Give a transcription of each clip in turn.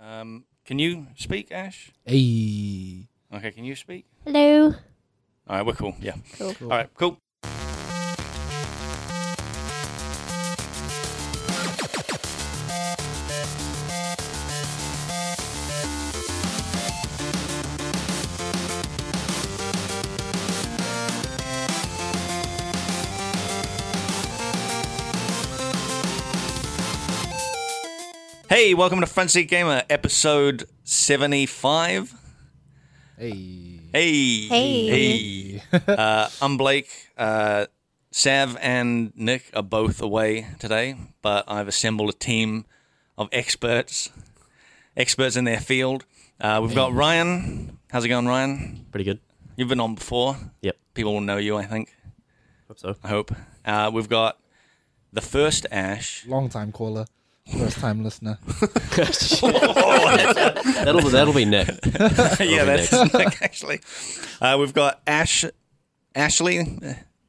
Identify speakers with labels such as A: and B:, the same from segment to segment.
A: Um, can you speak, Ash?
B: Hey.
A: Okay, can you speak?
C: Hello.
A: All right, we're cool. Yeah.
C: Cool.
A: All right, cool. Hey, welcome to Front Seat Gamer, episode 75.
B: Hey.
A: Hey.
C: Hey.
A: Hey. uh, I'm Blake. Uh, Sav and Nick are both away today, but I've assembled a team of experts, experts in their field. Uh, we've got Ryan. How's it going, Ryan?
D: Pretty good.
A: You've been on before.
D: Yep.
A: People will know you, I think.
D: Hope so.
A: I hope. Uh, we've got the first Ash.
B: Long time caller, first time listener.
D: That'll that'll be Nick.
A: yeah,
D: be
A: that's Nick, actually. Uh, we've got Ash, Ashley.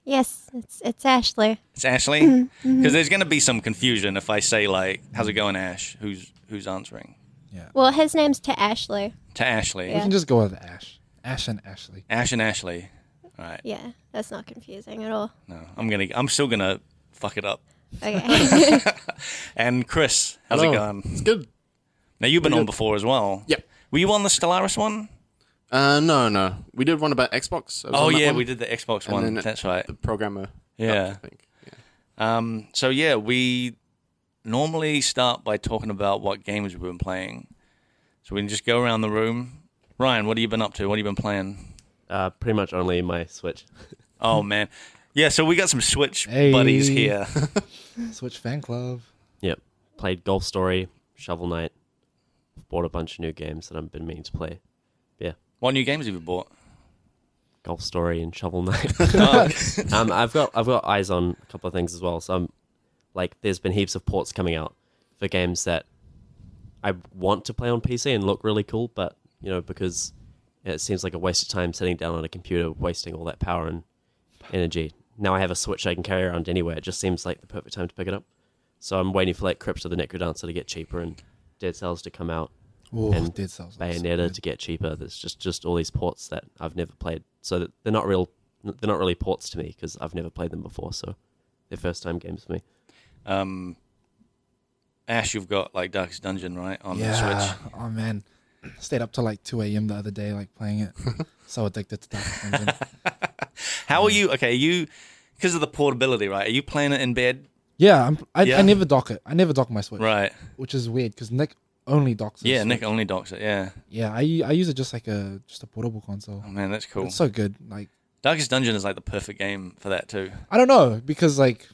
C: Yes, it's it's Ashley.
A: It's Ashley. Because there's going to be some confusion if I say like, "How's it going, Ash?" Who's who's answering
C: Well, his name's to Ashley.
A: to Ashley?
B: We can just go with Ash. Ash and Ashley.
A: Ash and Ashley. All right.
C: Yeah, that's not confusing at all.
A: No, I'm gonna. I'm still gonna fuck it up.
C: Okay.
A: And Chris, how's it going?
E: It's good.
A: Now you've been on before as well.
E: Yep.
A: Were you on the Stellaris one?
E: Uh, no, no. We did one about Xbox. I was
A: Oh
E: on that
A: yeah,
E: one.
A: we did the Xbox
E: And
A: one.
E: then-
A: That's right.
E: The programmer.
A: Yeah.
E: I think. Yeah.
A: Um, so yeah, we normally start by talking about what games we've been playing. So we can just go around the room. Ryan, what have you been up to? What have you been playing?
D: Uh, pretty much only my Switch.
A: Oh man. Yeah, so we got some Switch
B: Hey.
A: buddies here.
B: Switch fan club.
D: Yep. Played Golf Story, Shovel Knight. Bought a bunch of new games that I've been meaning to play.
A: what new games have you bought?
D: Golf Story and Shovel Knight.
A: Oh,
D: um, I've got I've got eyes on a couple of things as well. So I'm like, there's been heaps of ports coming out for games that I want to play on PC and look really cool, but you know because it seems like a waste of time sitting down on a computer, wasting all that power and energy. Now I have a Switch I can carry around anywhere. It just seems like the perfect time to pick it up. So I'm waiting for like Crypt of the Necrodancer to get cheaper and Dead Cells to come out,
B: Oh,
D: And
B: Dead Cells.
D: Bayonetta to get cheaper. There's just just all these ports that I've never played, so that they're not real. They're not really ports to me because I've never played them before. So they're first time games for me.
A: um, Ash, you've got like Darkest Dungeon, right? On
B: yeah.
A: the Switch.
B: Oh man, stayed up till like 2 a.m. the other day, like playing it. so addicted to Dark Dungeon.
A: How are you? Okay, are you because of the portability, right? Are you playing it in bed?
B: yeah, I'm, I,
A: Yeah.
B: I never dock it. I never dock my Switch,
A: Right.
B: which is weird because Nick only docks. his
A: Yeah, Nick
B: Switch.
A: only docks it. Yeah.
B: Yeah, I I use it just like a just a portable console.
A: Oh man, that's cool.
B: It's so good. Like
A: Darkest Dungeon is like the perfect game for that too.
B: I don't know because like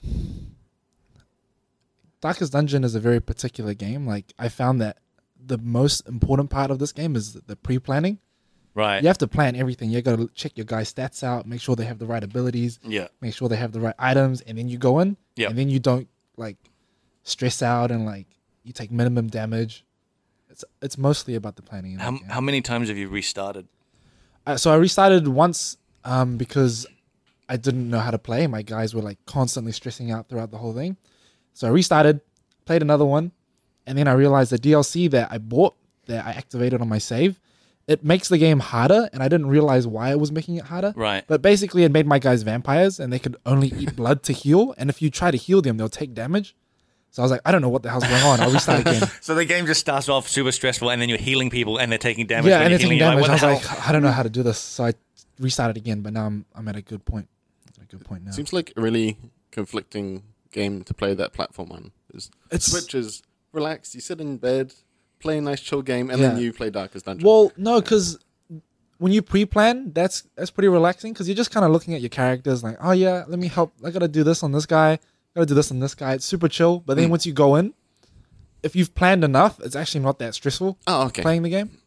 B: Darkest Dungeon is a very particular game. Like I found that the most important part of this game is the pre-planning.
A: Right.
B: You have to plan everything. You got to check your guys' stats out, make sure they have the right abilities,
A: Yeah.
B: make sure they have the right items, and then you go in.
A: Yep.
B: And then you don't like stress out and like you take minimum damage. It's it's mostly about the planning. in that
A: How
B: game.
A: how many times have you restarted?
B: Uh, so I restarted once um, because I didn't know how to play. My guys were like constantly stressing out throughout the whole thing. So I restarted, played another one, and then I realized the DLC that I bought that I activated on my save, it makes the game harder, and I didn't realize why it was making it harder.
A: Right.
B: But basically, it made my guys vampires, and they could only eat blood to heal. And if you try to heal them, they'll take damage. So I was like, I don't know what the hell's going on. I'll restart again.
A: So the game just starts off super stressful, and then you're healing people, and they're taking damage.
B: yeah,
A: when
B: and
A: you're
B: it's in
A: healing, you're
B: damage. I
A: what
B: was
A: the hell?
B: like, I don't know how to do this, so I restarted again. But now I'm I'm at a good point. At a good point now.
E: Seems like a really conflicting game to play that platform on. It's,
B: It's-
E: Switch is relaxed. You sit in bed, play a nice chill game, and then
B: Yeah.
E: you play Darkest Dungeon.
B: well, no, because when you pre-plan, that's that's pretty relaxing because you're just kind of looking at your characters, like, oh yeah, let me help. I gotta do this on this guy. Gotta do this on this guy. It's super chill. But
E: Mm.
B: then once you go in, if you've planned enough, it's actually not that stressful
E: oh, okay.
B: playing the game.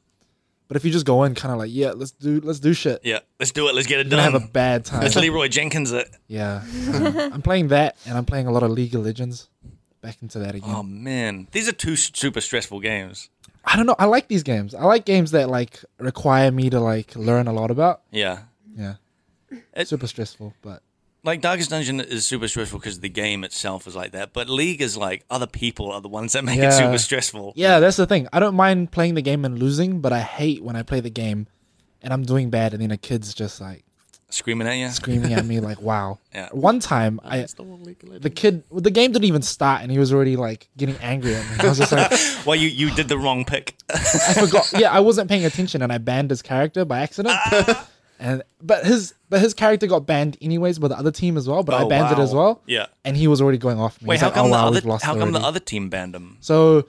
B: But if you just go in, kind of like, yeah, let's do let's do shit.
A: yeah, let's do it. Let's get it
B: You're gonna have a
A: done.
B: bad time.
A: Let's Leroy Jenkins it.
B: Yeah, um, I'm playing that, and I'm playing a lot of League of Legends. Back into that again.
A: Oh man, these are two s- super stressful games.
B: I don't know. I like these games. I like games that like require me to like learn a lot about.
A: Yeah.
B: Yeah,
A: It-
B: super stressful, but
A: like Darkest Dungeon is super stressful because the game itself is like that, but League is like other people are the ones that make it
B: Yeah.
A: super stressful.
B: Yeah, that's the thing. I don't mind playing the game and losing, but I hate when I play the game and I'm doing bad and then a kid's just like
A: Screaming at you.
B: screaming at me like, "Wow."
A: Yeah.
B: One time I
E: It's the one League of
B: the
E: Legends.
B: kid the game didn't even start and he was already like getting angry at me. I was just like
A: Well, you, you did the wrong pick.
B: I forgot. Yeah, I wasn't paying attention, and I banned his character by accident. and but his but his character got banned anyways by the other team as well. But I
A: Oh,
B: banned it as
A: wow.
B: well.
A: Yeah.
B: and he was already going off me.
A: Wait,
B: He's
A: how
B: like,
A: come
B: "Oh,
A: the
B: wow, we've
A: other
B: lost
A: how come the
B: already."
A: other team banned him?
B: So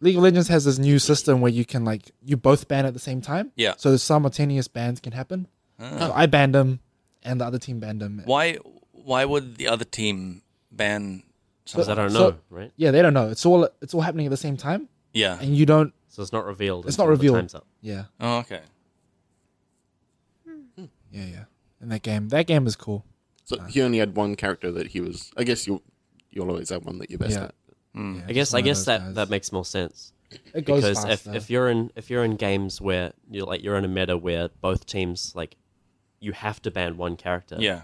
B: League of Legends has this new system where you can like you both ban at the same time.
A: Yeah. Ah.
B: So simultaneous bans can happen. So I banned him, and the other team banned him.
A: Why why would the other team ban?
D: Because I don't
B: So-
D: know, right?
B: Yeah, they don't know. It's all it's all happening at the same time,
A: Yeah.
B: and you don't.
D: So it's not revealed.
B: It's not
D: until the
B: revealed.
D: time's up.
B: Yeah,
A: Oh, okay.
B: yeah, yeah. And that game, that game is cool.
E: So he only had one character that he was. I guess you'll you'll always have one that you're best
B: Yeah.
E: at.
A: Hmm.
B: Yeah,
D: I
B: it's
D: guess
B: one
D: I
B: of
D: guess
B: those
D: that,
B: guys.
D: that makes more sense
B: it goes
D: because if,
B: faster.
D: if you're in if you're in games where you're like you're in a meta where both teams like you have to ban one character.
A: Yeah.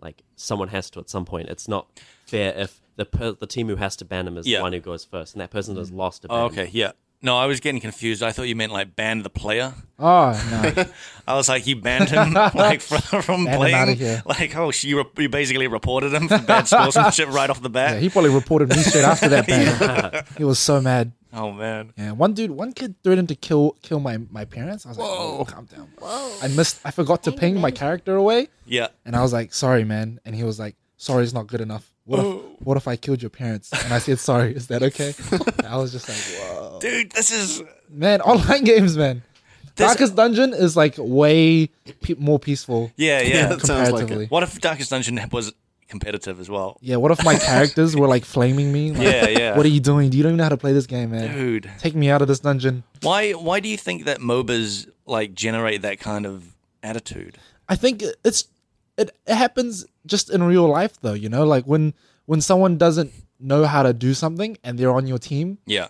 D: like someone has to at some point. It's not fair if the per- the team who has to ban him is
A: Yeah.
D: the one who goes first, and that
B: Mm-hmm.
D: person has lost a ban.
A: Oh, okay. Yeah. No, I was getting confused. I thought you meant like ban the player.
B: oh no,
A: I was like, you banned him like from, from
B: Ban him
A: playing.
B: outta here.
A: Like, oh, she, you, re- you basically reported him for bad sportsmanship right off the
B: Yeah,
A: bat.
B: he probably reported me straight after that ban. He was so mad.
A: oh man.
B: Yeah, one dude, one kid threatened to kill kill my my parents. I was like, oh, calm down. bro." I missed. I forgot to ping my character away,
A: Yeah.
B: and I was like, sorry, man. And he was like, sorry, it's not good enough. What if what if I killed your parents? And I said, sorry, is that okay? And I was just like,
E: Oh.
B: whoa,
A: Dude, this is
B: man. Online games, man.
A: This-
B: Darkest Dungeon is like way pe- more peaceful
A: yeah, yeah.
E: That sounds like it.
B: comparatively.
A: What if Darkest Dungeon was competitive as well?
B: Yeah, what if my characters were like flaming me? Like,
A: Yeah, yeah.
B: What are you doing? You don't even know how to play this game, man.
A: Dude,
B: Take me out of this dungeon.
A: why why do you think that MOBAs like generate that kind of attitude?
B: I think it's it, it happens just in real life though, you know? Like when when someone doesn't know how to do something and they're on your team,
A: Yeah.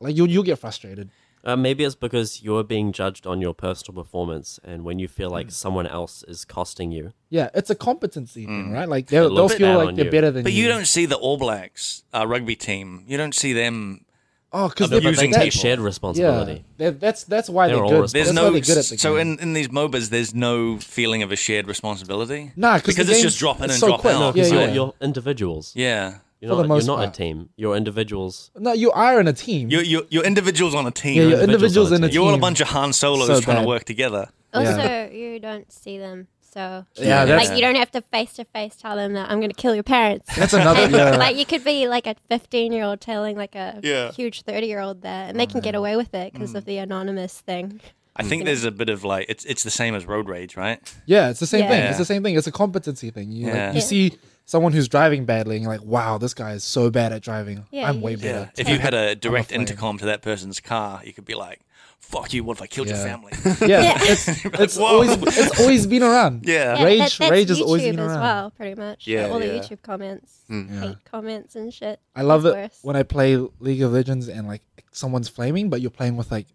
B: like you'll you'll get frustrated.
D: Uh, maybe it's because you're being judged on your personal performance, and when you feel
B: Hmm.
D: like someone else is costing you,
B: Yeah, it's a competency thing, right? Like they'll,
D: little
B: they'll
D: bit
B: feel
D: down
B: like
D: on
B: they're
D: you.
B: better than
A: Mm. But you don't see the All Blacks uh, rugby team. You don't see them.
B: Oh, because
A: They're
B: they're
A: using
B: that,
D: take shared responsibility.
B: Yeah, They're- that's that's why
D: They're
B: they're,
D: all
B: good.
D: responsible.
A: There's
B: That's
A: no
B: why they're good at the
A: so
B: game.
A: in, in these MOBAs, there's no feeling of a shared responsibility.
B: Nah, 'cause
A: because
B: the
A: it's
B: game's-
A: just drop in
B: it's
A: and
B: so
A: drop
B: quick.
A: out.
B: Yeah,
D: because
B: yeah.
D: you're, you're individuals.
A: Yeah.
D: You're
B: For
D: not,
B: the most
D: you're not a
B: part.
D: team. You're individuals.
B: no, you are in a team.
A: You're, you're, you're individuals on a team.
B: yeah, you're
A: you're,
B: individuals
D: individuals on
B: in
D: a
B: a team.
D: team.
A: all a bunch of Han Solos
B: So
A: trying
B: bad.
A: to work together.
C: Also,
B: Yeah.
C: you don't see them, so
B: Yeah, that's
C: like you don't have to face to face tell them that I'm going to kill your parents.
B: that's another.
C: And,
B: Yeah.
C: Like you could be like a 15 year old telling like a
A: Yeah. Mm.
C: huge 30 year old that, and they can get away with it because of the anonymous thing.
A: I think there's a bit of like it's it's the same as road rage, right?
B: Yeah, it's the same thing.
A: Yeah.
B: It's the same thing. It's a competency thing. You,
A: Yeah.
B: like, you
C: Yeah.
B: see someone who's driving badly, and you're like, "Wow, this guy is so bad at driving.
C: Yeah,
B: I'm way
C: you-
B: better."
A: If you had a direct
B: afraid.
A: intercom to that person's car, you could be like, "Fuck you! What if I killed your
B: Yeah.
A: family?"
B: Yeah,
C: Yeah.
B: it's it's
A: Whoa.
B: always it's always been around.
A: yeah.
C: Yeah,
B: Rage-
C: that- that's
B: rage
C: YouTube
B: has always been
C: as
B: around. Mm.
C: well, pretty much.
A: Yeah,
C: Yeah, all
A: yeah.
C: the YouTube comments, hate comments and shit.
B: I love
C: It's
B: it
C: worse.
B: when I play League of Legends and like someone's flaming, but you're playing with like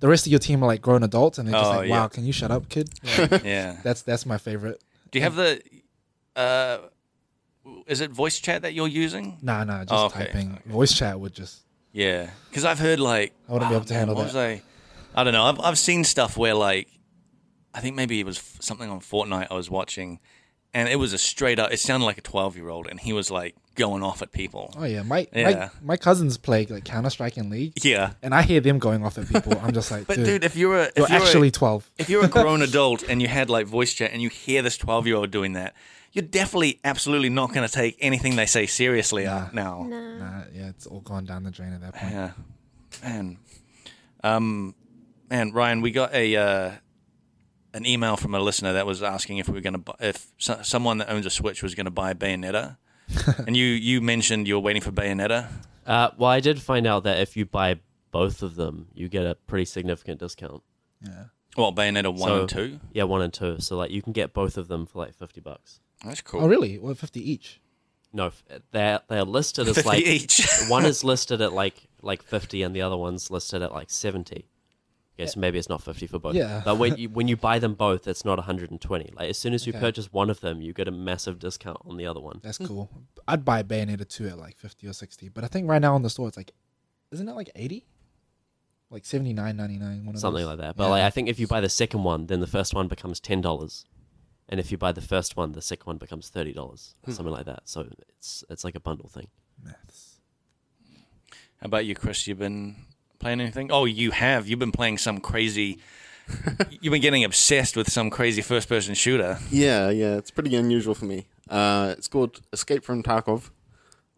B: the rest of your team are like grown adults, and they're just
A: Oh,
B: like,
A: yeah.
B: "Wow, can you shut up, kid?"
A: Yeah.
B: That's that's my favorite.
A: Do you have the? Uh, is it voice chat that you're using?
B: Nah, nah, just
A: Oh, okay,
B: typing voice chat would just.
A: Yeah, because I've heard like ah,
B: I wouldn't be able to handle
A: what
B: that.
A: was I? I don't know. I've I've seen stuff where like I think maybe it was f- something on Fortnite I was watching, and it was a straight up. It sounded like a twelve year old, and he was like going off at people.
B: Oh yeah, my
A: Yeah.
B: my, my cousins play like Counter Strike and League,
A: Yeah,
B: and I hear them going off at people. I'm just like,
A: but
B: dude,
A: dude, if you're a if
B: you're,
A: you're,
B: actually
A: a,
B: 12.
A: if you're a grown adult and you had like voice chat and you hear this twelve year old doing that, you're definitely absolutely not going to take anything they say seriously uh, now.
C: Nah.
B: Nah, yeah, it's all gone down the drain at that point.
A: Yeah, man. Um, man, Ryan, we got a uh, an email from a listener that was asking if we were going to buy, if so- someone that owns a Switch was going to buy Bayonetta, and you you mentioned you're waiting for Bayonetta.
D: Uh, well, I did find out that if you buy both of them, you get a pretty significant discount.
A: Well, Bayonetta one
D: So-
A: and two.
D: Yeah, one and two. So like you can get both of them for like fifty bucks.
A: That's cool.
B: Oh, really? Well, 50 each.
D: No, f- they're they're listed as
A: Fifty
D: like
A: each.
D: one is listed at like like 50 and the other one's listed at like 70 Okay, so maybe it's not fifty for both.
B: Yeah.
D: But when you when you buy them both, it's not one hundred and twenty. Like as soon as you
B: Okay.
D: purchase one of them, you get a massive discount on the other one.
B: That's cool. I'd buy Bayonetta 2 at like 50 or 60, but I think right now on the store it's like isn't it like 80? Like 79.99 one of
D: something
B: those.
D: like that. But
B: Yeah.
D: like, I think if you buy the second one, then the first one becomes ten dollars, and if you buy the first one, the second one becomes thirty dollars,
B: Hmm.
D: something like that. So it's it's like a bundle thing.
B: Maths.
A: How about you, Chris? You've been playing anything? Oh, you have. You've been playing some crazy. you've been getting obsessed with some crazy first-person shooter.
E: Yeah, yeah, it's pretty unusual for me. Uh, it's called Escape from Tarkov.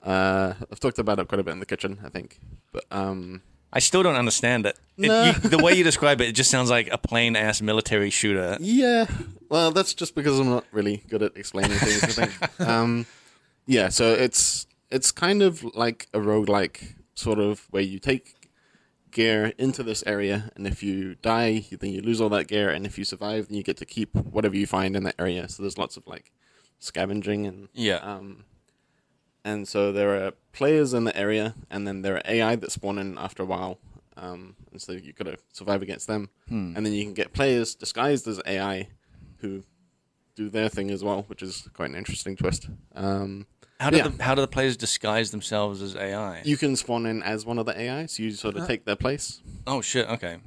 E: Uh, I've talked about it quite a bit in the kitchen, I think. But um,
A: I still don't understand it. It-
E: No.
A: you- the way you describe it, it just sounds like a plain ass military shooter.
E: yeah, well, that's just because I'm not really good at explaining things. I think. Um, yeah, so it's it's kind of like a roguelike sort of where you take gear into this area, and if you die, then you lose all that gear, and if you survive, then you get to keep whatever you find in that area. So there's lots of like scavenging and
A: Yeah.
E: Um, and so there are players in the area, and then there are AI that spawn in after a while. Um, and so you've got to survive against them. And then you can get players disguised as AI who do their thing as well, which is quite an interesting twist. Um,
A: How do
E: yeah.
A: the how do the players disguise themselves as AI?
E: you can spawn in as one of the AI, so you sort of take their place.
A: oh shit. Okay.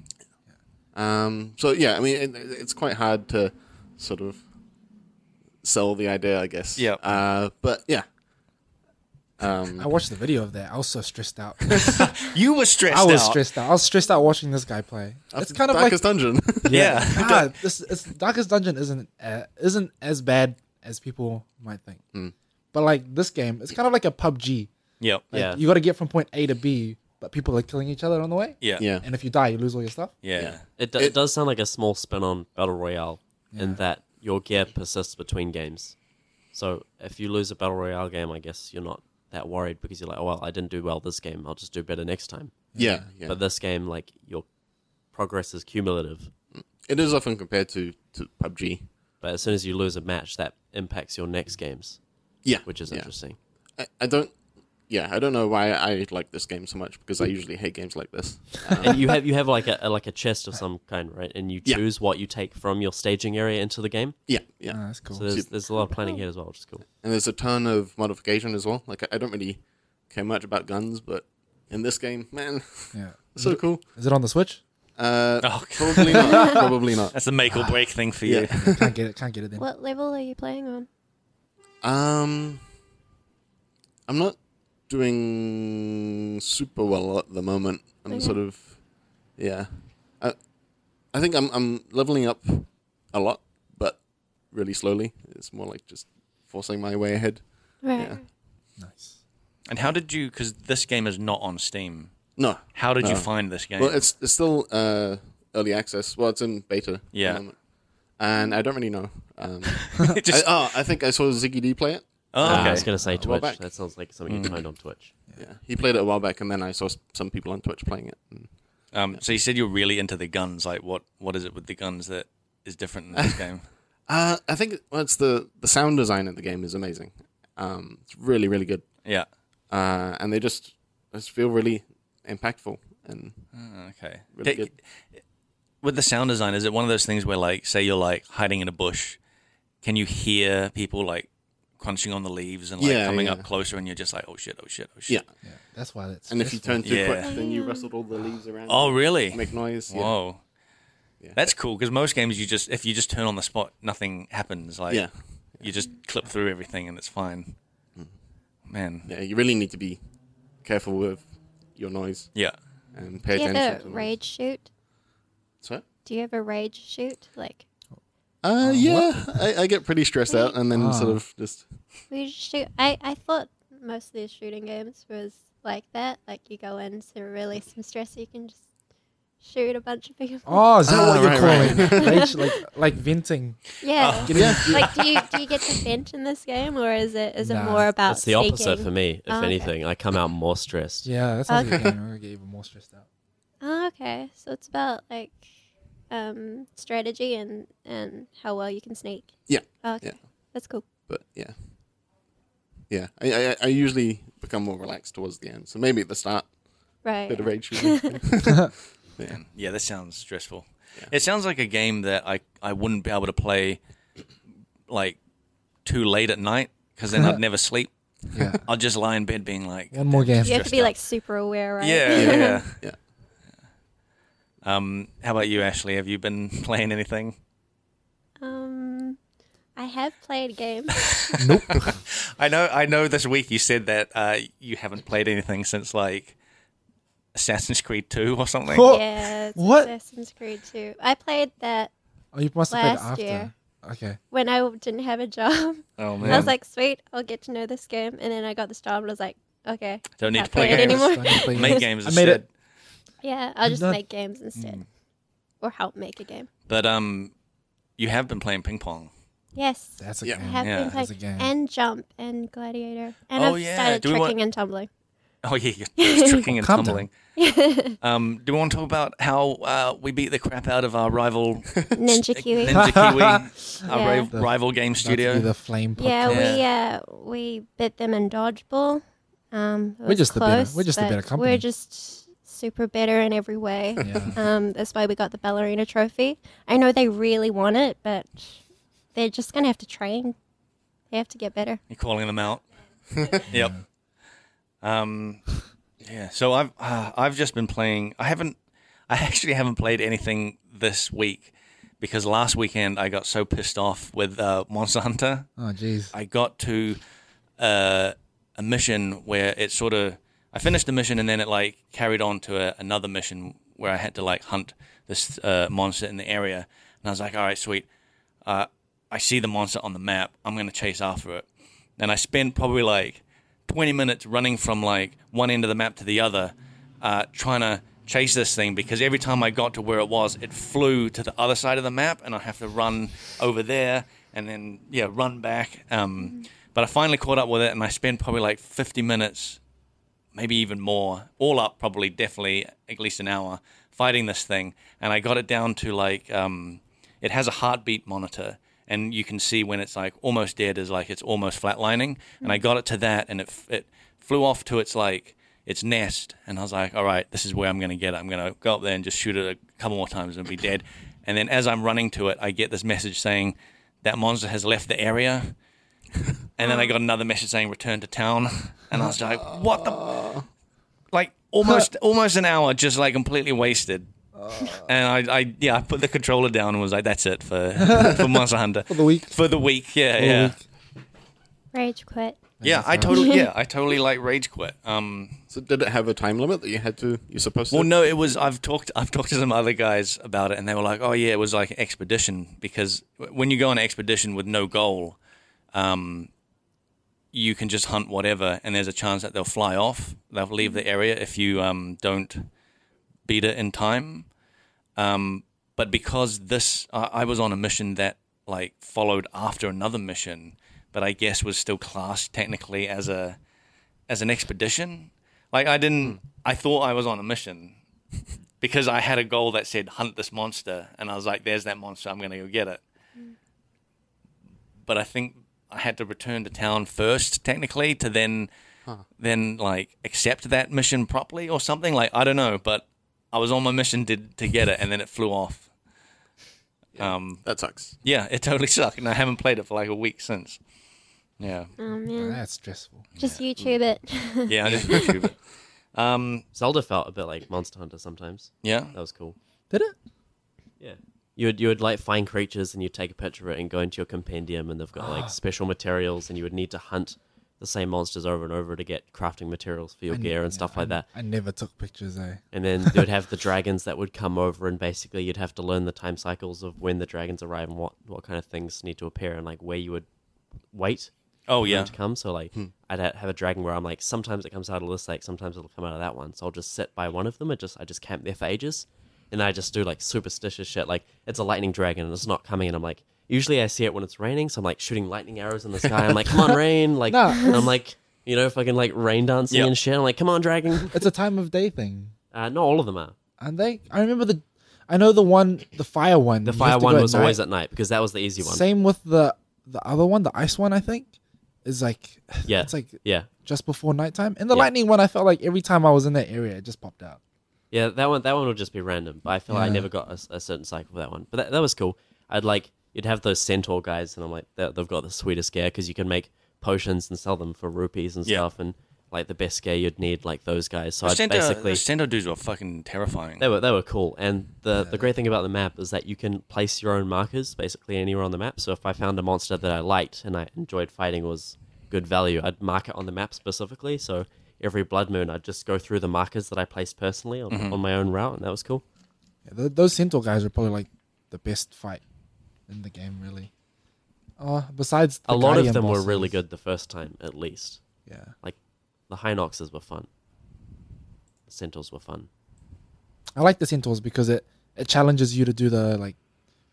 E: Um, so yeah, I mean, it, it's quite hard to sort of sell the idea, I guess.
A: Yeah.
E: Uh, but yeah. Um,
B: I watched the video of that. I was so stressed out.
A: You were stressed.
B: I was
A: out.
B: stressed out. I was stressed out watching this guy play. It's
E: after
B: kind of like
E: Darkest Dungeon.
A: Yeah.
B: ah, this it's, Darkest Dungeon isn't uh, isn't as bad as people might think.
D: Hmm.
B: But like this game, it's kind of like a PUBG.
A: Yep.
B: Like,
D: Yeah.
B: You got to get from point A to B, but people are killing each other on the way.
A: Yeah.
E: yeah.
B: And if you die, you lose all your stuff.
A: Yeah.
E: Yeah.
D: It, do, it, does sound like a small spin on battle royale in that your gear persists between games. So if you lose a battle royale game, I guess you're not that worried because you're like, oh well, I didn't do well this game. I'll just do better next time.
E: Yeah, yeah.
D: But this game, like your progress is cumulative.
E: it is often compared to, to PUBG.
D: But as soon as you lose a match, that impacts your next games,
E: Yeah,
D: which is
E: yeah.
D: interesting.
E: I, I don't. Yeah, I don't know why I like this game so much because I usually hate games like this. Um,
D: and you have you have like a like a chest of some kind, right? And you
E: Yeah.
D: choose what you take from your staging area into the game.
E: yeah,
B: Ah,
E: yeah.
B: that's cool.
D: So there's there's a lot of planning here as well, which is cool.
E: And there's a ton of modification as well. Like I, I don't really care much about guns, but in this game, man,
B: yeah.
E: so cool.
B: Is it on the Switch?
E: Uh,
A: Oh,
E: probably not. Probably not.
A: That's the make or break thing for you.
E: Ah. Yeah.
B: Can't get it. Can't get it. Then.
C: What level are you playing on?
E: Um, I'm not doing super well at the moment. I'm
C: Okay.
E: sort of, yeah. I, I think I'm I'm leveling up a lot, but really slowly. It's more like just forcing my way ahead.
C: Right.
E: Yeah.
B: Nice.
A: And how did you? Because this game is not on Steam.
E: No,
A: How did you
E: No.
A: find this game?
E: Ah. well, it's it's still uh, early access. Well, it's in beta. at the
A: Yeah.
E: moment. And I don't really know. Um,
A: It just-
E: I, Ah, oh, I think I saw Ziggy D play it.
A: oh,
D: Uh, I
A: okay.
D: was gonna say
E: well,
D: Twitch.
E: back. Mm.
D: That sounds like something you'd find on Twitch.
E: Yeah. he played it a while back, and then I saw s- some people on Twitch playing it. Mm. And
A: Um, so you said you're really into the guns. Like, what what is it with the guns that is different in this game?
E: Uh, I think well, it's the the sound design of the game is amazing. Um, it's really really good,
A: Yeah.
E: uh, and they just just feel really impactful. And
A: Oh, okay.
E: Really
A: Th-
E: good.
A: With the sound design, is it one of those things where, like, say you're like hiding in a bush, can you hear people like crunching on the leaves and like
E: Yeah,
A: coming
E: yeah.
A: up closer, and you're just like, oh shit, oh shit, oh
E: yeah,
A: shit.
B: Yeah. That's why that's.
E: and if you turn too
A: Yeah.
E: quick, then you rustle all the leaves around.
A: Oh really?
E: make noise. Yeah.
A: Whoa. That's cool because most games you just if you just turn on the spot, nothing happens. Like
E: Yeah.
A: you just clip through everything and it's fine. Man,
E: yeah, you really need to be careful with your noise
A: yeah.
E: and pay
C: Do you
E: attention.
C: ever
E: to the
C: rage shoot?
E: Noise. Sorry?
C: Do you ever rage shoot? Like,
E: Uh, yeah, I, I get pretty stressed out, and then
A: Ah.
E: sort of just
C: we just shoot. I, I thought most of these shooting games was like that. Like, you go in to release some stress, you can just shoot a bunch of people.
B: Oh, is that
E: Ah,
B: what you're
E: right, right.
B: calling rage? Like, like venting.
E: Ah.
C: Yeah.
B: Getting,
C: Like, do you do you get to vent in this game, or is it is
B: Nah.
C: it more about
D: It's the opposite
C: speaking?
D: for me. If
C: Oh, okay.
D: anything, I come out more stressed.
B: Yeah, that sounds like a
C: Okay.
B: game. I'm gonna get even more stressed out.
C: Oh, okay. So it's about like um, strategy and and how well you can sneak.
E: Yeah.
C: Oh, okay.
E: Yeah.
C: That's cool.
E: but yeah, yeah. I, I I usually become more relaxed towards the end, so maybe at the start,
C: Right.
E: bit of rage shooting.
A: man. Yeah, this sounds stressful. It sounds like a game that I, I wouldn't be able to play like too late at night because then I'd never sleep.
B: Yeah.
A: I'd just lie in bed being like,
B: One more game.
C: You have to
A: Stressed
C: be
A: out.
C: like super aware, right?
A: yeah, yeah.
E: Yeah.
A: Um, how about you, Ashley? Have you been playing anything?
C: Um, I have played games.
B: Nope.
A: I know, I know. This week you said that uh, you haven't played anything since like Assassin's Creed Two or something.
B: Oh,
C: yeah, it's
B: what?
C: Assassin's Creed 2. I played that
B: Oh, you must have
C: Last
B: played it after.
C: year.
B: Okay.
C: when I didn't have a job.
A: Oh
C: I
A: man,
C: was like, sweet, I'll get to know this game. And then I got this job and I was like, okay.
A: don't need to
C: can't
A: play
C: play it
A: games.
C: anymore.
B: Don't play
A: Make
B: games.
A: games
B: I made
A: instead.
B: it.
C: Yeah, I'll just
B: Not- Mm.
C: make games instead. Or help make a game.
A: But um, you have been playing ping pong.
C: Yes.
B: That's a
E: Yeah.
C: I
B: game.
C: have
A: Yeah,
C: been
A: that's
B: a
C: playing
B: game.
C: and jump and gladiator. And
A: Oh,
C: I've
A: yeah,
C: started
A: do we
C: tricking
A: want-
C: and tumbling.
A: Oh yeah, you're tricking and
B: Calm down.
A: tumbling. um, do we want to talk about how uh, we beat the crap out of our rival
C: Ninja Kiwi.
A: Ninja Kiwi, our
C: Yeah.
A: ri- rival game
B: About to
A: studio?
B: be the flame.
C: Yeah,
B: podcast.
C: we uh, we bit them in dodgeball. Um, it
B: We're
C: was
B: just the
C: close,
B: better- we're just the
C: but
B: better company.
C: We're just super better in every way.
B: Yeah.
C: um, that's why we got the ballerina trophy. I know they really want it, but they're just gonna have to train. They have to get better.
A: You're calling them out. yep. Um, yeah. So I've uh, I've just been playing. I haven't. I actually haven't played anything this week because last weekend I got so pissed off with uh, Monster Hunter.
B: Oh, jeez.
A: I got to uh, a mission where it sort of I finished the mission and then it like carried on to a, another mission where I had to like hunt this uh, monster in the area and I was like all right sweet uh, I see the monster on the map I'm gonna chase after it and I spent probably like 20 minutes running from like one end of the map to the other uh, trying to chase this thing because every time I got to where it was it flew to the other side of the map and I have to run over there and then yeah run back um, but I finally caught up with it and I spent probably like 50 minutes maybe even more, all up probably definitely at least an hour fighting this thing. And I got it down to like um, it has a heartbeat monitor, and you can see when it's like almost dead is like it's almost flatlining. And I got it to that, and it f- it flew off to its like its nest, and I was like, all right, this is where I'm gonna get it. I'm gonna go up there and just shoot it a couple more times and it'll be dead. And then as I'm running to it, I get this message saying that monster has left the area. And then I got another message saying return to town, and I was like, "What the?" Like almost almost an hour, just like completely wasted. And I, I yeah, I put the controller down and was like, "That's it for for Monster Hunter for
B: the week.
A: For the week, yeah, yeah,
C: Rage quit.
A: yeah. I totally yeah, I totally like rage quit. Um,
E: So did it have a time limit that you had to? You're supposed to.
A: Well, no, it was. I've talked. I've talked to some other guys about it, and they were like, "Oh yeah, it was like an expedition because w- when you go on an expedition with no goal, um, you can just hunt whatever, and there's a chance that they'll fly off. They'll leave the area if you um, don't beat it in time. Um, but because this, I I was on a mission that like followed after another mission, but I guess was still classed technically as a as an expedition. Like I didn't. I thought I was on a mission because I had a goal that said hunt this monster, and I was like, "There's that monster. I'm gonna go get it." But I think I had to return to town first, technically, to then then like accept that mission properly or something. Like I don't know, but I was on my mission to to get it, and then it flew off. Um.
E: that sucks.
A: Yeah, it totally sucked, and I haven't played it for like a week since. Yeah.
C: Oh man,
B: That's stressful.
C: just YouTube it.
A: Yeah. I just YouTube it. Um.
D: Zelda felt a bit like Monster Hunter sometimes.
A: Yeah.
D: That was cool.
B: Did it?
D: Yeah. You would, you would like find creatures and you take a picture of it and go into your compendium and they've got like special materials and you would need to hunt the same monsters over and over to get crafting materials for your
B: And-
D: gear and
B: yeah,
D: stuff like that.
B: I never took pictures. Eh?
D: And then they would have the dragons that would come over and basically you'd have to learn the time cycles of when the dragons arrive and what, what kind of things need to appear and like where you would wait
A: Oh
D: yeah.
A: yeah.
D: to come. So
B: Hmm.
D: like I'd ha- have a dragon where I'm like sometimes it comes out of this lake, sometimes it'll come out of that one. So I'll just sit by one of them and just I just camp there for ages, and I just do like superstitious shit. Like it's a lightning dragon and it's not coming, and I'm like usually I see it when it's raining, so I'm like shooting lightning arrows in the sky. I'm like come on rain, like
B: No.
D: and I'm like you know fucking like rain dancing
A: Yep.
D: and shit. I'm like come on dragon.
B: It's a time of day thing,
D: Uh, not all of them are.
B: aren't they? I remember the. I know the one, the fire one.
D: The
B: you
D: fire
B: have to
D: one
B: go at
D: was
B: night.
D: always at night because that was the easy one.
B: Same with the the other one, the ice one. I think is like
D: Yeah.
B: it's like
D: Yeah.
B: just before nighttime. And the
D: Yeah.
B: lightning one, I felt like every time I was in that area, it just popped out.
D: Yeah, that one that one will just be random. But I feel like I
B: Yeah.
D: never got a s- a, certain cycle for that one. But that, that was cool. I'd like you'd have those centaur guys, and I'm like they- they've got the sweetest scare because you can make potions and sell them for rupees and
A: Yeah.
D: stuff. And like the best scare you'd need like those guys. So
A: The
D: I
A: Centaur,
D: basically
A: the Centaur dudes were fucking terrifying.
D: they were they were cool. And the the great thing about the map is that you can place your own markers basically anywhere on the map. So if I found a monster that I liked and I enjoyed fighting was good value, I'd mark it on the map specifically. So every blood moon, I'd just go through the markers that I placed personally on,
A: Mm-hmm.
D: on my own route, and that was cool.
B: Yeah, th- those Centaur guys are probably like the best fight in the game, really. Oh, besides the
D: a lot of
B: Guardian
D: them were
B: bosses.
D: really good the first time, at least.
B: Yeah,
D: The Hinoxes were fun. The Centaurs were fun.
B: I like the Centaurs because it it challenges you to do the like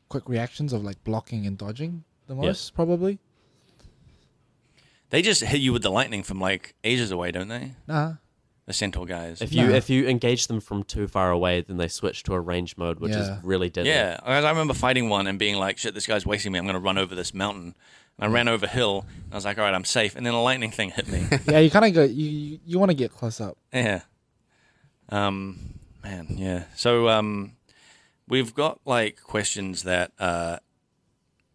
B: quick reactions of like blocking and dodging the most
D: Yes.
B: probably.
A: They just hit you with the lightning from like ages away, don't they?
B: Nah,
A: The Centaur guys.
D: If you
B: Nah.
D: if you engage them from too far away, then they switch to a range mode, which
B: Yeah.
D: is really deadly.
A: Yeah, I I remember fighting one and being like, "Shit, this guy's wasting me. I'm going to run over this mountain." And I ran over a hill. And I was like, "All right, I'm safe." And then a lightning thing hit me.
B: yeah, you kind of go you you, you want to get close up.
A: yeah. Um, man, yeah. So um, we've got like questions that uh,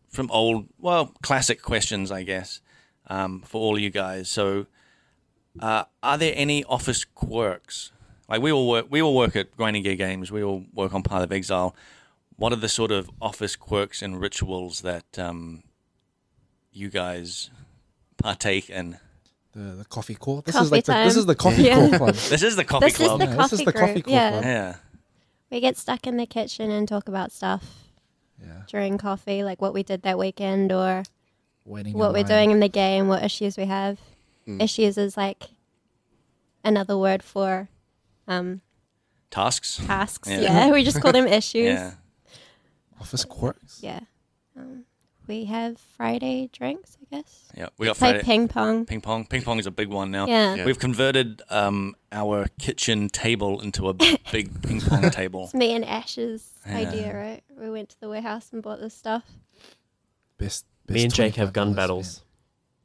A: from old, well, classic questions, I guess, um, for all you guys. So, uh, are there any office quirks? Like we all work, we all work at Grinding Gear Games. We all work on Path of Exile. What are the sort of office quirks and rituals that um, you guys partake in?
B: The the coffee core. This
C: Coffee
B: is like the, this
C: time.
B: is the coffee
C: Yeah.
B: core club.
A: This is the coffee
C: This is
A: club.
C: the
B: Yeah,
C: coffee
B: this is the
C: group.
B: coffee club,
C: yeah,
B: right?
A: yeah.
C: we get stuck in the kitchen and talk about stuff
B: Yeah,
C: during coffee, like what we did that weekend or
B: waiting.
C: what
B: in
C: we're
B: line.
C: doing in the game, what issues we have.
E: Mm.
C: Issues is like another word for um,
A: Tasks.
C: tasks.
A: Yeah.
C: Yeah. we just call them issues.
A: Yeah.
C: Yeah.
B: office quirks.
C: Um, we have Friday drinks, I guess.
A: Yeah, we got Oh,
C: Play
A: Friday.
C: ping pong.
A: ping pong. Ping pong is a big one now.
C: Yeah.
E: Yeah.
A: We've converted um, our kitchen table into a big ping pong table.
C: It's me and Ash's idea,
A: Yeah.
C: right? We went to the warehouse and bought this stuff.
B: Best, best
D: Me and Jake have gun
B: $25,
D: battles.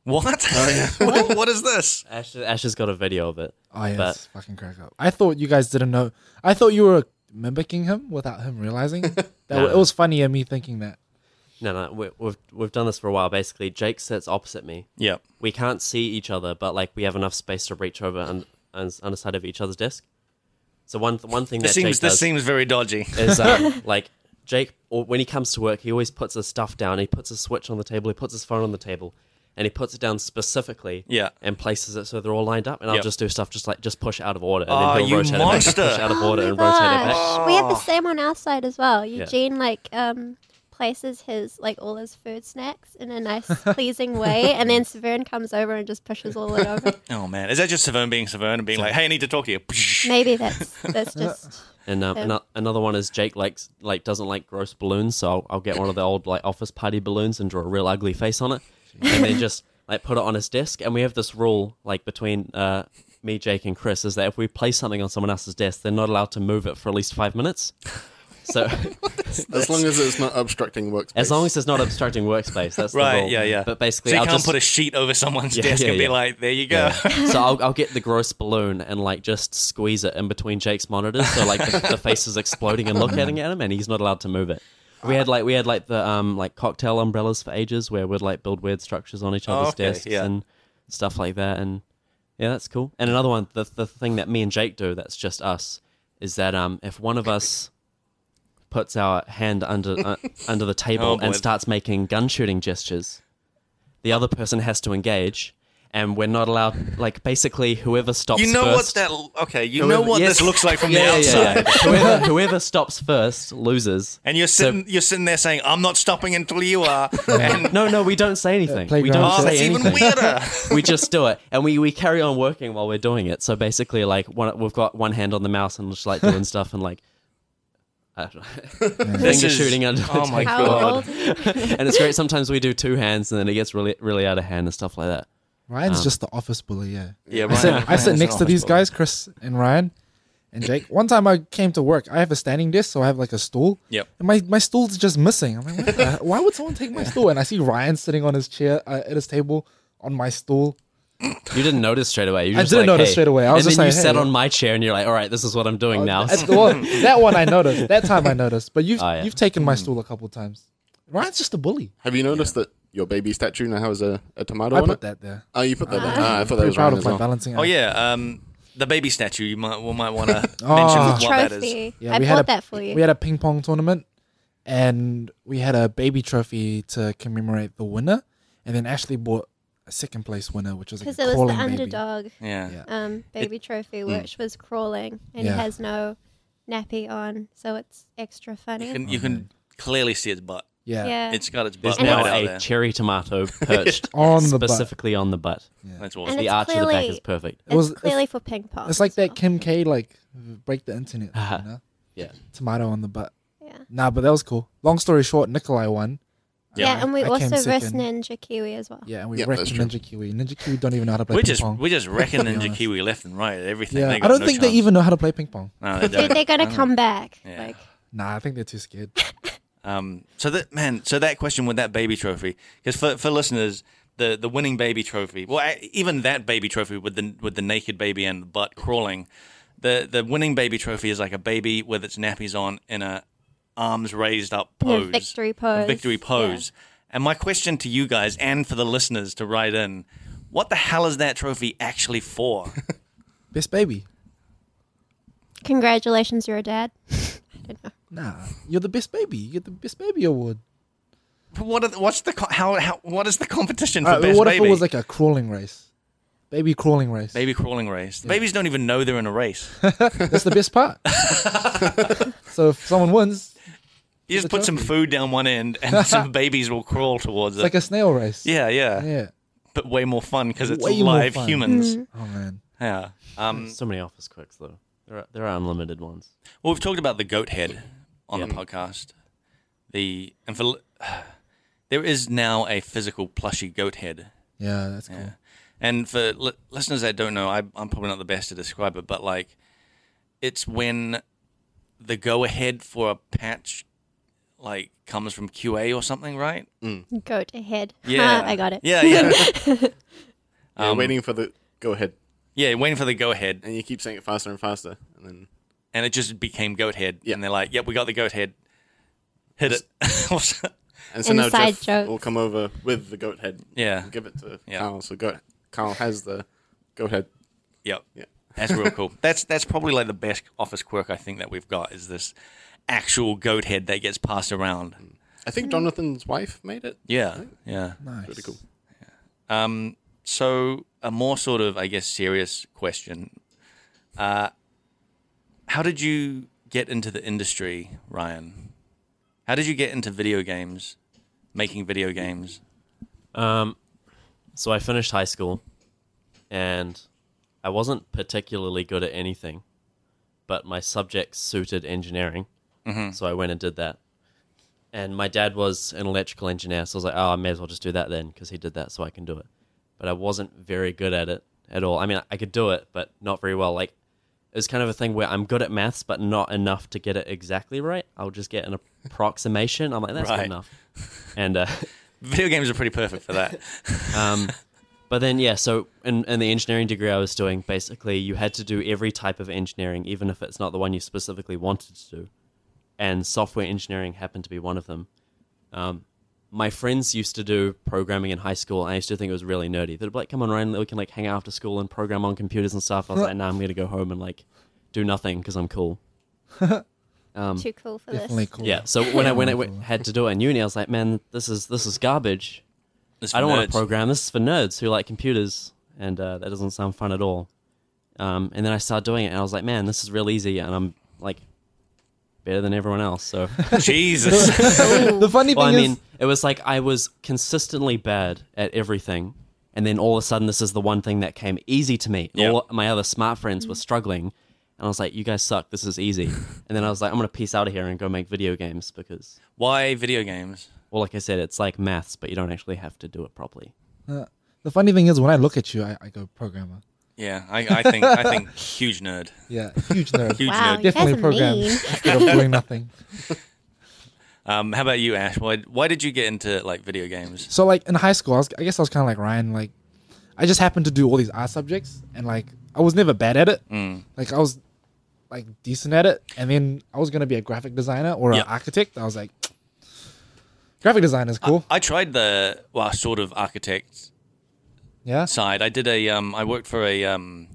A: What?
D: Oh,
A: what? What is this?
D: Ash, Ash has got a video of it.
B: man. Oh yeah,
D: But-
B: it's fucking crack up. I thought you guys didn't know. I thought you were mimicking him without him realizing. that
D: No.
B: it was funny and me thinking that.
D: No, no, we, we've we've done this for a while. Basically, Jake sits opposite me.
A: Yeah.
D: We can't see each other, but like we have enough space to reach over and un, underside of each other's desk. So one one thing
A: This
D: that
A: seems
D: Jake
A: this
D: does
A: seems very dodgy.
D: is um, like Jake, or when he comes to work, he always puts his stuff down. He puts his switch on the table. He puts his phone on the table, and he puts it down specifically.
A: Yeah.
D: And places it so they're all lined up, and I'll
A: Yep.
D: just do stuff just like just push out of order, and
A: Oh,
D: then
A: you
D: he'll rotate it back, just push
A: monster.
D: out of
C: Oh
D: order,
C: my
D: and rotate it back.
C: gosh. We
B: Oh.
C: had the same on our side as well.
D: Yeah.
C: Eugene like um places his like all his food snacks in a nice pleasing way and then Severn comes over and just pushes all of it over.
A: Oh man, is that just Severn being Severn and being like, "Hey, I need to talk to you."
C: Maybe that's that's just
D: And um,
C: Yeah.
D: ano- another one is Jake likes like doesn't like gross balloons, so I'll, I'll get one of the old like office party balloons and draw a real ugly face on it, and then just like put it on his desk. And we have this rule like between uh, me, Jake, and Chris is that if we place something on someone else's desk, they're not allowed to move it for at least five minutes. So
E: As long as it's not obstructing workspace.
D: as long as it's not obstructing workspace, that's The
A: Right,
D: rule.
A: yeah, yeah.
D: But
A: So
D: basically,
A: you
D: I'll
A: can't
D: just
A: put a sheet over someone's
D: Yeah,
A: desk
D: yeah,
A: and be
D: yeah.
A: like, "There you go."
D: so I'll, I'll get the gross balloon and like just squeeze it in between Jake's monitors, so like the, the face is exploding and looking at him, and he's not allowed to move it. We had like we had like the um like cocktail umbrellas for ages, where we'd like build weird structures on each
A: Oh,
D: other's
A: okay,
D: desks
A: yeah.
D: and stuff like that, and yeah, that's cool. And another one, the the thing that me and Jake do, that's just us, is that um if one of us puts our hand under uh, under the
A: Oh,
D: table
A: boy.
D: and starts making gun shooting gestures, the other person has to engage, and we're not allowed. Like basically, whoever stops.
A: You know
D: first,
A: what that? Okay, you know
E: Whoever-
A: what
D: Yes.
A: this looks like from
D: Yeah,
A: the
D: yeah,
A: outside.
D: yeah, yeah. whoever, whoever stops first loses.
A: And you're sitting, you're sitting there saying, "I'm not stopping until you are." And
D: No, no, we don't say anything. we
B: playground
D: don't
A: oh,
D: say
A: that's
D: anything.
A: even weirder.
D: we just do it, and we, we carry on working while we're doing it. So basically, like one, we've got one hand on the mouse and just like doing stuff and like. I don't know.
A: This
D: Finger
A: is-
D: shooting under
A: oh my
C: how
A: God.
C: old
D: and it's great. Sometimes we do two hands, and then it gets really, really out of hand and stuff like that.
B: Ryan's just the office bully. Yeah.
A: Yeah,
B: I
A: Ryan-
B: sit, I sit
A: Ryan's
B: next
A: an
B: to
A: office
B: these
A: boy.
B: guys, Chris and Ryan and Jake. One time I came to work, I have a standing desk, so I have like a stool.
A: Yep.
B: And my, my stool's just missing. I'm like, what the- why would someone take my stool? And I see Ryan sitting on his chair uh, at his table on my stool.
D: You didn't notice straight away. You were
B: I
D: just
B: didn't
D: like,
B: notice
D: hey.
B: straight away. I was
D: and
B: just
D: then
B: like,
D: you
B: hey.
D: sat on my chair and you're like, all right, this is what I'm doing now.
B: That's the one- that one I noticed. That time I noticed. But you've
D: Oh, yeah.
B: you've taken my stool a couple times. Ryan's just a bully.
E: Have you noticed that your baby statue now has a, a tomato
B: I
E: on
B: put
E: it?
B: that there.
E: Oh, you put that. there.
C: Ah.
E: Ah, I thought that
B: Pretty
E: was
B: proud
E: Ryan
B: of
E: as
B: my
E: well.
B: balancing.
A: Oh
B: act.
A: yeah, um, the baby statue. You might we might want to mention
B: Oh.
A: what that is.
C: Trophy.
B: Yeah,
C: I
B: we had
C: bought
B: a-
C: that for you.
B: We had a ping pong tournament, and we had a baby trophy to commemorate the winner. And then Ashley bought a second place winner, which was like
C: Because
B: a
C: it was
B: crawling
C: the
B: baby.
C: underdog
A: Yeah.
B: Yeah.
C: um, baby trophy,
A: Mm.
C: which was crawling and
B: Yeah.
C: he has no nappy on, so it's extra
A: you
C: funny.
A: can you can clearly see its butt.
B: Yeah,
C: yeah.
A: It's got its butt
D: There's
A: right
D: now
A: out
D: a
A: there.
D: cherry tomato perched
B: on the butt.
D: specifically on the butt.
A: That's
C: And
A: awesome.
D: The
C: it's
D: arch of the back
C: clearly-
D: is perfect.
B: It was-
C: it's clearly for ping pong.
B: It's like
C: as
B: that
C: well.
B: Kim K like break the internet. you know?
D: Yeah.
B: Tomato on the butt.
C: Yeah.
B: Nah, but that was cool. Long story short, Nikolai won.
C: Yeah,
B: I-
C: and we
B: I came
C: also versed
B: second.
C: Ninja Kiwi as well.
B: Yeah, and we
E: Yeah,
B: wrecked
E: that's true.
B: Ninja Kiwi. Ninja Kiwi don't even know how to play
A: We're
B: ping
A: just
B: pong.
A: we're just wrecking
B: be
A: Ninja
B: honest.
A: Kiwi left and right. Everything.
B: yeah,
A: They
B: I
A: got
B: don't
A: no
B: think
A: chance.
B: they even know how to play ping pong.
A: No, they
C: Dude,
A: don't.
C: they're gonna come back.
A: Yeah.
C: Like
B: Nah, I think they're too scared.
A: Um, so that man, so that question with that baby trophy, because for, for listeners, the, the winning baby trophy, well, I, even that baby trophy with the with the naked baby and the butt crawling, the the winning baby trophy is like a baby with its nappies on in a arms raised up
C: in a
A: pose,
C: victory
A: a
C: pose.
A: victory pose. And my question to you guys and for the listeners to write in, what the hell is that trophy actually for?
B: Best baby.
C: Yeah. Congratulations, you're a dad. I don't know.
B: Nah, you're the best baby. You get the best baby award.
A: what are the, what's the co- how, how what is the competition for
B: Alright, but
A: best
B: Uh, what
A: baby?
B: if it was like a crawling race? Baby crawling race.
A: baby crawling race? The babies don't even know they're in a race.
B: That's the best part. so if someone wins,
A: You just
B: the
A: put some
B: trophy.
A: food down one end, and some babies will crawl towards
B: it's
A: it.
B: like a snail race.
A: yeah, yeah,
B: Yeah.
A: but way more fun because it's
B: Way more
A: live
B: fun.
A: humans.
B: Oh man.
A: Yeah. Um,
D: So many office quicks though. There are, there are unlimited ones.
A: well, we've talked about the goat head on the
D: Yeah.
A: podcast. The and for there is now a physical plushy goat head
B: Yeah, that's cool.
A: And for li- listeners that don't know, I, I'm probably not the best to describe it, but like, it's when the go ahead for a patch like comes from QA or something, right?
C: Goat ahead.
A: Yeah,
C: I got it.
A: Yeah, yeah,
E: You're waiting for the go ahead,
A: yeah. Waiting for the go ahead,
E: and you keep saying it faster and faster, and then
A: and it just became goat head.
E: Yeah.
A: And they're like, "Yep, we got the goat head. Hit it."
E: and so now
C: Inside
E: Jeff
C: jokes.
E: will come over with the goat head
A: yeah,
E: and give it to
A: Yeah.
E: Carl. So goat, Carl has the goat head.
A: yep.
E: Yeah.
A: That's real cool. That's that's probably like the best office quirk I think that we've got is this actual goat head that gets passed around.
E: I think Jonathan's wife made it.
A: Mm. Yeah, yeah.
B: Nice.
E: Pretty cool.
A: Um, so a more sort of, I guess, serious question. Uh, how did you get into the industry, Ryan? How did you get into video games, making video games?
D: Um, so I finished high school, and I wasn't particularly good at anything, but my subject suited engineering, so I went and did that. And my dad was an electrical engineer, so I was like, oh, I may as well just do that then because he did that, so I can do it. But I wasn't very good at it at all. I mean, I could do it, but not very well. Like, it was kind of a thing where I'm good at maths, but not enough to get it exactly right. I'll just get an approximation. I'm like, that's
A: Right.
D: good enough. And uh,
A: Video games are pretty perfect for that.
D: um, but then, yeah, so in, in the engineering degree I was doing, basically, you had to do every type of engineering, even if it's not the one you specifically wanted to do. And software engineering happened to be one of them. Um, my friends used to do programming in high school. And I used to think it was really nerdy. They'd be like, come on, Ryan, we can like hang out after school and program on computers and stuff. I was like, nah, I'm going to go home and like do nothing because I'm cool. Um,
C: Too cool for
B: Definitely
C: this.
B: cool.
D: yeah, so when I when I went, had to do it in uni, I was like, man, this is this is garbage.
A: It's
D: I don't want
A: nerds.
D: to program. This is for nerds who like computers, and uh, that doesn't sound fun at all. Um, and then I started doing it, and I was like, man, this is real easy, and I'm like better than everyone else. So,
A: Jesus.
B: the funny
D: well, I
B: thing
D: mean,
B: is,
D: it was like I was consistently bad at everything, and then all of a sudden, this is the one thing that came easy to me. And
A: Yeah.
D: All my other smart friends were struggling, and I was like, you guys suck. This is easy. and then I was like, I'm gonna peace out of here and go make video games because,
A: Why video games?
D: well, like I said, it's like maths, but you don't actually have to do it properly.
B: uh, the funny thing is, when I look at you, I, I go programmer.
A: Yeah, I, I think I think huge nerd.
B: Yeah, huge nerd.
A: Huge
C: Wow,
A: nerd.
C: you guys
B: Definitely
C: are
B: program.
C: mean.
B: Instead of doing nothing.
A: Um, how about you, Ash? Why why did you get into like video games?
B: So like in high school, I, was, I guess I was kind of like Ryan. Like I just happened to do all these art subjects, and like I was never bad at it.
A: Mm.
B: Like I was like decent at it, and then I was gonna be a graphic designer or
A: Yeah.
B: an architect. I was like, graphic design is cool.
A: I tried the well, sort of architect Uh,
B: yeah.
A: side. I did a um, I worked for a um,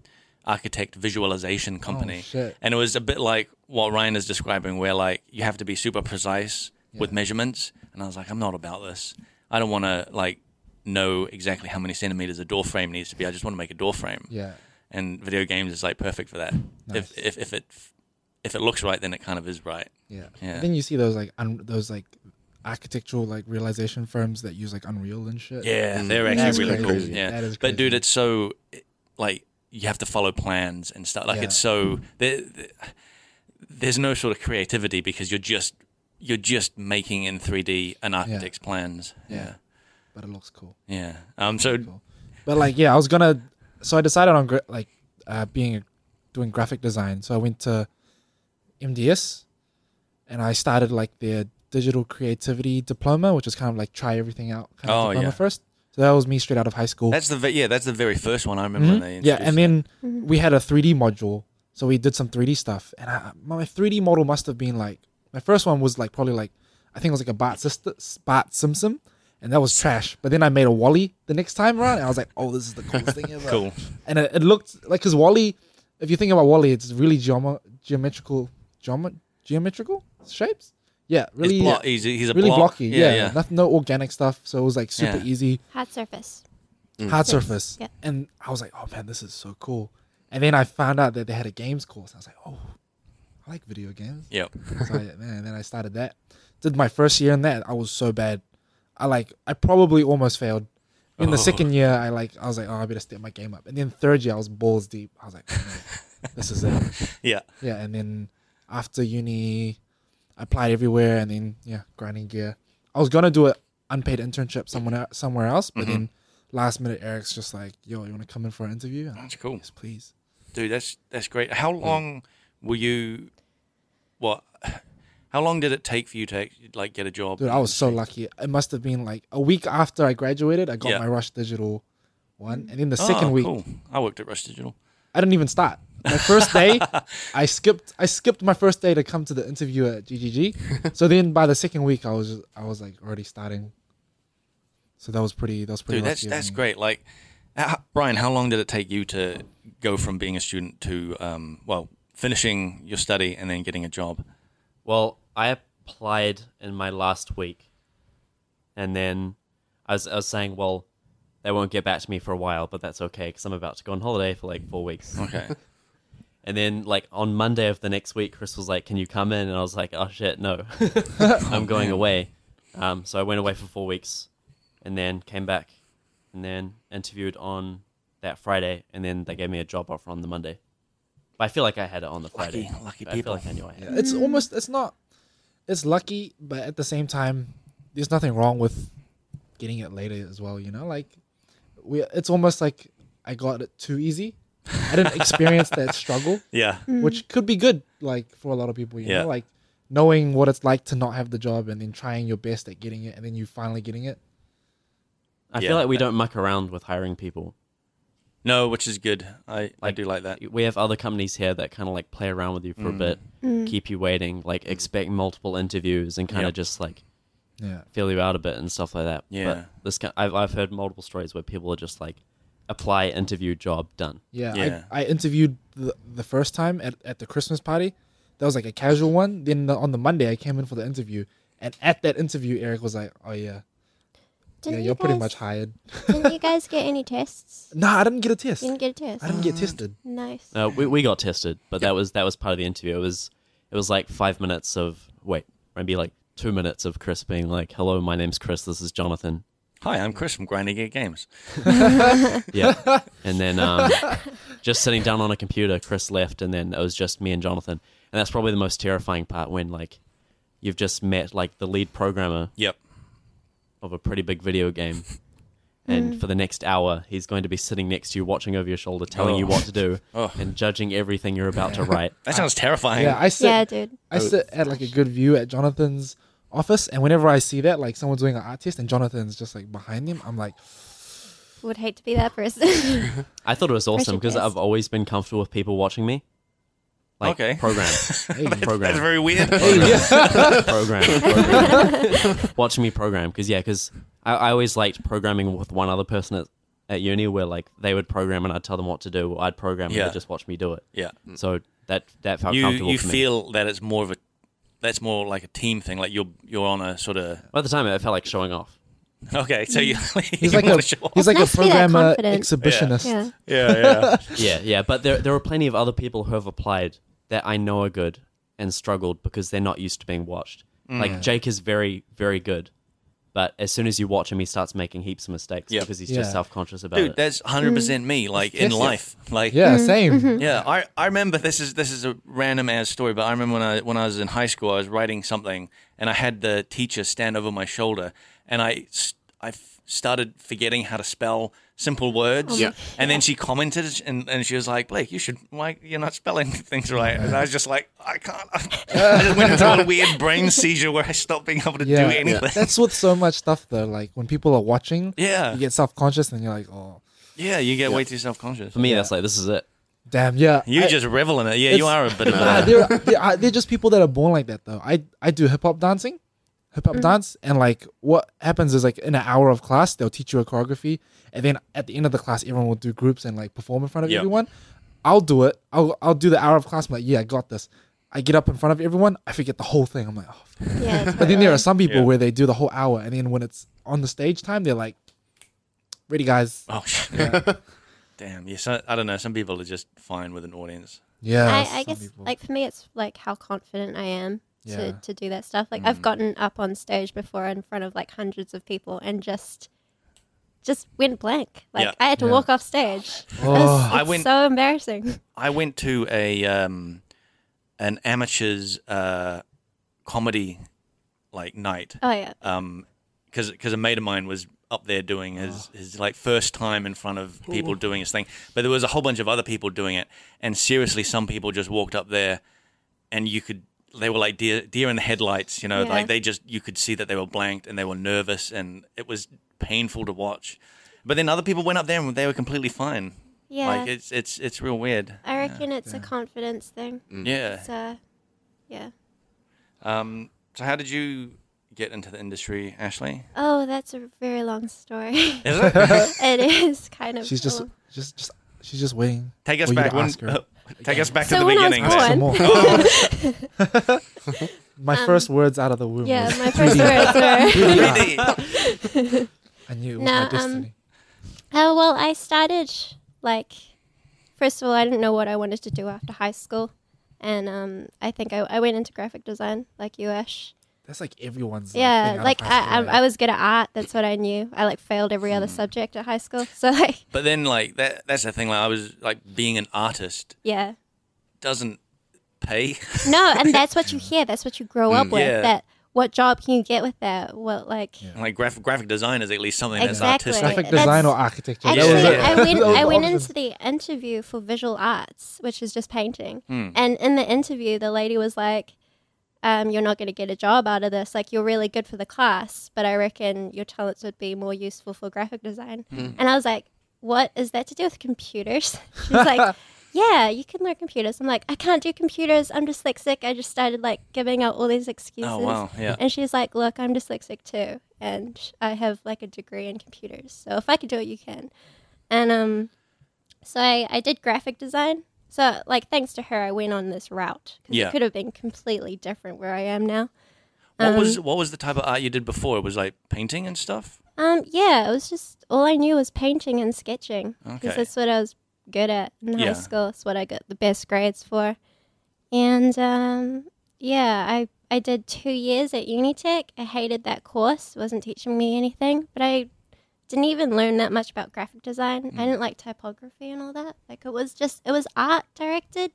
A: architect visualization company,
B: Oh, shit.
A: and it was a bit like what Ryan is describing, where like you have to be super precise with measurements. And I was like, I'm not about this. I don't want to like know exactly how many centimeters a door frame needs to be. I just want to make a door frame.
B: Yeah.
A: And video games is like perfect for that.
B: Nice.
A: If, if if it if it looks right, then it kind of is right.
B: Yeah.
A: Yeah.
B: Then you see those like un- those like architectural like realization firms that use like Unreal and shit. Mm.
A: Yeah, they're
B: That's
A: actually really
B: crazy.
A: cool.
B: Crazy.
A: Yeah,
B: That is
A: but dude,
B: crazy.
A: it's so it- like you have to follow plans and stuff. Like
B: Yeah.
A: it's so there, there- there's no sort of creativity because you're just you're just making in 3D an architect's plans. Yeah,
B: Yeah. But it looks cool.
A: yeah. Um, so
B: Cool. But like yeah, I was gonna. So I decided on gra- like uh, being a, doing graphic design. So I went to MDS, and I started like their digital creativity diploma, which is kind of like try everything out kind of
A: Oh,
B: diploma
A: yeah.
B: first. So that was me straight out of high school.
A: that's the ve- yeah that's the very first one I remember.
B: Mhm.
A: When they
B: yeah,
A: introduced
B: and then
C: Mhm.
B: we had a 3D module, so we did some 3D stuff, and I, my 3D model must have been like my first one was like probably like I think it was like a Bart sister Bart Simpson, and that was trash. But then I made a Wally the next time around, and I was like, oh, this is the coolest thing ever.
A: that. cool.
B: And it, it looked like because Wally, if you think about Wally, it's really geoma- geometrical, geoma- geometrical shapes. Yeah, really,
A: he's, blo- he's, he's a
B: really
A: block.
B: blocky. Yeah,
A: yeah.
B: noth- no organic stuff, so it was like super
A: Yeah.
B: easy
C: Hard surface.
B: hard
C: Yes.
B: surface.
C: Yeah.
B: And I was like, oh man, this is so cool. And then I found out that they had a games course. I was like, oh, I like video games.
A: Yep.
B: So I, man, then I started that. Did my first year in that. I was so bad. I like, I probably almost failed. In the
A: Oh.
B: second year, I like, I was like, oh, I better step my game up. And then third year, I was balls deep. I was like, oh, no, this is it.
A: Yeah.
B: Yeah. And then after uni, I applied everywhere, and then yeah, grinding gear. I was gonna do an unpaid internship somewhere somewhere else, but then
A: Mm-hmm.
B: last minute, Eric's just like, "Yo, you want to come in for an interview?" And I'm
A: That's
B: like,
A: cool,
B: yes, please.
A: dude. That's that's great. How
B: Mm.
A: long were you? What? How long did it take for you to ac- like get a job?
B: Dude, I was so lucky. It must have been like a week after I graduated, I got
A: Yeah.
B: my Rush Digital one, and then the
A: Oh,
B: second week,
A: cool. I worked at Rush Digital.
B: I didn't even start. My first day, I skipped. I skipped my first day to come to the interview at GGG. so then, by the second week, I was I was like already starting. So that was pretty. That was pretty.
A: Dude, that's
B: lucky of
A: that's
B: me.
A: great. Like, h- Brian, how long did it take you to go from being a student to um, well, finishing your study and then getting a job?
D: Well, I applied in my last week, and then I was, I was saying, well, they won't get back to me for a while, but that's okay because I'm about to go on holiday for like four weeks.
A: Okay,
D: And then, like on Monday of the next week, Chris was like, "Can you come in?" And I was like, "Oh shit, no,
A: Oh,
D: I'm going away." Um, so I went away for four weeks, and then came back, and then interviewed on that Friday, and then they gave me a job offer on the Monday. But I feel like I had it on the Friday.
A: Lucky- lucky
D: But I feel
A: people.
D: like I knew I had. it.
B: Yeah, it's almost it's not it's lucky but at the same time there's nothing wrong with getting it later as well you know like we it's almost like i got it too easy i didn't experience that struggle
A: yeah,
C: Mm.
B: which could be good like for a lot of people you
A: Yeah.
B: know like knowing what it's like to not have the job and then trying your best at getting it and then you finally getting it
D: I
A: Yeah.
D: feel like we don't muck around with hiring people.
A: no, which is good. I I
D: Like,
A: do like that.
D: We have other companies here that kind of like play around with you
A: Mm.
D: for a bit, keep you waiting, like expect multiple interviews, and kind of
A: Yep.
D: just like
B: yeah
D: feel you out a bit and stuff like that.
A: Yeah.
D: But this ki- I've I've heard multiple stories where people are just like, apply, interview, job done.
B: Yeah,
A: Yeah.
B: I, I interviewed the, the first time at, at the Christmas party. That was like a casual one. Then the, on the Monday, I came in for the interview. And at that interview, Eric was like, oh, yeah, yeah
C: Didn't
B: you're
C: you
B: pretty much
C: guys-
B: hired.
C: didn't you guys get any tests?
B: Nah, I didn't get a test.
C: You didn't Oh. get a test.
B: I didn't get tested.
C: nice.
D: Uh, we we got tested, but that was that was part of the interview. It was it was like five minutes of wait, maybe like two minutes of Chris being like, "Hello, my name's Chris. This is Jonathan."
A: Hi, I'm Chris from Grinding Gear Games.
D: Yeah, and then um, just sitting down on a computer, Chris left, and then it was just me and Jonathan. And that's probably the most terrifying part when like you've just met like the lead programmer
A: Yep.
D: of a pretty big video game.
C: Mm.
D: And for the next hour, he's going to be sitting next to you, watching over your shoulder, telling you
A: Oh.
D: what to do,
A: Oh.
D: and judging everything you're about to write.
A: That sounds terrifying.
B: Uh, Yeah, I sit,
C: yeah, dude.
B: I sit at like a good view at Jonathan's office. And whenever I see that, like someone's doing an art test and Jonathan's just like behind him, I'm like,
C: Would hate to be that person.
D: I thought it was awesome because
C: Pressure
D: I've
C: test.
D: always been comfortable with people watching me. Like,
A: Okay.
D: Program.
A: That's
D: program.
A: very weird.
D: program. program. Watch me program. Because, yeah, because I, I always liked programming with one other person at, at uni where, like, they would program and I'd tell them what to do. Or I'd program
A: Yeah.
D: and they'd just watch me do it.
A: yeah.
D: So that, that felt
A: You
D: comfortable
A: you
D: for me.
A: feel that it's more of a that's more like a team thing. Like you're you're on a sort of
D: By the time, it felt like showing off.
A: okay. So you, you
B: He's like
A: want
B: a
A: to show off.
B: he's like a
C: nice to be that
B: programmer
C: confident.
B: exhibitionist.
C: yeah.
A: yeah yeah.
D: yeah, yeah. But there, there are plenty of other people who have applied that I know are good and struggled because they're not used to being watched.
A: Mm.
D: Like Jake is very, very good, but as soon as you watch him, he starts making heaps of mistakes
A: Yep.
D: because he's
B: Yeah.
D: just self conscious about
A: Dude,
D: it.
A: that's hundred percent me. Like in
B: Yes, yes.
A: life, like
B: Yeah,
C: Mm-hmm.
B: same.
A: Yeah, I, I remember this is this is a random ass story, but I remember when I when I was in high school, I was writing something, and I had the teacher stand over my shoulder, and I s- I f- started forgetting how to spell simple words.
E: Yeah.
A: And then she commented, and, and she was like, "Blake, you should why you're not spelling things right." And I was just like, "I can't." I just went into a weird brain seizure where I stopped being able to
B: Yeah.
A: do anything. Yeah.
B: That's with so much stuff though. Like when people are watching,
A: Yeah.
B: you get self conscious and you're like, oh,
A: you get way too self conscious.
D: For me, that's like this is it.
B: damn, yeah.
A: You
B: I-
A: just uh, revel in it. Yeah,
B: It's-
A: you are a bit of
B: Nah,
A: a.
B: they're, they're, they're just people that are born like that though. I I do hip hop dancing, hip
C: Mm-hmm.
B: hop dance, and like what happens is like in an hour of class they'll teach you a choreography, and then at the end of the class everyone will do groups and like perform in front of
A: Yeah.
B: everyone. I'll do it. I'll I'll do the hour of class. I'm like, yeah, I got this. I get up in front of everyone. I forget the whole thing. I'm like, oh. fuck.
C: Yeah.
B: but then there are
C: totally.
B: some people
A: Yeah.
B: where they do the whole hour, and then when it's on the stage time, they're like, ready guys.
A: Oh shit. Damn. Yeah. So, I don't know. Some people are just fine with an audience.
B: Yeah,
C: I, I
B: some
C: guess
B: people.
C: like for me it's like how confident I am
B: Yeah. Hmm.
C: to, to do that stuff. Like I've gotten up on stage before in front of like hundreds of people and just just went blank. Like
A: Yeah.
C: I had to
B: Yeah.
C: walk off stage.
B: Oh.
A: I
C: I
A: went-
C: went so embarrassing.
A: I went to a um, an amateur's uh, comedy like night
C: Oh yeah.
B: Uh,
A: um, because a mate of mine was up there doing his,
C: Ah.
A: his like first time in front of people doing his thing. But there was a whole bunch of other people doing it, and seriously, some people just walked up there, and you could they were like deer deer in the headlights, you know,
C: Yeah.
A: like they just you could see that they were blanked and they were nervous, and it was painful to watch. But then other people went up there and they were completely fine.
C: Yeah.
A: Like it's it's it's real weird.
C: I reckon it's a confidence thing.
A: Yeah.
C: So yeah.
A: Um, so how did you get into the industry, Ashley?
C: Oh, that's a very long story.
A: Is it?
C: it is kind of
B: she's just
C: a-
B: just just she's just waiting.
A: take us
B: Well, you
A: back.
B: gotta
A: When,
B: ask her.
A: take us back
C: So
A: to the
C: when I was
A: beginning.
C: born-
A: then.
B: Some
C: one.
B: more. my first words out of the womb.
C: Um, Yeah,
B: was
C: my first
B: 3D.
C: words were
B: 3D.
A: 3D.
B: I knew it was
C: No,
B: my
C: um,
B: destiny.
C: Oh, well, I started, like, first of all, I didn't know what I wanted to do after high school. And um, I think I, I went into graphic design, like you, Ash.
B: That's like everyone's.
C: Yeah, Hmm. like, Oh, I, I, I was good at art. That's what I knew. I, like, failed every other subject at high school. So, like,
A: But then, like that—that's the thing. Like I was like being an artist
C: yeah.
A: doesn't pay.
C: No, and that's what you hear. That's what you grow up with.
A: Yeah.
C: That what job can you get with that? What, like,
A: like graphic graphic design is at least something
C: Exactly.
A: that's artistic.
B: graphic
C: that's-
B: design or architecture. That was
C: Actually,
B: it.
C: I went,
B: That was
C: I
B: the
C: went
B: option.
C: into the interview for visual arts, which is just painting.
A: Hmm.
C: And in the interview, the lady was like, um, You're not going to get a job out of this. Like, you're really good for the class, but I reckon your talents would be more useful for graphic design.
A: Hmm.
C: And I was like, What is that to do with computers? She's like, Yeah, you can learn computers. I'm like, I can't do computers. I'm dyslexic. I just started like giving out all these excuses.
A: Oh wow, yeah.
C: And she's like, Look, I'm dyslexic too. And I have like a degree in computers. So if I could do it, you can. And um, so I, I did graphic design. So, like, thanks to her, I went on this route. 'Cause
A: Yeah.
C: It could have been completely different where I am now.
A: What was what was the type of art you did before? It was like painting and stuff.
C: Um, yeah, it was just all I knew was painting and sketching.
A: Okay.
C: Because that's what I was good at in
A: Yeah.
C: high school. It's what I got the best grades for. And um, yeah, I, I did two years at Unitech. I hated that course, wasn't teaching me anything, but I didn't even learn that much about graphic design.
A: Mm.
C: I didn't like typography and all that. Like it was just it was art directed,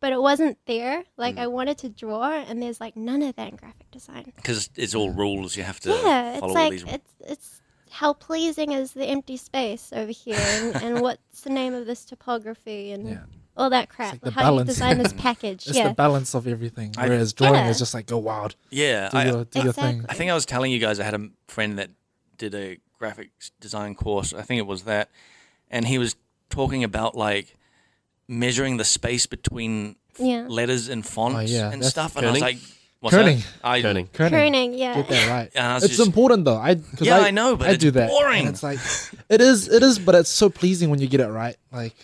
C: but it wasn't there. Like
A: Mm.
C: I wanted to draw and there's like none of that in graphic design
A: Because it's all rules. You have to
C: yeah, it's
A: follow all
C: like
A: these.
C: it's it's how pleasing is the empty space over here, and, and what's the name of this topography and
B: Yeah.
C: all that crap.
B: like the
C: how do you
B: balance.
C: design this package?
B: It's
C: yeah,
B: the balance of everything.
A: I-
B: Whereas drawing
C: Yeah.
B: is just like go wild,
A: yeah,
B: do
A: I,
B: your do your thing.
A: I think I was telling you guys I had a friend that did a graphics design course. I think it was that, and he was talking about like measuring the space between f-
C: Yeah.
A: letters and fonts
B: Oh, yeah,
A: and
B: that's-
A: stuff. And I was
D: Kerning?
A: like, "What's that?"
B: Kerning.
A: I,
D: Kerning.
B: Kerning.
C: Pruning, yeah.
B: Get that right.
A: And I was
B: it's
A: just-
B: important though. I 'cause
A: Yeah,
B: I,
A: I know, but
B: I
A: it's
B: do that.
A: boring.
B: and It's like it is, it is, but it's so pleasing when you get it right. Like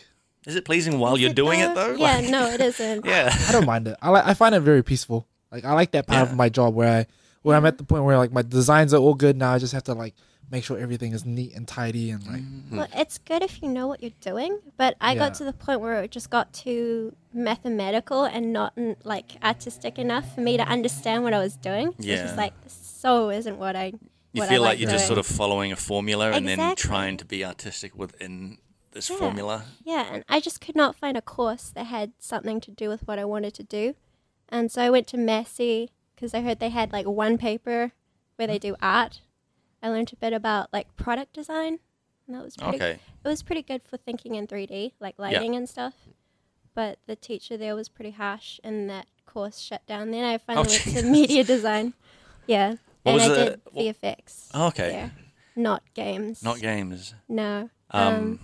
A: Is it pleasing while Oh, you're doing it though?
C: Yeah,
A: Like,
C: no, it isn't.
A: yeah.
B: I don't mind it. I like, I find it very peaceful. Like I like that part
A: Yeah.
B: of my job where I where I'm at the point where like my designs are all good now. I just have to like make sure everything is neat and tidy and like
A: Mm.
C: Well, it's good if you know what you're doing, but I
B: Yeah.
C: got to the point where it just got too mathematical and not mm, like artistic enough for me to understand what I was doing. So It's
A: Yeah.
C: just like this so isn't what I.
A: You
C: what I
A: feel
C: like
A: like you're just
C: doing.
A: sort of following a formula and then
C: Exactly.
A: trying to be artistic within this
C: Yeah.
A: formula.
C: Yeah, and I just could not find a course that had something to do with what I wanted to do. And so I went to Massey because I heard they had like one paper where they do art. I learned a bit about like product design, and that was pretty,
A: Okay.
C: It was pretty good for thinking in 3D, like lighting and stuff. But the teacher there was pretty harsh, and that course shut down. Then I finally went
A: Oh, Jesus.
C: to media design. Yeah,
A: What
C: and
A: was
C: I
A: the-
C: did
A: what-
C: VFX.
A: Oh, Okay.
C: there. not games.
A: Not games.
C: no.
A: Um,
C: um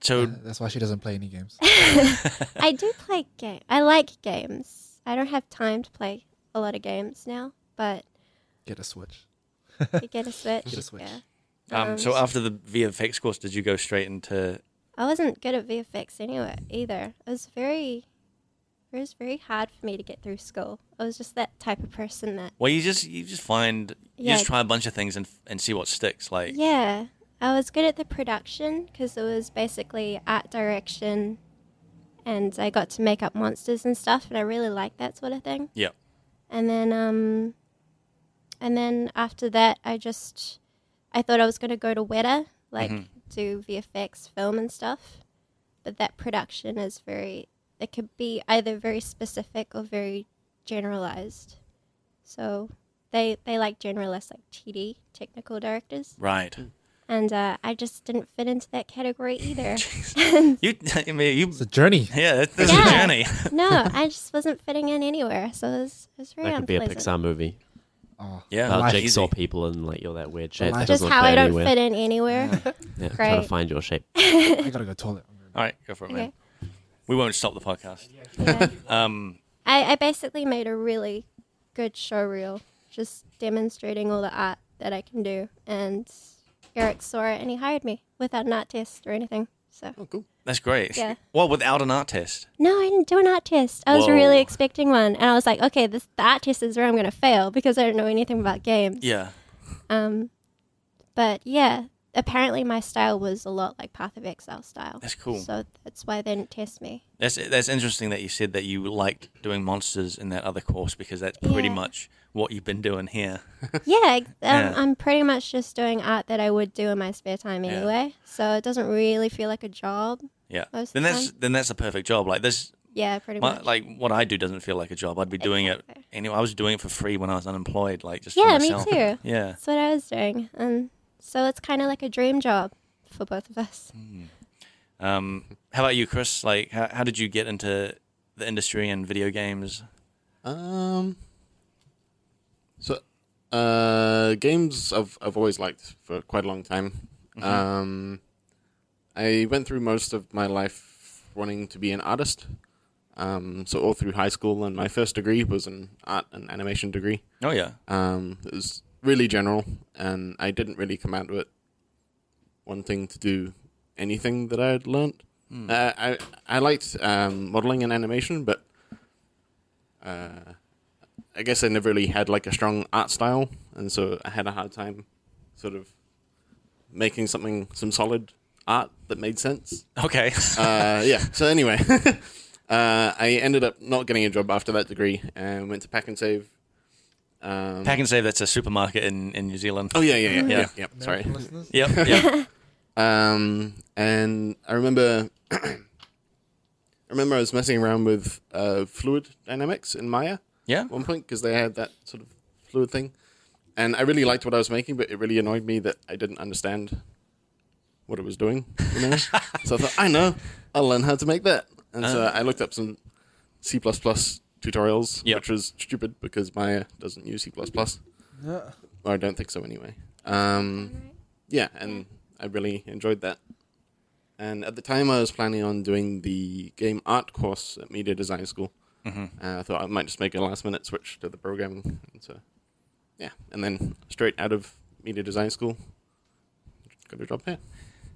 A: so
B: that's why she doesn't play any games.
C: I do play game. I like games. I don't have time to play a lot of games now, but
B: Get a switch.
C: you get a switch.
B: Get a Switch.
C: Yeah.
A: um, so after the VFX course, did you go straight into
C: I wasn't good at VFX anyway either. It was very, it was very hard for me to get through school. I was just that type of person that
A: Well, you just you just find you
C: Yeah.
A: just try a bunch of things and and see what sticks. Like
C: Yeah, I was good at the production because it was basically art direction, and I got to make up monsters and stuff, and I really liked that sort of thing.
A: Yeah.
C: And then, um, and then after that, I just I thought I was going to go to Weta, like
A: Mm-hmm.
C: do VFX, film, and stuff. But that production is very it could be either very specific or very generalized. So they they like generalists like TD technical directors
A: right,
C: and uh, I just didn't fit into that category either.
A: you I mean, you
B: It's a journey.
A: yeah, that's, that's a
C: Yeah.
A: journey.
C: no, I just wasn't fitting in anywhere, so it was, it was very
D: That could be a
C: unpleasant.
D: Pixar movie
B: Oh,
A: Yeah,
D: about
B: life-
D: jigsaw
A: easy.
D: people and like you're that weird shape.
B: life-
D: that
C: Just
D: doesn't
C: how I don't
D: anywhere.
C: fit in anywhere.
D: Yeah, trying to
C: Right.
D: find your shape.
B: I gotta go toilet.
A: All right, go for it, man.
C: Okay.
A: We won't stop the podcast.
C: Yeah.
A: Um,
C: I, I basically made a really good show reel, just demonstrating all the art that I can do, and Eric saw it and he hired me without an art test or anything. So
E: Oh, cool.
A: that's great.
C: Yeah.
A: Well, without an art test,
C: no, I didn't do an art test. I was
A: Whoa.
C: really expecting one, and I was like, okay, this the art test is where I'm going to fail because I don't know anything about games.
A: yeah,
C: Um, but yeah, apparently my style was a lot like Path of Exile style.
A: That's cool.
C: So that's why they didn't test me.
A: that's that's interesting that you said that you liked doing monsters in that other course because that's pretty
C: Yeah.
A: much what you've been doing here.
C: yeah, I- um,
A: Yeah.
C: I'm pretty much just doing art that I would do in my spare time
A: Yeah.
C: anyway. So it doesn't really feel like a job.
A: Yeah,
C: Most of
A: then
C: the
A: that's then that's a perfect job. Like this,
C: Yeah, pretty
A: my,
C: much.
A: like what I do doesn't feel like a job. I'd be doing it
C: Exactly.
A: anyway. I was doing it for free when I was unemployed, like just
C: yeah,
A: for
C: me
A: myself.
C: too.
A: Yeah.
C: That's what I was doing. And so it's kind of like a dream job for both of us.
A: Um, how about you, Chris? Like, how, how did you get into the industry and video games?
E: Um. So, uh, games I've I've always liked for quite a long time.
A: Mm-hmm.
E: Um, I went through most of my life wanting to be an artist. Um, so all through high school, and my first degree was an art and animation degree.
A: Oh yeah,
E: Um, it was really general, and I didn't really come out of it wanting to do anything that I had learnt. Uh, I I liked um, modeling and animation, but uh, I guess I never really had like a strong art style, and so I had a hard time sort of making something some solid art that made sense.
A: okay,
E: Uh, yeah. So anyway, uh, I ended up not getting a job after that degree, and went to Pack and Save. Um,
A: Pack and Save. That's a supermarket in, in New Zealand.
E: Oh yeah, yeah, yeah, yeah.
A: Mm-hmm. Yeah.
E: yeah, Sorry.
B: Listeners?
A: Yep, yep.
E: Um, and I remember, I remember I was messing around with uh, fluid dynamics in Maya
A: yeah.
E: at one point because they had that sort of fluid thing, and I really liked what I was making, but it really annoyed me that I didn't understand what it was doing. You know? so I thought, I know, I'll learn how to make that, and so
A: Uh-huh.
E: I looked up some C tutorials,
A: Yep.
E: which was stupid because Maya doesn't use C plus plus.
B: Yeah.
A: Mm.
E: Or I don't think so anyway. Um, yeah, and I really enjoyed that. And at the time, I was planning on doing the game art course at Media Design School.
A: Mm-hmm.
E: And I thought I might just make a last minute switch to the programming. And so, yeah, and then straight out of Media Design School, got a job here.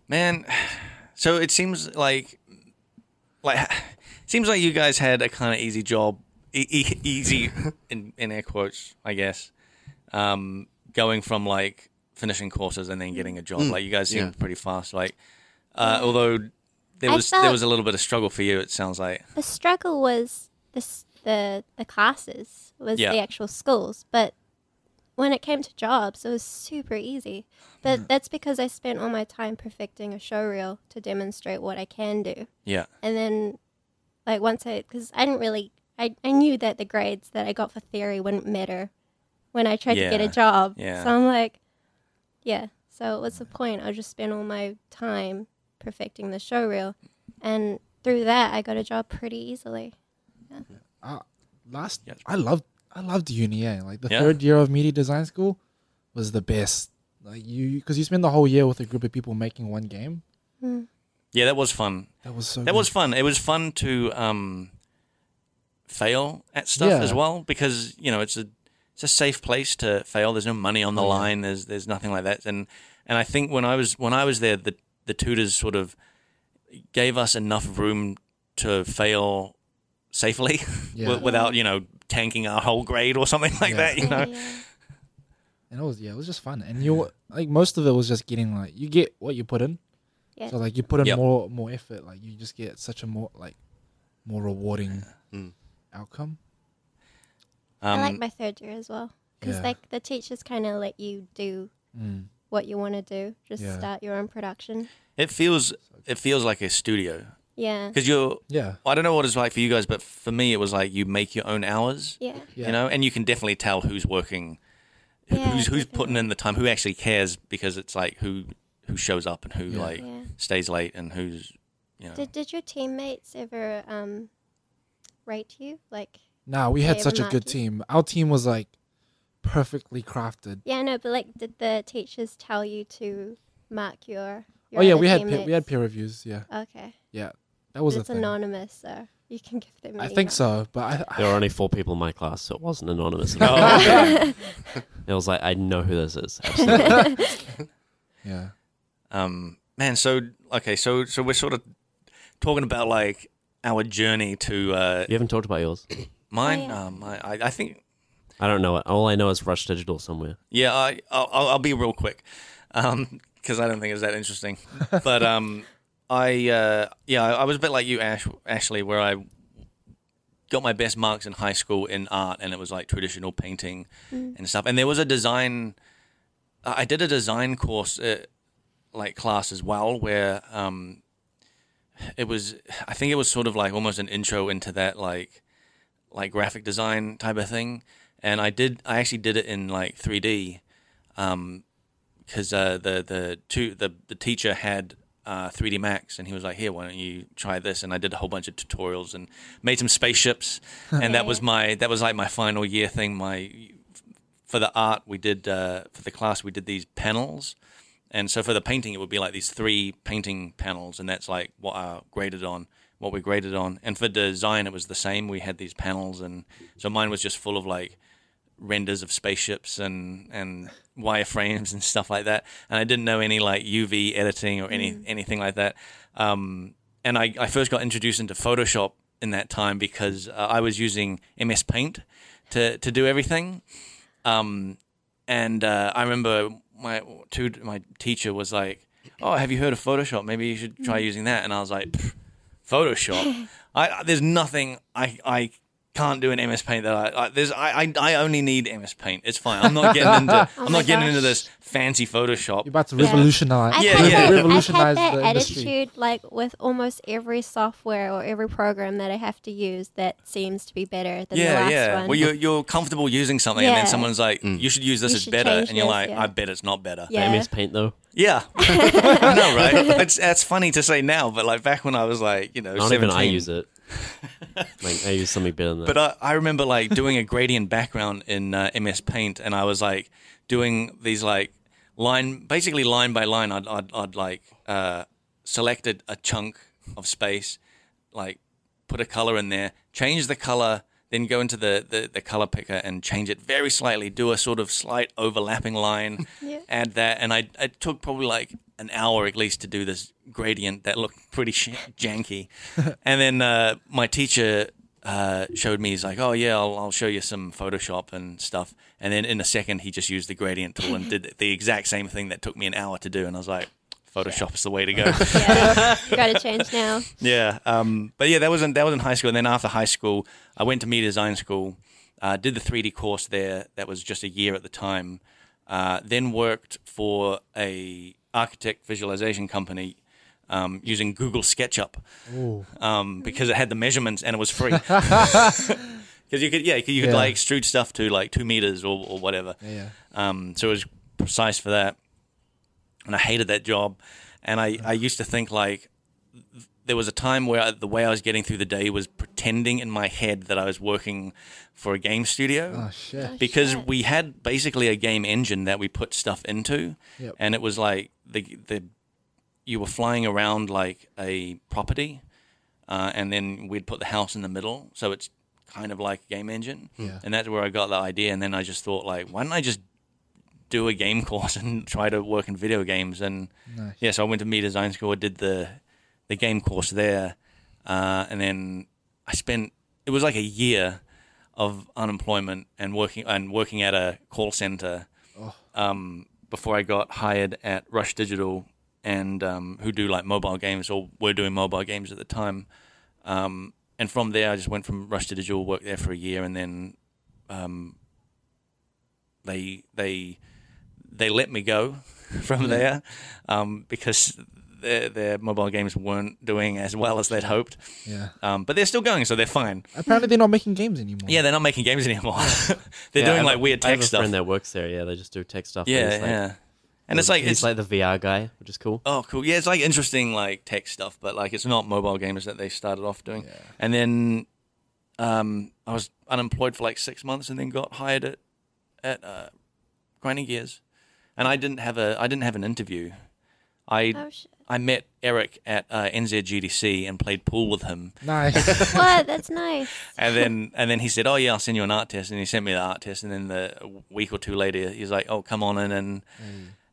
A: Man, so it seems like, like, it seems like you guys had a kind of easy job, e- e- easy in, in air quotes, I guess. Um, going from like finishing courses and then getting a job,
C: Mm.
A: like you guys seemed
E: yeah.
A: pretty fast. Like, uh, although there
C: I
A: was there
C: felt-
A: was a little bit of struggle for you. It sounds like
C: the struggle was the s- the the classes was
A: Yeah.
C: the actual schools, but when it came to jobs, it was super easy. But
A: Mm.
C: that's because I spent all my time perfecting a show reel to demonstrate what I can do,
A: yeah,
C: and then like once I because I didn't really I I knew that the grades that I got for theory wouldn't matter when I tried to get
A: Yeah.
C: a job.
A: Yeah.
C: So I'm like, yeah. So what's the point? I'll just spend all my time perfecting the show reel, and through that I got a job pretty easily.
B: last
A: Yes.
B: I loved I loved uni. Yeah. Like the
A: Yeah.
B: third year of media design school was the best. Like you, because you spend the whole year with a group of people making one game.
C: Mm.
A: yeah. That was fun.
B: That was so.
A: That
B: good.
A: was fun. It was fun to um, fail at stuff
B: Yeah.
A: as well because you know it's a it's a safe place to fail. There's no money on the line. There's there's nothing like that. And and I think when I was when I was there, the the tutors sort of gave us enough room to fail safely
B: Yeah.
A: wi- without you know tanking our whole grade or something like that.
B: Yeah.
A: You know,
C: Yeah.
B: and it was yeah, it was just fun. And you like most of it was just getting like you get what you put in.
C: Yeah.
B: So like you put in
A: Yep.
B: more more effort, like you just get such a more like more rewarding
E: Mm.
B: outcome.
A: um,
C: I like my third year as well because
B: Yeah.
C: like the teachers kind of let you do
B: Mm.
C: what you want to do, just
B: Yeah.
C: start your own production.
A: it feels it feels like a studio
C: Yeah.
A: because you're.
B: Yeah.
A: I don't know what it's like for you guys, but for me, it was like you make your own hours.
C: Yeah.
B: Yeah.
A: you know and you can definitely tell who's working who-
C: Yeah,
A: who's who's
C: definitely.
A: putting in the time who actually cares because it's like who who shows up and who
B: Yeah.
A: like
C: Yeah.
A: stays late and who's you know
C: Did did your teammates ever um rate you? Like
B: Nah, we had
C: Yeah,
B: such a good team.
C: Vermont.
B: Our team was like perfectly crafted.
C: yeah, no, but like did the teachers tell you to mark your,
B: oh
C: your
B: yeah,
C: other
B: we had peer, we had
C: teammates?
B: peer reviews. Yeah,
C: Okay.
B: yeah, that was
C: But
B: a
C: it's
B: thing.
C: anonymous, so you can give them
B: I
C: your
B: think
C: email.
B: so, but I,
D: There were only four people in my class, so it wasn't anonymous. at all.
A: oh, okay.
D: It was like I know who this is. Absolutely.
B: yeah,
A: um man so okay so so we're sort of talking about like our journey to uh
D: you haven't talked about yours.
A: mine
C: Oh, yeah.
A: um I, I i think
D: I don't know it. All I know is Rush Digital somewhere.
A: Yeah, I, I'll, I'll- I'll be real quick because I don't think it's that interesting. But um, I uh, yeah, I I was a bit like you, Ash, Ashley, where I got my best marks in high school in art, and it was like traditional painting and stuff. And there was a design. I I did a design course, uh, like class as well, where um, it was. I think it was sort of like almost an intro into that, like like graphic design type of thing. And I did, I actually did it in like 3D, um, because uh, the the two the the teacher had uh 3D Max, and he was like, "Here, why don't you try this?" And I did a whole bunch of tutorials and made some spaceships, and that was my that was like my final year thing. My for the art we did uh, for the class we did these panels. And so for the painting, it would be like these three painting panels, and that's like what I graded on, what we graded on. And for design, it was the same. We had these panels, and so mine was just full of like renders of spaceships and and wireframes and stuff like that. And I didn't know any like UV editing or any anything like that. Um, and I, I first got introduced into Photoshop in that time because uh, I was using MS Paint to to do everything. Um, and uh, I remember my two, my teacher was like, "Oh, have you heard of Photoshop? Maybe you should try using that." And I was like, "Pff, "Photoshop? I there's nothing I I can't do in MS Paint that I, I there's I, I I only need MS Paint. It's fine. I'm not getting into I'm
C: Oh my
A: not getting into
C: gosh.
A: this fancy Photoshop.
B: you're about to
A: It's-
C: Yeah. I
B: revolutionize.
A: Yeah,
C: kinda-
A: yeah.
C: I've
B: revolutionize
C: had that
B: the
C: attitude
B: industry.
C: like with almost every software or every program that I have to use that seems to be better than the
A: yeah,
C: last
A: yeah.
C: one.
A: Well, you're you're comfortable using something, and then
C: Yeah.
A: someone's like,
D: Mm.
A: "You should use this.
C: You
A: it's
C: should
A: better,"
C: change
A: and you're
C: this,
A: like,
C: yeah.
A: "I bet it's not better."
C: Yeah.
D: MS Paint though.
A: Yeah. I know, right? It's, that's funny to say now, but like back when I was like, you know,
D: I don't
A: 17,
D: even I use it. like I use something better than that.
A: But I, I remember uh, like doing a gradient background in uh, MS Paint, and I was like doing these like line basically line by line i'd i'd, I'd like uh selected a chunk of space like put a color in there change the color then go into the, the, the color picker and change it very slightly do a sort of slight overlapping line
C: Yeah.
A: add that and i it took probably like an hour at least to do this gradient that looked pretty sh- janky and then uh, my teacher uh, showed me he's like oh yeah I'll, I'll show you some photoshop and stuff and then in a second he just used the gradient tool and did the exact same thing that took me an hour to do and i was like photoshop's the way to go
C: Yeah. Got to change now.
A: yeah. Um, but yeah, that was in, that was in high school. And then after high school, I went to media design school, uh, did the 3D course there. That was just a year at the time. Uh, then worked for a architect visualization company um, using Google SketchUp um, because it had the measurements and it was free. Because you could, yeah, you could, you could
B: Yeah.
A: like extrude stuff to like two meters or, or whatever.
B: Yeah.
A: Um, so it was precise for that. And I hated that job. And I, I used to think like th- there was a time where I, the way I was getting through the day was pretending in my head that I was working for a game studio
B: Oh shit.
A: because
C: shit.
A: we had basically a game engine that we put stuff into.
B: Yep.
A: And it was like the, the you were flying around like a property. Uh, and then we'd put the house in the middle. So it's kind of like a game engine.
B: Yeah.
A: And that's where I got the idea. And then I just thought, like, why don't I just do a game course and try to work in video games? And
B: Nice.
A: yeah, so I went to Me Design School. I did the the game course there, uh, and then I spent it was like a year of unemployment and working and working at a call center um, before I got hired at Rush Digital and um, who do like mobile games or were doing mobile games at the time. Um, and from there, I just went from Rush to Digital, worked there for a year, and then um, they they they let me go from
D: Mm-hmm.
A: there um, because their their mobile games weren't doing as well as they'd hoped.
B: Yeah.
A: Um, but they're still going, so they're fine.
B: Apparently they're not making games anymore.
A: Yeah, they're not making games anymore. they're
D: Mm-hmm. Yeah, I
A: doing
D: have
A: like
D: a-
A: weird
D: I have
A: tech
D: a
A: stuff.
D: friend that works there. Yeah, they just do tech stuff.
A: Yeah,
D: he's like-
A: yeah. And it's like
D: he's
A: it's
D: like the VR guy, which is cool.
A: Oh, cool. Yeah, it's like interesting, like tech stuff, but like it's not mobile games that they started off doing. And then um, I was unemployed for like six months, and then got hired at at uh, Grinding Gears, and I didn't have a I didn't have an interview. I
C: Oh, shit.
A: I met Eric at uh, NZGDC and played pool with him,
B: Nice.
C: What? That's nice.
A: and then and then he said, "Oh yeah, I'll send you an art test," and he sent me the art test, and then the a week or two later, he's like, "Oh, come on in," and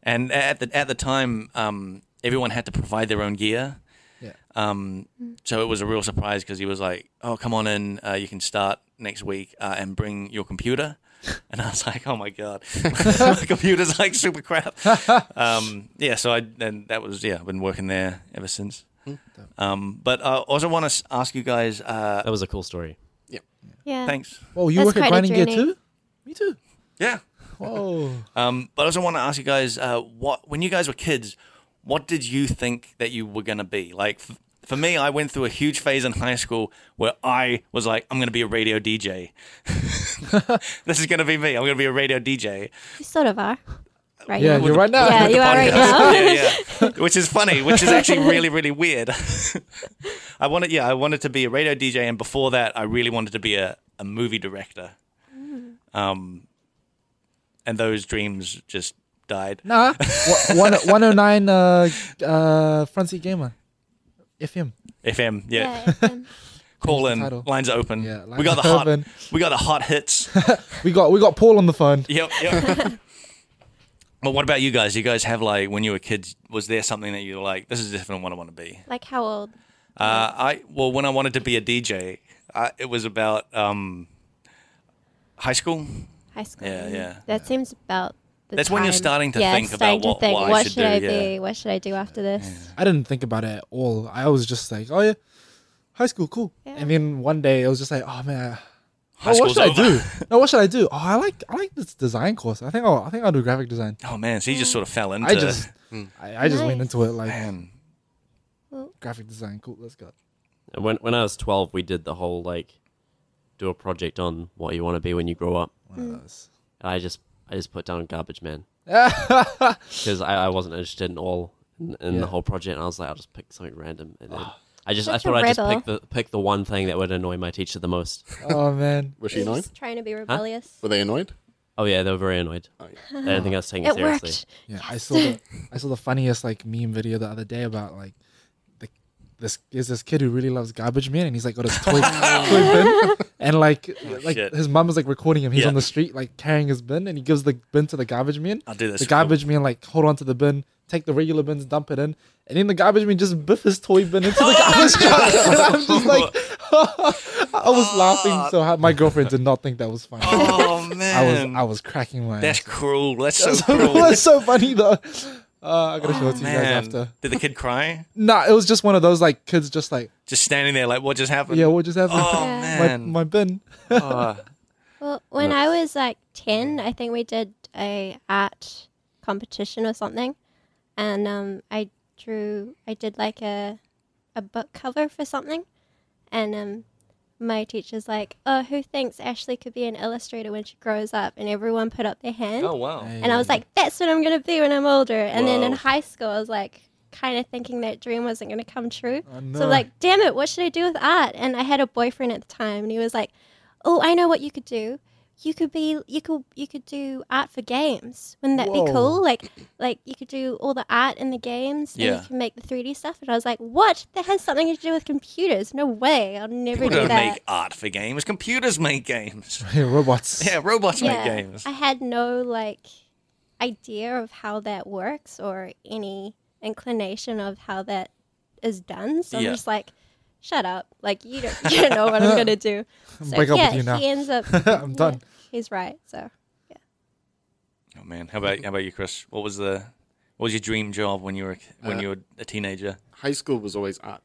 A: and at the at the time, um, everyone had to provide their own gear.
B: Yeah.
A: Um, so it was a real surprise because he was like, "Oh, come on in. Uh, you can start next week uh, and bring your computer." And I was like, "Oh my god, my computer's like super crap." Um, yeah. So I then that was yeah. I've been working there ever since. Um, but I also want to ask you guys. Uh,
D: That was a cool story.
C: Yeah.
A: thanks.
B: Whoa, you
C: That's
B: work at
C: quite a
B: Grinding Gear
C: journey.
B: too? Me too.
A: Yeah.
B: Whoa.
A: Um, but I also want to ask you guys, uh, what when you guys were kids, what did you think that you were gonna be? Like f- for me, I went through a huge phase in high school where I was like, I'm gonna be a radio DJ. this is gonna be me. I'm gonna be a radio DJ.
C: You sort of are. Right
B: Yeah,
C: now.
B: you're right now.
C: Yeah, you are right now.
A: yeah, yeah. Which is funny, which is actually really, really weird. I wanted, yeah, I wanted to be a radio DJ, and before that, I really wanted to be a, a movie director.
C: Mm.
A: Um, and those dreams just died.
B: Nah. Wa- one, 109 uh, uh, Front Seat Gamer. FM.
A: FM, yeah.
C: Yeah, um,
A: Call
B: Change the
A: in.
B: title.
A: Lines open.
B: Yeah,
A: we got the
B: lines
A: hot.
B: open.
A: We got the hot hits.
B: We got we got Paul on the phone.
A: yep. Yep. But what about you guys? You guys have like when you were kids, was there something that you were like, this is definitely what I want to be?
C: like how old?
A: Uh, I well, when I wanted to be a DJ, I, it was about um, high school.
B: Oh,
C: High school.
A: Yeah, yeah.
C: That seems about. The
A: That's when you're
C: time.
A: starting to
C: yeah,
A: think about
C: starting to
A: what-
C: think,
A: what I should
C: should
A: do,
C: I
A: yeah.
C: be? What should I do after this?
B: I didn't think about it at all. I was just like, oh yeah, high school, cool.
C: Yeah.
B: And then one day it was just like, oh man,
A: High
B: oh, what
A: school's
B: should I
A: over.
B: do? No, what should I do? Oh, I like I like this design course. I think I'll, I think I'll do graphic design.
A: Oh man, so you just sort of fell into. Hmm.
B: I just I, I just went
C: Nice.
B: into it like
A: man.
B: graphic design, cool. Let's go.
D: And when when I was twelve, we did the whole like do a project on what you want to be when you grow up.
B: One
C: Mm.
B: of those.
D: And I just I just put down garbage man because I, I wasn't interested in all in, in
B: Yeah. Oh,
D: the whole project. And I was like, I'll just pick something random. And then I just I
C: Such a
D: thought I just
C: rebel.
D: pick the pick the one thing that would annoy my teacher the most.
B: Oh man,
E: Was she
C: You're
E: annoyed?
C: just trying to be rebellious.
E: Were they annoyed?
D: Oh yeah, they were very annoyed.
E: Oh,
D: They didn't think I was taking it,
C: it
D: seriously.
C: worked.
B: Yeah, I saw the I saw the funniest like meme video the other day about like the, this is this kid who really loves garbage man and he's like got his toy, toy bin and like like
A: Oh, shit.
B: his mum is like recording him. He's
A: Yeah.
B: on the street like carrying his bin and he gives the bin to the garbage man.
A: I'll do this.
B: The garbage man like hold on to the bin, take the regular bins, dump it in, and then the garbage man just biff his toy bin
A: Oh,
B: into the garbage truck. And I'm just like, I was laughing so hard. My girlfriend did not think that was funny.
A: Oh
B: I was
A: man,
B: I was cracking my.
A: that's cruel. That's so
B: That's
A: cruel.
B: that's so funny though. Uh, I gotta show it to you guys
A: man,
B: after.
A: did the kid cry?
B: Nah, it was just one of those like kids just like,
A: Just standing there, like what just happened?
B: yeah, what just happened?
A: Oh
C: Yeah.
B: my,
A: man.
B: my bin.
A: Oh.
C: Well, when I was like 10, I think we did a art competition or something. And um, I drew, I did like a, a book cover for something. And um, my teacher's like, oh, who thinks Ashley could be an illustrator when she grows up? And everyone put up their hand.
A: Oh, wow.
C: And I was like, that's what I'm going to be when I'm older. And then in
A: Whoa.
C: high school, I was like, kind of thinking that dream wasn't going to come true.
B: Oh,
C: So
B: no.
C: I'm like, damn it, what should I do with art? And I had a boyfriend at the time, and he was like, oh, I know what you could do. You could be, you could, you could do art for games. Wouldn't that
B: Whoa.
C: be cool? Like, like you could do all the art in the games, and
A: Yeah.
C: you can make the 3D stuff. And I was like, what? That has something to do with computers? No way! I'll never
A: People
C: do
A: don't
C: that.
A: make art for games. Computers make games.
B: yeah, robots.
A: Yeah, robots make games.
C: I had no like idea of how that works or any inclination of how that is done. So
A: Yeah.
C: I'm just like, shut up. Like you don't you don't know what I'm gonna do.
B: I'm
C: So,
B: break up
C: yeah,
B: with you now.
C: He ends up
B: I'm
C: yeah,
B: done.
C: he's right. So
A: Oh man, how about how about you, Chris? What was the what was your dream job when you were a ki- when
E: Uh,
A: you were a teenager?
E: High school was always art.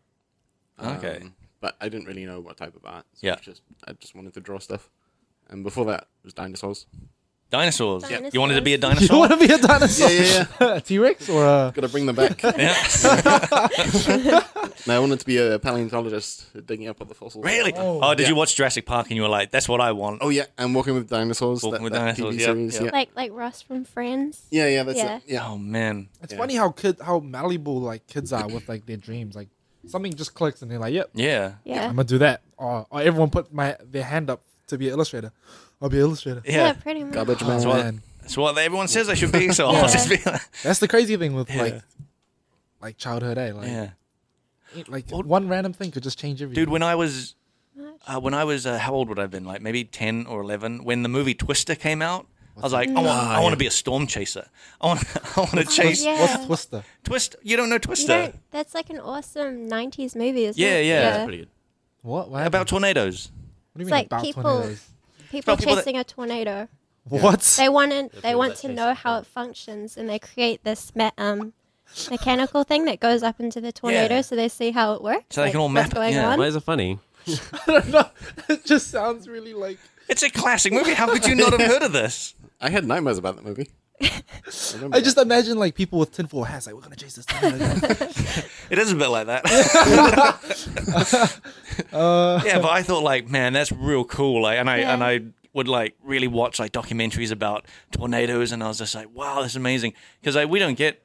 E: Um,
A: Okay.
E: But I didn't really know what type of art. So
A: Yeah.
E: it was Just I just wanted to draw stuff. And before that it was dinosaurs.
A: Dinosaurs.
C: Dinosaurs.
A: You wanted to be a
B: You
A: dinosaur.
B: want to be a dinosaur?
E: Yeah, yeah,
B: T Rex or uh, a
E: Gotta bring them back. and
A: yeah.
E: I wanted to be a paleontologist digging up all the fossils.
A: Really? Oh,
B: Oh.
A: did you
E: Yeah.
A: watch Jurassic Park and you were like, "That's what I want."
E: Oh yeah, and Walking with Dinosaurs.
A: Walking
E: that,
A: with
E: that
A: Dinosaurs,
E: TV
A: yeah,
E: series.
A: yeah.
E: Yeah.
C: like like Ross from Friends.
E: yeah, yeah, that's
C: Yeah.
E: it. Yeah.
A: Oh man,
B: It's
E: Yeah.
B: funny how kid how malleable like kids are with like their dreams. Like something just clicks and they're like, "Yep,
A: yeah,
B: I'm
C: Yeah.
B: gonna do that." Or, or everyone put my their hand up to be an illustrator. I'll be an illustrator.
A: yeah.
C: Yeah, pretty much.
E: Garbage man.
B: Oh,
A: what-
B: man.
A: That's what everyone says I should be. So I'll
C: Yeah.
A: just be like,
B: That's the crazy thing with
A: Yeah.
B: like like childhood, eh? Like,
A: yeah,
B: it- like
A: Well-
B: one random thing could just change everything.
A: dude. When I was, uh, when I was, uh, how old would I have been? Like maybe ten or eleven when the movie Twister came out. I was like, I want, I want to be a storm chaser. I want, I want to chase
C: Yeah.
B: What's Twister?
A: Twist. You don't know
C: You
A: Twister
C: don't, that's like an awesome '90s movie, isn't
A: Yeah,
C: it?
A: yeah.
D: That's pretty good.
B: What? What
A: about tornadoes.
B: What do you mean
C: It's like
B: about
C: people-
B: tornadoes?
C: People
A: About people that-
C: chasing a tornado.
B: What?
C: They want to. They
D: people
C: want
D: that
C: to
D: chase
C: know
D: it,
C: how it functions, and they create this me- um, mechanical thing that goes up into the tornado,
A: Yeah.
C: so they see how it works.
A: So they can all
C: what's
A: map it,
C: going
A: yeah.
C: on.
D: Why is it funny?
B: no, it just sounds really like.
A: It's a classic movie. How could you not have heard of this?
E: I had nightmares about that movie. I, remember
B: I just imagine like people with tinfoil hats, like we're gonna chase this tornado.
A: It is a bit like that.
B: uh,
A: yeah, but I thought like, man, that's real cool. Like, and I
C: Yeah.
A: and I would like really watch like documentaries about tornadoes, and I was just like, wow, that's amazing because like, we don't get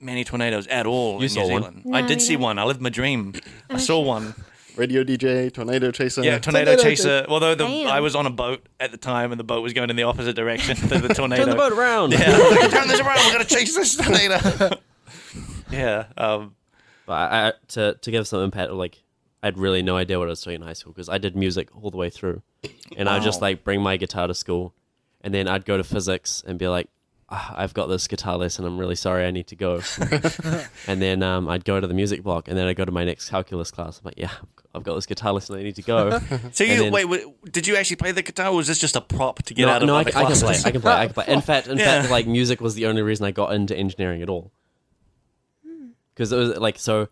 A: many tornadoes at all in
D: saw
A: New
D: one.
A: Zealand. I
C: No,
A: did
C: we
A: see
C: don't.
A: one. I lived my dream. I saw one.
E: that. radio DJ, tornado chaser.
A: Yeah, tornado,
B: Tornado
A: chaser. Although the,
C: Damn.
A: I was on a boat at the time, and the boat was going in the opposite direction to the tornado.
D: Turn the boat around.
A: Yeah, I was like, turn this around. We're gonna chase this tornado. yeah. Um,
D: But I, I, to to give some impact, like I had really no idea what I was doing in high school because I did music all the way through, and I'd just
A: Wow.
D: like bring my guitar to school, and then I'd go to physics and be like, "Ah, I've got this guitar lesson. I'm really sorry. I need to go. and then um, I'd go to the music block, and then I'd go to my next calculus class. I'm like, yeah, I've got this guitar lesson. I need to go.
A: so you
D: And then-
A: wait, wait, Did you actually play the guitar? or Was this just a prop to get
D: no,
A: out of
D: no, I,
A: other
D: c- I can play.
A: classes?
D: I can play. I can play. In fact, in
A: Yeah.
D: fact, like music was the only reason I got into engineering at all. Because it was like so,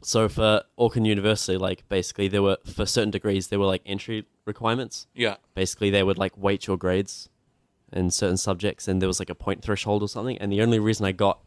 D: so for Auckland University, like basically there were for certain degrees there were like entry requirements.
A: Yeah.
D: Basically, they would like weight your grades in certain subjects, and there was like a point threshold or something. And the only reason I got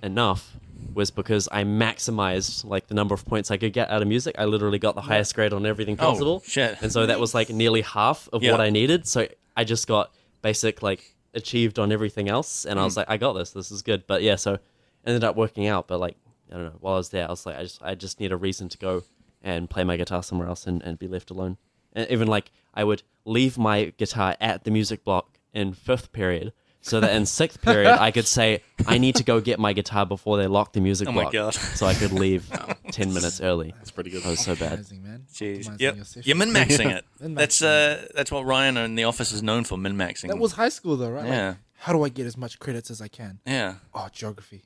D: enough was because I maximized like the number of points I could get out of music. I literally got the highest grade on everything
A: Oh,
D: possible.
A: shit.
D: And so that was like nearly half of
A: Yeah.
D: what I needed. So I just got basic like achieved on everything else and I
A: Hmm.
D: was like, I got this, this is good. But yeah, so ended up working out, but like I don't know, while I was there I was like I just I just need a reason to go and play my guitar E, somewhere else and, and be left alone. And even like I would leave my guitar at the music block in fifth period, so that in sixth period I could say I need to go get my guitar before they lock the music
A: Oh my
D: block,
A: God.
D: so I could leave ten minutes early.
E: That's pretty good.
D: That was so bad.
B: Optimizing, man.
A: Jeez.
B: Optimizing
A: Yep.
B: your session.
A: You're min maxing it.
B: Min-maxing
A: that's uh, that's what Ryan in the office is known for min maxing.
B: That was high school though, right? Like,
A: Yeah.
B: how do I get as much credits as I can?
A: yeah.
B: Oh, geography.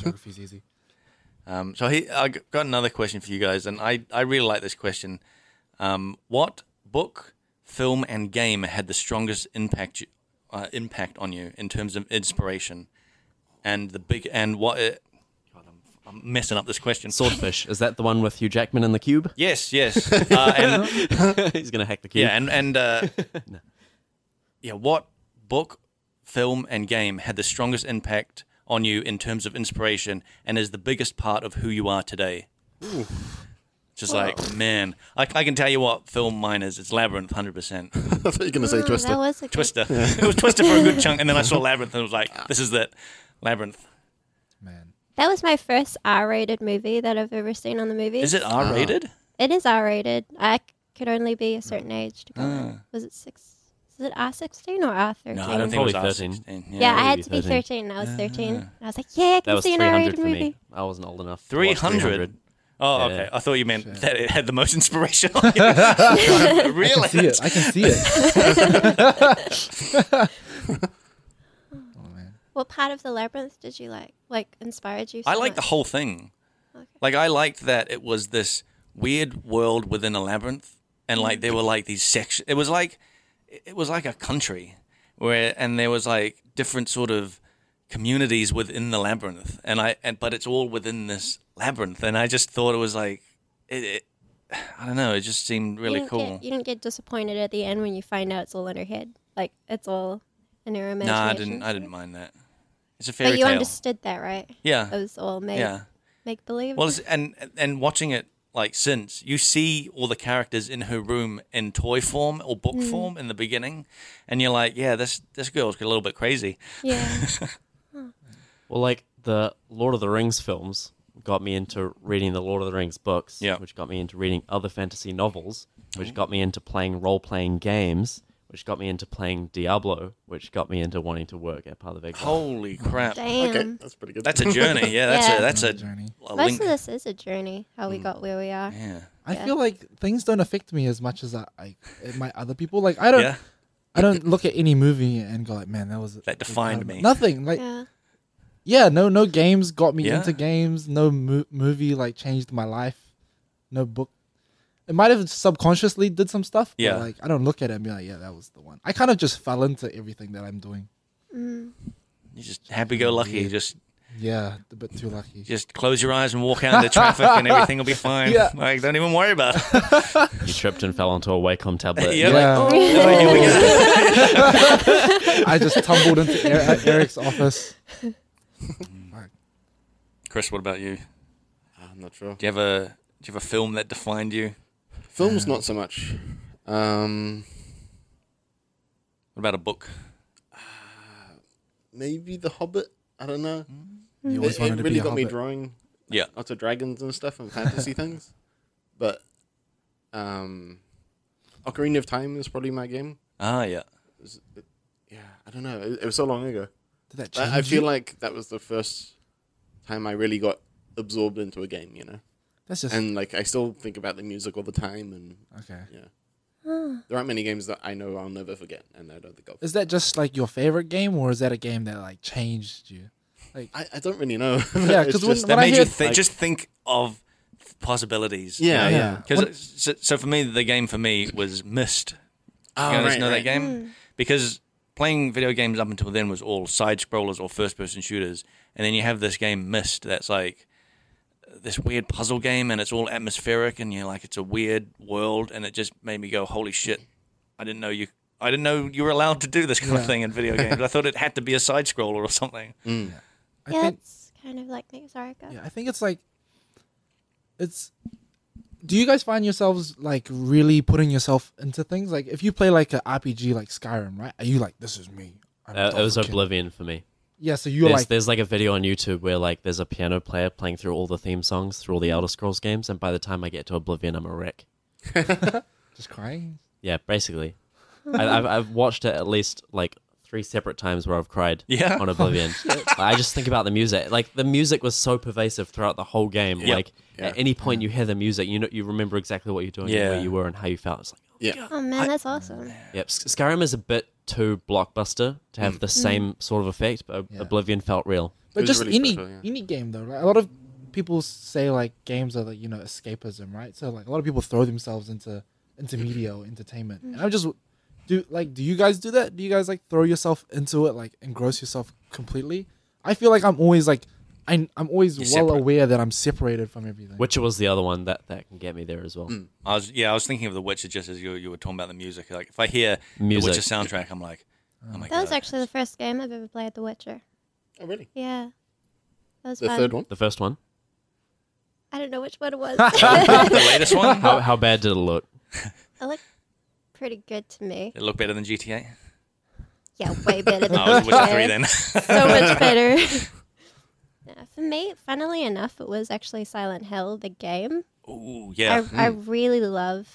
B: Geography's easy.
A: Um, so he, I g- got another question for you guys, and I, I really like this question. Um, what book, film, and game had the strongest impact you- uh, impact on you in terms of inspiration, and the big and what? uh God, I'm, I'm messing up this question.
D: Swordfish is that the one with Hugh Jackman in the cube?
A: yes, yes, uh, and
D: He's gonna hack the cube.
A: yeah, and and uh, yeah, what book, film, and game had the strongest impact on you in terms of inspiration, and is the biggest part of who you are today? Just like man, I, I can tell you what film mine is. It's Labyrinth, hundred percent.
E: I thought you were going to say
C: Oh,
E: Twister.
C: That was a good-
A: Twister. it was Twister for a good chunk, and then I saw Labyrinth, and I was like, this is it, Labyrinth.
B: Man.
C: That was my first R-rated movie that I've ever seen on the movie.
A: Is it R rated?
C: It is R-rated. I c- could only be
A: Mm.
C: a certain age to go. in. Was it six? Is it R sixteen or R thirteen?
A: Ah. No, I don't think it was
D: Probably
A: R
D: 13.
A: sixteen. Ah.
C: Yeah, I had
D: maybe
C: to be
D: 13.
C: thirteen. I was thirteen. And I was like, yeah, I
D: that
C: can
D: was
C: see
D: three
C: an
D: hundred
C: R-rated
D: for
C: movie.
D: me. I wasn't old enough. to
A: Three
D: watch
A: hundred. Oh,
D: Yeah.
A: okay. I thought you meant that it had the most inspiration on you. really?
B: See it. I can see it.
C: What part of the labyrinth did you like? Like inspired you? So
A: I like the
C: much?
A: whole thing.
C: Okay.
A: Like I liked that it was this weird world within a labyrinth, and like
C: Mm.
A: there were like these sections. It was like it was like a country where, and there was like different sort of communities within the labyrinth, and I and but it's all within this labyrinth, and I just thought it was like it. it I don't know. It just seemed really
C: you didn't
A: cool.
C: Get, you didn't get disappointed at the end when you find out it's all in her head. Like it's all in her imagination.
A: no, I didn't. I didn't mind that. It's a fairy
C: But you
A: tale.
C: understood that, right? It
A: yeah,
C: was all made
A: yeah.
C: make believe.
A: Well, it's, and and watching it like since you see all the characters in her room in toy form or
C: Mm.
A: book form in the beginning, and you're like, yeah, this this girl's a little bit crazy.
C: yeah.
D: Well, like the Lord of the Rings films got me into reading the Lord of the Rings books,
A: Yeah.
D: which got me into reading other fantasy novels, which got me into playing role playing games, which got me into playing Diablo, which got me into wanting to work at Path of Exile.
A: Holy crap!
C: Damn.
E: Okay, that's pretty good.
A: That's a journey. Yeah, that's
C: Yeah.
A: a that's a,
B: Journey.
A: a
C: Most
A: link. Mm.
C: of this is a journey, how we got where we are.
A: Yeah,
B: I
C: Yeah.
B: feel like things don't affect me as much as I, I it might other people. Like I don't
A: yeah.
B: I don't look at any movie and go like, man, that was
A: That defined me.
B: Nothing. Like
C: Yeah.
B: yeah, no no games got me
A: Yeah.
B: into games. No mo- movie like changed my life. No book. It might have subconsciously did some stuff,
A: Yeah.
B: but like I don't look at it and be like, yeah, that was the one. I kind of just fell into everything that I'm doing.
C: mm.
A: You just happy go lucky. Just
B: Yeah, a bit too lucky.
A: just close your eyes and walk out into traffic, and everything will be fine.
B: Yeah.
A: Like don't even worry about it.
D: You tripped and fell onto a Wacom tablet.
A: Yeah.
B: Yeah.
A: Like, oh, here we go.
B: I just tumbled into er- Eric's office.
A: Chris, what about you?
E: Ah, I'm not sure.
A: Do you have a do you have a film that defined you?
E: Films, not so much. Um,
A: What about a book?
E: maybe The Hobbit. I don't know.
B: You
E: It,
B: always
E: it
B: wanted to
E: really
B: be a
E: got me
B: hobbit.
E: drawing
A: Yeah.
E: lots of dragons and stuff and fantasy things. But um, Ocarina of Time is probably my game.
A: Ah, yeah.
E: It was- it- yeah, I don't know. It, it was so long ago.
B: Did that change
E: I, I feel
B: you?
E: like that was the first time I really got absorbed into a game, you know?
B: that's just Ah.
E: And like I still think about the music all the time and
B: okay.
E: yeah. There aren't many games that I know I'll never forget and I don't think I'll
B: Is that just like your favorite game, or is that a game that like changed you? Like
E: I, I don't really know.
B: Yeah,
E: It's
B: 'cause when-
E: just-
A: That
B: I
A: made you
B: hear-
A: thi-
E: like-
A: just think of possibilities.
E: yeah,
B: Yeah.
E: yeah.
B: What-
A: Because so, so for me, the game for me was Myst.
E: Oh,
A: you guys
E: right,
A: know that
E: right.
A: game because playing video games up until then was all side scrollers or first person shooters, and then you have this game Myst that's like uh, this weird puzzle game, and it's all atmospheric, and you're like it's a weird world, and it just made me go, holy shit, I didn't know you. I didn't know you were allowed to do this kind of thing in video games. I thought it had to be a side scroller or something.
B: I
C: yeah,
B: think,
C: it's kind of like me. Sorry, go.
B: yeah, I think it's like it's. Do you guys find yourselves like really putting yourself into things? Like if you play like a RPG like Skyrim, right? Are you like this is me? I'm
D: Uh, it was
B: Dothraki."
D: Oblivion for me.
B: Yeah, so you're
D: There's,
B: like
D: there's like a video on YouTube where like there's a piano player playing through all the theme songs through all the Elder Scrolls games, and by the time I get to Oblivion, I'm a wreck.
B: just crying.
D: Yeah, basically. I, I've, I've watched it at least like three separate times where I've cried
A: Yeah?
D: on Oblivion. I just think about the music. Like the music was so pervasive throughout the whole game.
A: Yep.
D: Like
E: Yeah.
D: at any point you hear the music, you know you remember exactly what you're doing,
A: Yeah.
D: and where you were, and how you felt. It's like,
E: Yeah.
C: Oh man, that's awesome.
D: yep. S- Skyrim is a bit too blockbuster to
A: Mm.
D: have the same sort of effect, but
B: Yeah.
D: Oblivion felt real.
E: It
B: But
E: was
B: just
E: really
B: any
E: special, yeah.
B: any game though, right? A lot of people say like games are like you know escapism, right? So like a lot of people throw themselves into into
E: Mm-hmm.
B: media or entertainment, and I'm just do like do you guys do that? Do you guys like throw yourself into it, like engross yourself completely? I feel like I'm always like I I'm always
A: You're
B: well
A: separate.
B: aware that I'm separated from everything.
D: Witcher was the other one that, that can get me there as well.
A: I was yeah, I was thinking of The Witcher just as you you were talking about the music. Like if I hear
D: Music.
A: The Witcher soundtrack, I'm like, oh my
C: That
A: god,
C: was actually the first game I've ever played The Witcher.
E: Oh, really?
C: Yeah. That was
E: The
C: fun.
E: third one?
D: The first one.
C: I don't know which one it was.
A: the latest one.
D: How, how bad did it look?
C: it looked pretty good to me.
A: It looked better than GTA.
C: Yeah, way better than
A: Oh, it was Witcher
C: Witcher.
A: three then.
C: so much better. yeah, for me, funnily enough, it was actually Silent Hill, the game.
A: Ooh, yeah, Hmm.
C: I, I really love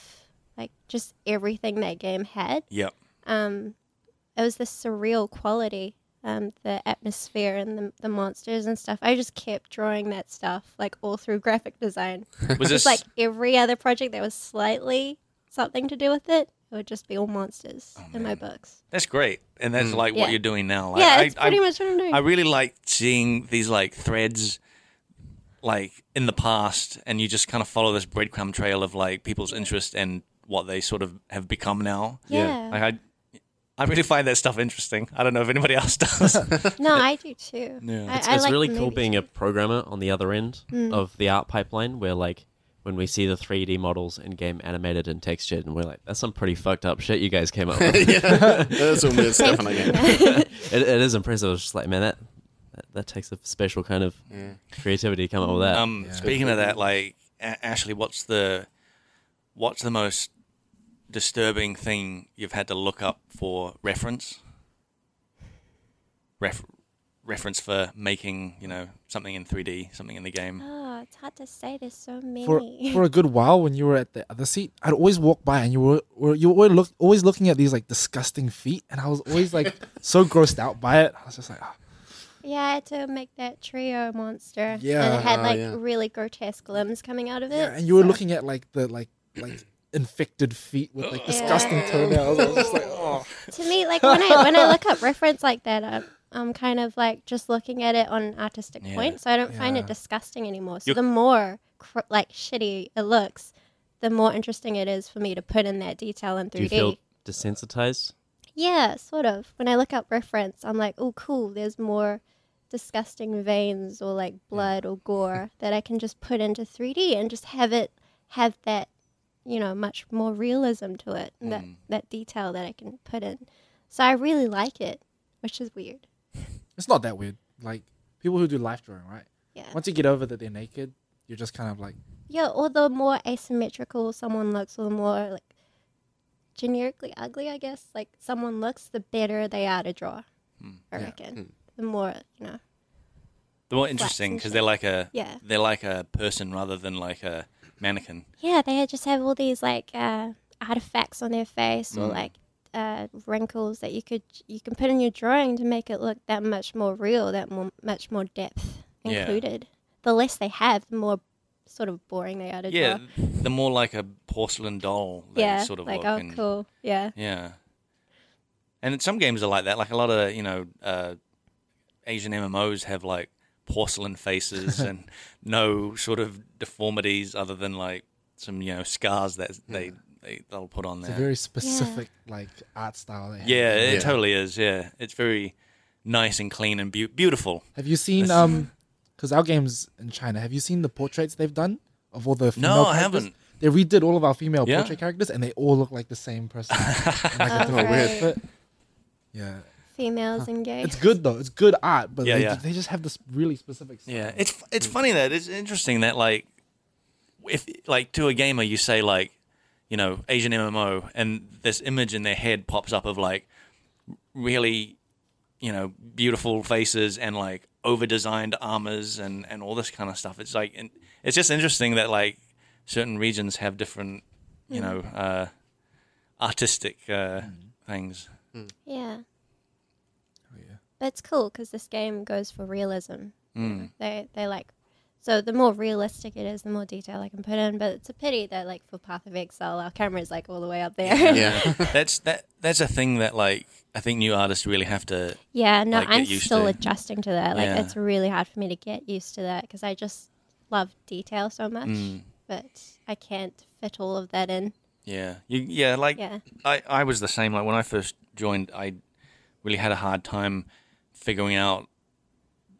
C: like just everything that game had.
A: yep.
C: Um, it was this surreal quality, um, the atmosphere and the, the monsters and stuff. I just kept drawing that stuff like all through graphic design.
A: Was this
C: Just like every other project that was slightly something to do with it, it would just be all monsters in my books.
A: That's great, and
D: Mm.
A: that's like what
C: Yeah.
A: you're doing now. Oh, Like,
C: yeah,
A: I,
C: it's pretty
A: I,
C: much what I'm doing.
A: I really like seeing these like threads, like in the past, and you just kind of follow this breadcrumb trail of like people's interest and what they sort of have become now.
C: yeah.
A: Like I, I really find that stuff interesting. I don't know if anybody else does.
C: No, I do too.
A: Yeah.
C: I-
D: It's,
C: I
D: it's
C: like
D: really
C: the
D: cool
C: movies. Mm.
D: being a programmer on the other end of the art pipeline where like when we see the 3D models in game animated and textured and we're like, that's some pretty fucked up shit you guys came up with.
E: yeah. There's some weird stuff in that game.
D: it, it is impressive. It's just like, man, that, that, that takes a special kind of creativity to come up with that.
A: Um, Speaking of that, like A- Ashley, what's the what's the most disturbing thing you've had to look up for reference? Ref- reference for making you know something in 3D, something in the game.
C: Oh, it's hard to say. There's so many.
B: for for a good while when you were at the other seat, I'd always walk by and you were, were you were look, always looking at these like disgusting feet, and I was always like so grossed out by it. I was just like, "Ah,
C: yeah, I had to make that trio monster. And
B: Yeah.
C: it had
E: Oh,
C: like
E: yeah.
C: really grotesque limbs coming out of it.
B: yeah, and you were
C: so-
B: looking at like the like like infected feet with like disgusting toenails. I was just like, oh,
C: To me, like when I when I look up reference like that, I'm, I'm kind of like just looking at it on an artistic
A: Yeah.
C: point, so I don't find
B: Yeah.
C: it disgusting anymore. So
A: You-
C: the more cr- like shitty it looks, the more interesting it is for me to put in that detail in 3D.
D: Do you feel desensitized?
C: Yeah, sort of. When I look up reference, I'm like, oh, cool, there's more disgusting veins or like blood or gore that I can just put into 3D and just have it have that, you know, much more realism to it, and that, that detail that I can put in. So I really like it, which is weird.
B: it's not that weird. Like people who do life drawing, right?
C: Yeah.
B: Once you get over that they're naked, you're just kind of like,
C: Yeah, or the more asymmetrical someone looks, or the more like generically ugly, I guess, like someone looks, the better they are to draw, I
B: Yeah.
C: reckon. The more, you know,
A: They're more interesting
C: and
A: because they're like a
C: Yeah.
A: they're like a person rather than like a mannequin.
C: Yeah, they had- just have all these like uh, artifacts on their face
A: Mm.
C: or like uh, wrinkles that you could you can put in your drawing to make it look that much more real, that more much more depth
A: Yeah.
C: included. The less they have, the more sort of boring they are to
A: Yeah,
C: draw.
A: the more like a porcelain doll. They
C: Yeah,
A: sort of
C: like
A: look
C: oh
A: and-
C: cool, yeah.
A: Yeah. And some games are like that. Like a lot of, you know, uh, Asian MMOs have like porcelain faces and no sort of deformities other than like some, you know, scars that they, they they'll put on
B: it's a
A: there.
B: very specific like art style. They have.
A: yeah, it
E: Yeah.
A: totally is. Yeah. It's very nice and clean and beau beautiful.
B: Have you seen um? Because our games in China, have you seen the portraits they've done of all the female
A: I
B: characters?
A: haven't.
B: They redid all of our female
A: Yeah.
B: portrait characters, and they all look like the same person. in, like, a
C: Oh,
B: different
C: right.
B: outfit. Yeah,
C: Females and gays.
B: it's good though. It's good art, but
A: Yeah,
B: they,
A: yeah.
B: they just have this really specific. Style.
A: Yeah, it's it's funny that it's interesting that like if like to a gamer you say like you know Asian MMO and this image in their head pops up of like really you know beautiful faces and like over designed armors and and all this kind of stuff. It's like and it's just interesting that like Mm. certain regions have different you know uh, artistic uh, things.
C: Yeah.
B: Oh, yeah.
C: But it's cool because this game goes for realism.
A: Mm.
C: They they like so the more realistic it is, the more detail I can put in. But it's a pity that like for Path of Exile, our camera's like all the way up there. Yeah,
E: Yeah.
A: That's that. That's a thing that like I think new artists really have to.
C: no,
A: Like, get
C: I'm
A: used
C: still
A: to.
C: adjusting to that. Like
A: Yeah.
C: it's really hard for me to get used to that because I just love detail so much,
A: Mm.
C: but I can't fit all of that in.
A: Yeah, you, yeah. Like
C: Yeah.
A: I, I was the same. Like when I first joined, I really had a hard time figuring out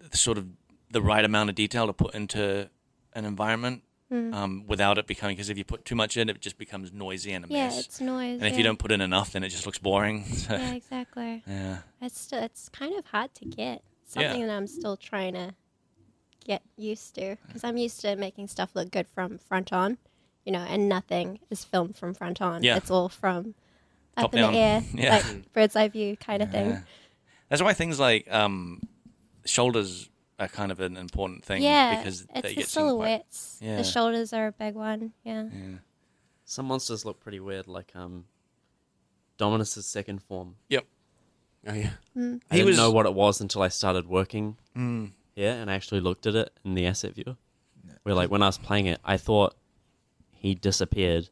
A: the sort of the right amount of detail to put into an environment
C: Mm.
A: um, without it becoming. Because if you put too much in, it just becomes noisy and a
C: Yeah,
A: mess.
C: it's noise.
A: and if
C: yeah.
A: you don't put in enough, then it just looks boring. So,
C: yeah, exactly.
A: yeah.
C: It's still, it's kind of hard to get
A: Yeah.
C: something that I'm still trying to get used to because I'm used to making stuff look good from front on, you know, and nothing is filmed from front on.
A: Yeah.
C: It's all from up
A: Top
C: in
A: down.
C: the air,
A: Yeah.
C: like bird's eye view kind of thing.
A: That's why things like um, shoulders are kind of an important thing.
C: yeah,
A: because
C: it's
A: they
C: the
A: get some quite-
C: silhouettes.
A: Yeah.
C: The shoulders are a big one. Yeah.
D: Some monsters look pretty weird, like um, Dominus's second form.
A: Yep.
E: Oh, yeah.
A: He
D: I didn't
A: was- Mm.
D: know what it was until I started working here and I actually looked at it in the asset viewer. Where like when I was playing it, I thought he disappeared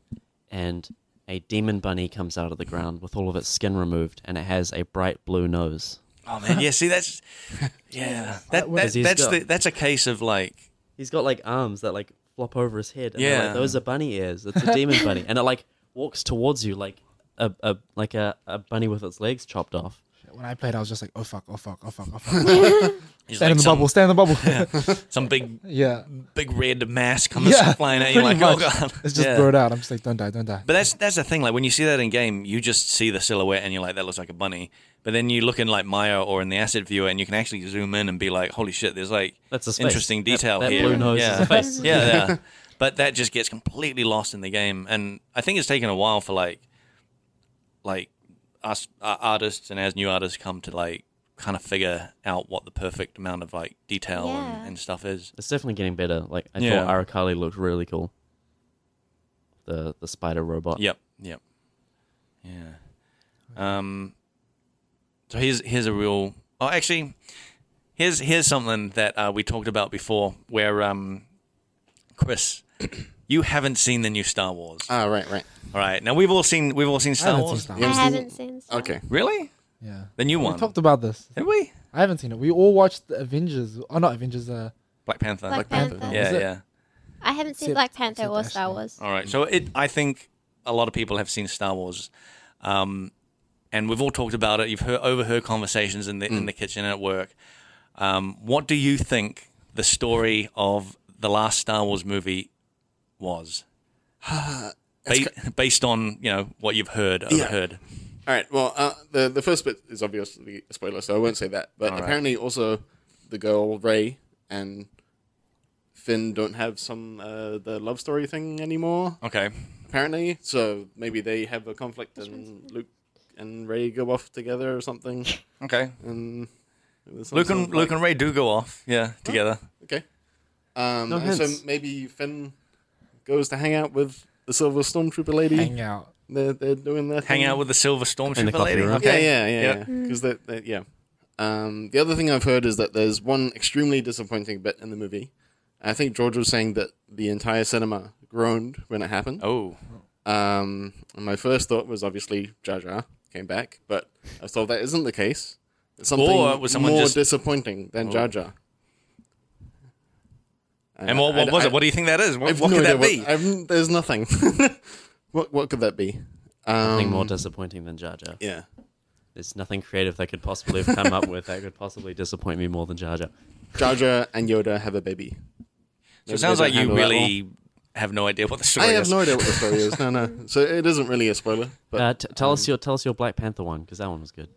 D: and a demon bunny comes out of the ground with all of its skin removed and it has a bright blue nose.
A: Oh man, yeah. See, that's yeah. That, that,
D: was-
A: that's
D: He's
A: the,
D: got-
A: that's a case of like
D: He's got like arms that like flop over his head. And they're
A: Yeah.
D: like, those are bunny ears. It's a demon bunny. And it like walks towards you like a, a like a, a bunny with its legs chopped off.
B: When I played, I was just like, oh fuck, oh fuck, oh fuck, oh fuck.
A: he's
B: stand
A: like
B: in the
A: some,
B: bubble, stand in the bubble.
A: some big
B: yeah.
A: big red mass comes
B: Yeah,
A: flying at you like
B: pretty
A: oh
B: much.
A: god.
B: It's just
A: Yeah.
B: blurred out. I'm just like, don't die, don't die.
A: But that's that's the thing. Like when you see that in game, you just see the silhouette and you're like, that looks like a bunny. But then you look in like Maya or in the asset viewer, and you can actually zoom in and be like, holy shit, there's like
D: That's a space.
A: interesting
D: That-
A: detail
D: that
A: here.
D: blue nose is
A: yeah.
D: a face.
A: yeah, yeah. But that just gets completely lost in the game, and I think it's taken a while for like, like us uh, artists and as new artists come to like kind of figure out what the perfect amount of like detail
C: Yeah.
A: and, and stuff is.
D: It's definitely getting better. Like I
A: Yeah.
D: thought Arakali looked really cool. The the spider robot.
A: Yep. Yep. Yeah. Um. So here's here's a real. Oh, actually, here's here's something that uh, we talked about before, where um, Chris, you haven't seen the new Star Wars.
E: Ah, right, right.
A: All right. Now we've all seen we've all seen
B: Uh, I
A: Star
B: haven't seen
A: Wars.
B: Star
C: I
B: Wars.
C: haven't seen. Star
E: Okay.
A: Really?
B: Yeah.
A: The new
B: We
A: one?
B: talked about this.
A: Did we?
B: I haven't seen it. We all watched the Avengers. Oh, not Avengers. Uh,
A: Black Panther.
C: Black
B: Panther.
C: Panther.
A: Yeah, Oh,
B: Is it-
A: yeah.
C: I haven't seen
B: Except-
C: Black Panther
B: except
C: or Star
B: Ashley.
C: Wars.
A: All right. So it, I think a lot of people have seen Star Wars, um, and we've all talked about it. You've heard, overheard conversations in the in the kitchen and at work. Um, what do you think the story of the last Star Wars movie was? Ba- based on you know what you've heard, overheard.
E: All right. Well, uh, the the first bit is obviously a spoiler, so I won't say that. But
A: right.
E: apparently, also the girl Ray and Finn don't have some uh, the love story thing anymore.
A: Okay.
E: Apparently, so maybe they have a conflict, and Luke and Ray go off together or something.
A: Okay.
E: And it was some
A: Luke
E: sort
A: and
E: of,
A: Luke
E: like-
A: and Ray do go off, yeah, together.
E: okay. Um,
D: No
E: and
D: hints.
E: so maybe Finn goes to hang out with the Silver Stormtrooper lady.
B: hang out.
E: They're, they're doing their
A: Hang
E: thing.
A: out with the Silver
D: In the
A: Stormtrooper
D: coffee
A: lady.
D: room.
A: Okay.
E: Yeah, yeah, yeah.
A: Yeah.
E: Because yeah. 'Cause that, that- yeah. Um, the other thing I've heard is that there's one extremely disappointing bit in the movie. I think George was saying that the entire cinema groaned when it happened.
A: Oh,
E: Um, and my first thought was obviously Jar Jar came back, but I thought that isn't the case. It's something
A: Or was someone
E: more
A: just- Oh.
E: disappointing than Jar Jar.
A: and what, what was it? What do you think that is? What, what could that be?
E: I've, there's nothing. what what could that be?
D: Nothing more
E: Um,
D: disappointing than Jar Jar.
E: yeah.
D: There's nothing creative they could possibly have come up with that could possibly disappoint me more than Jar Jar.
E: Jar Jar and Yoda have a baby.
A: So it sounds like you really have no idea what the story
E: I
A: is.
E: have no idea what the story is. No, no. So it isn't really a spoiler. But um,
D: uh, t- tell us your tell us your Black Panther one because that one was good.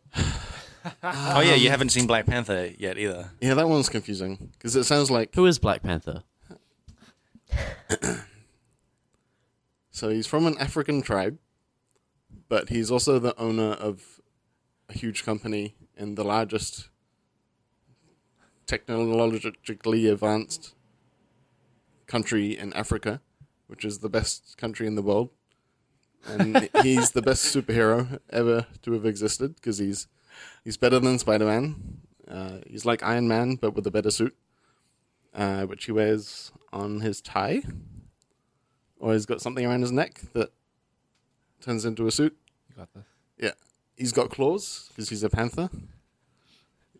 A: Oh yeah,
E: Um,
A: you haven't seen Black Panther yet either.
E: yeah, that one's confusing because it sounds like
D: Who is Black Panther?
E: so he's from an African tribe, but he's also the owner of a huge company and the largest technologically advanced country in Africa, which is the best country in the world. and he's the best superhero ever to have existed because he's he's better than Spider Man. Uh, he's like Iron Man but with a better suit, uh, which he wears on his tie, or he's got something around his neck that turns into a suit.
B: You got this.
E: Yeah, he's got claws because he's a panther.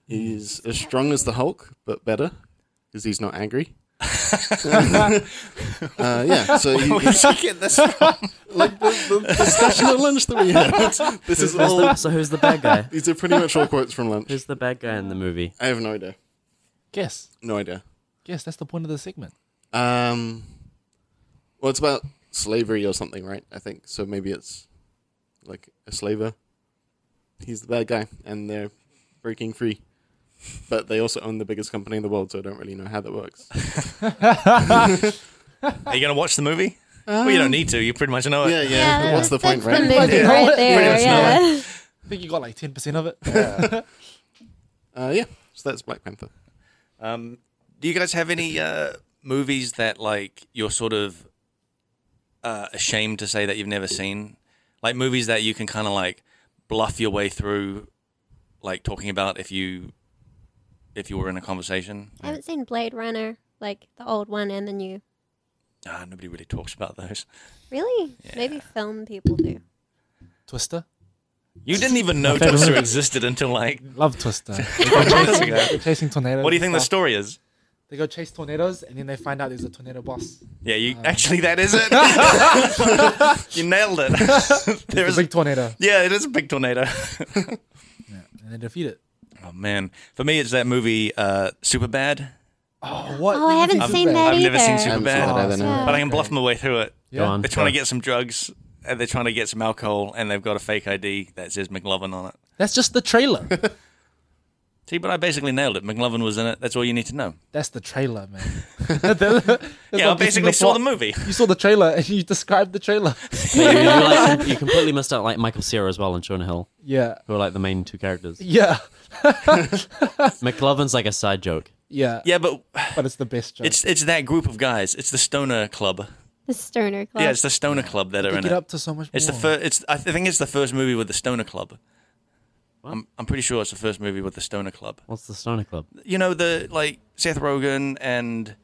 E: He's as strong as the Hulk, but better because he's not angry. uh, yeah, so he, he's
A: get this from?
E: like the, the discussion at lunch that we had. This is
D: Who's
E: all.
D: the- so who's the bad guy?
E: These are pretty much all quotes from lunch.
D: Who's the bad guy in the movie?
E: I have no idea.
B: Guess.
E: No idea.
B: Guess that's the point of the segment.
E: Um, well, it's about slavery or something, right? I think so. Maybe it's like a slaver. He's the bad guy, and they're breaking free. But they also own the biggest company in the world, so I don't really know how that works.
A: Are you going to watch the movie? well, you don't need to. You pretty much know it.
E: Um, Yeah, yeah.
C: that-
E: What's the point,
C: that's
E: right?
C: The movie
B: Yeah.
C: right
B: Pretty
C: there.
A: much
C: Yeah.
B: I think you got like ten percent of it.
E: Uh, yeah. So that's Black Panther.
A: Um, do you guys have any uh, movies that like you're sort of uh, ashamed to say that you've never seen? Like movies that you can kind of like bluff your way through, like talking about if you if you were in a conversation.
C: I haven't seen Blade Runner, like the old one and the new.
A: Ah, nobody really talks about those.
C: Really? Maybe film people do.
B: Twister.
A: You didn't even know
B: favorite
A: Twister
B: movie.
A: existed until like
B: Love Twister.
A: months ago.
B: Chasing tornadoes.
A: What do you think
B: and
A: the
B: stuff.
A: story is?
B: They go chase tornadoes and then they find out there's a tornado boss.
A: Yeah, you
B: Um,
A: actually that is it. you nailed it. there
B: There's
A: is
B: a big tornado.
A: yeah, it is a big tornado.
B: And they defeat it.
A: Oh man, for me it's that movie uh, Superbad.
B: Oh, what?
C: Oh, I haven't seen that
A: I've
C: either.
A: never seen
E: I haven't seen
A: Bad.
E: that either, no.
C: Yeah.
A: But I can bluff my way through it.
B: Yeah.
D: Go on.
A: They're trying to
D: go.
A: get some drugs. And they're trying to get some alcohol, and they've got a fake ID that says McLovin on it.
B: That's just the trailer.
A: See, but I basically nailed it. McLovin was in it. That's all you need to know.
B: That's the trailer, man. yeah,
A: yeah, I basically saw the movie.
B: You saw the trailer and you described the trailer.
D: Yeah, you, you, like, com- you completely missed out like Michael Cera as well and Jonah Hill,
B: Yeah.
D: who are like the main two characters.
B: Yeah.
D: McLovin's like a side joke.
B: Yeah.
A: Yeah, but
B: But it's the best joke.
A: it's it's that group of guys. It's the Stoner Club.
C: The Stoner Club.
A: Yeah, it's the Stoner Club that are
B: they
A: in
B: get
A: it.
B: up to so much
A: It's the
B: more.
A: first. It's I think it's the first movie with the Stoner Club. I'm I'm pretty sure it's the first movie with the Stoner Club.
D: What's the Stoner Club?
A: You know the like Seth Rogen and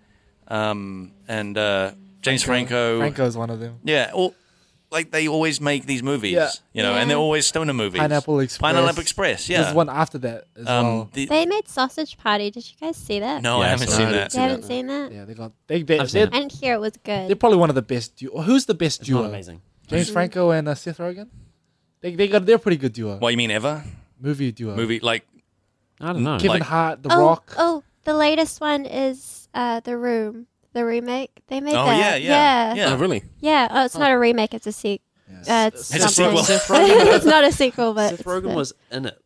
A: um and uh, James Franco.
B: Franco's one of them.
A: Yeah, or like they always make these movies.
B: Yeah.
A: You know, and
C: Yeah.
A: they're always stoner movies.
B: Pineapple Express.
A: Pineapple Express. Yeah.
B: There's one after that as
A: um,
B: well.
A: the-
C: They made Sausage Party. Did you guys see that?
A: no, I
D: Yeah,
A: haven't
D: so-
A: seen
E: No, I
A: that.
E: didn't
C: You
E: see
C: haven't
E: that.
C: seen that?
B: Yeah, they got they they
D: I've seen
B: they're,
D: it.
C: I didn't hear it was good.
B: they're probably one of the best duo. Who's the best
D: It's
B: duo?
D: not amazing.
B: James Franco and uh, Seth Rogen. They they got they're a pretty good duo.
A: What you mean ever?
B: Movie duo.
A: Movie like
D: I don't know.
B: Kevin
A: like-
B: Hart, The
C: oh,
B: Rock.
C: oh, the latest one is uh, The Room, the remake. They made
A: Oh yeah,
C: that.
A: yeah.
C: yeah.
E: Oh, really?
C: Yeah. Oh, it's not a remake. It's a sequel. Uh, it's
A: It's a
C: something.
A: sequel.
D: Seth Rogen,
C: it's not a sequel, but
D: Seth
C: it's
D: Rogen
C: the-
D: was in it,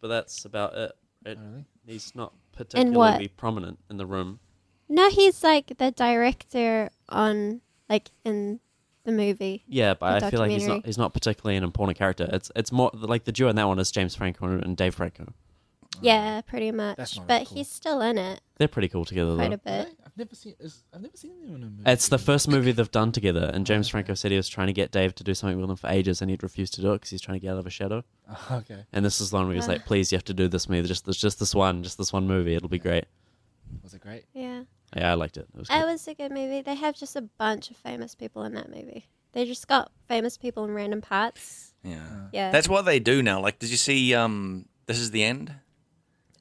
D: but that's about it. it
B: Really?
D: he's not
C: In what?
D: particularly prominent in the room.
C: No, he's like the director on like in the movie.
D: Yeah, but
C: The
D: I feel like he's not
C: documentary.
D: he's not particularly an important character. It's it's more like the duo in that one is James Franco and Dave Franco.
C: Yeah, pretty much.
B: That's not really
C: but
B: cool.
C: he's still in it
D: They're pretty cool together
C: quite
D: though.
C: a bit.
B: I've never seen it's- I've never seen them in a movie.
D: It's the first movie they've done together, and James Franco said he was trying to get Dave to do something with him for ages, and he'd refused to do it because he's trying to get out of a shadow.
B: okay.
D: And this is the one where he's
C: Uh.
D: like, "Please, you have to do this movie. Just, there's just this one, just this one movie. It'll be great."
B: Was it great?
C: Yeah,
D: Yeah, I liked it. It was
C: that
D: good.
C: was a good movie. They have just a bunch of famous people in that movie. They just got famous people in random parts.
A: Yeah.
C: Yeah.
A: That's what they do now. Like, did you see um This Is the End?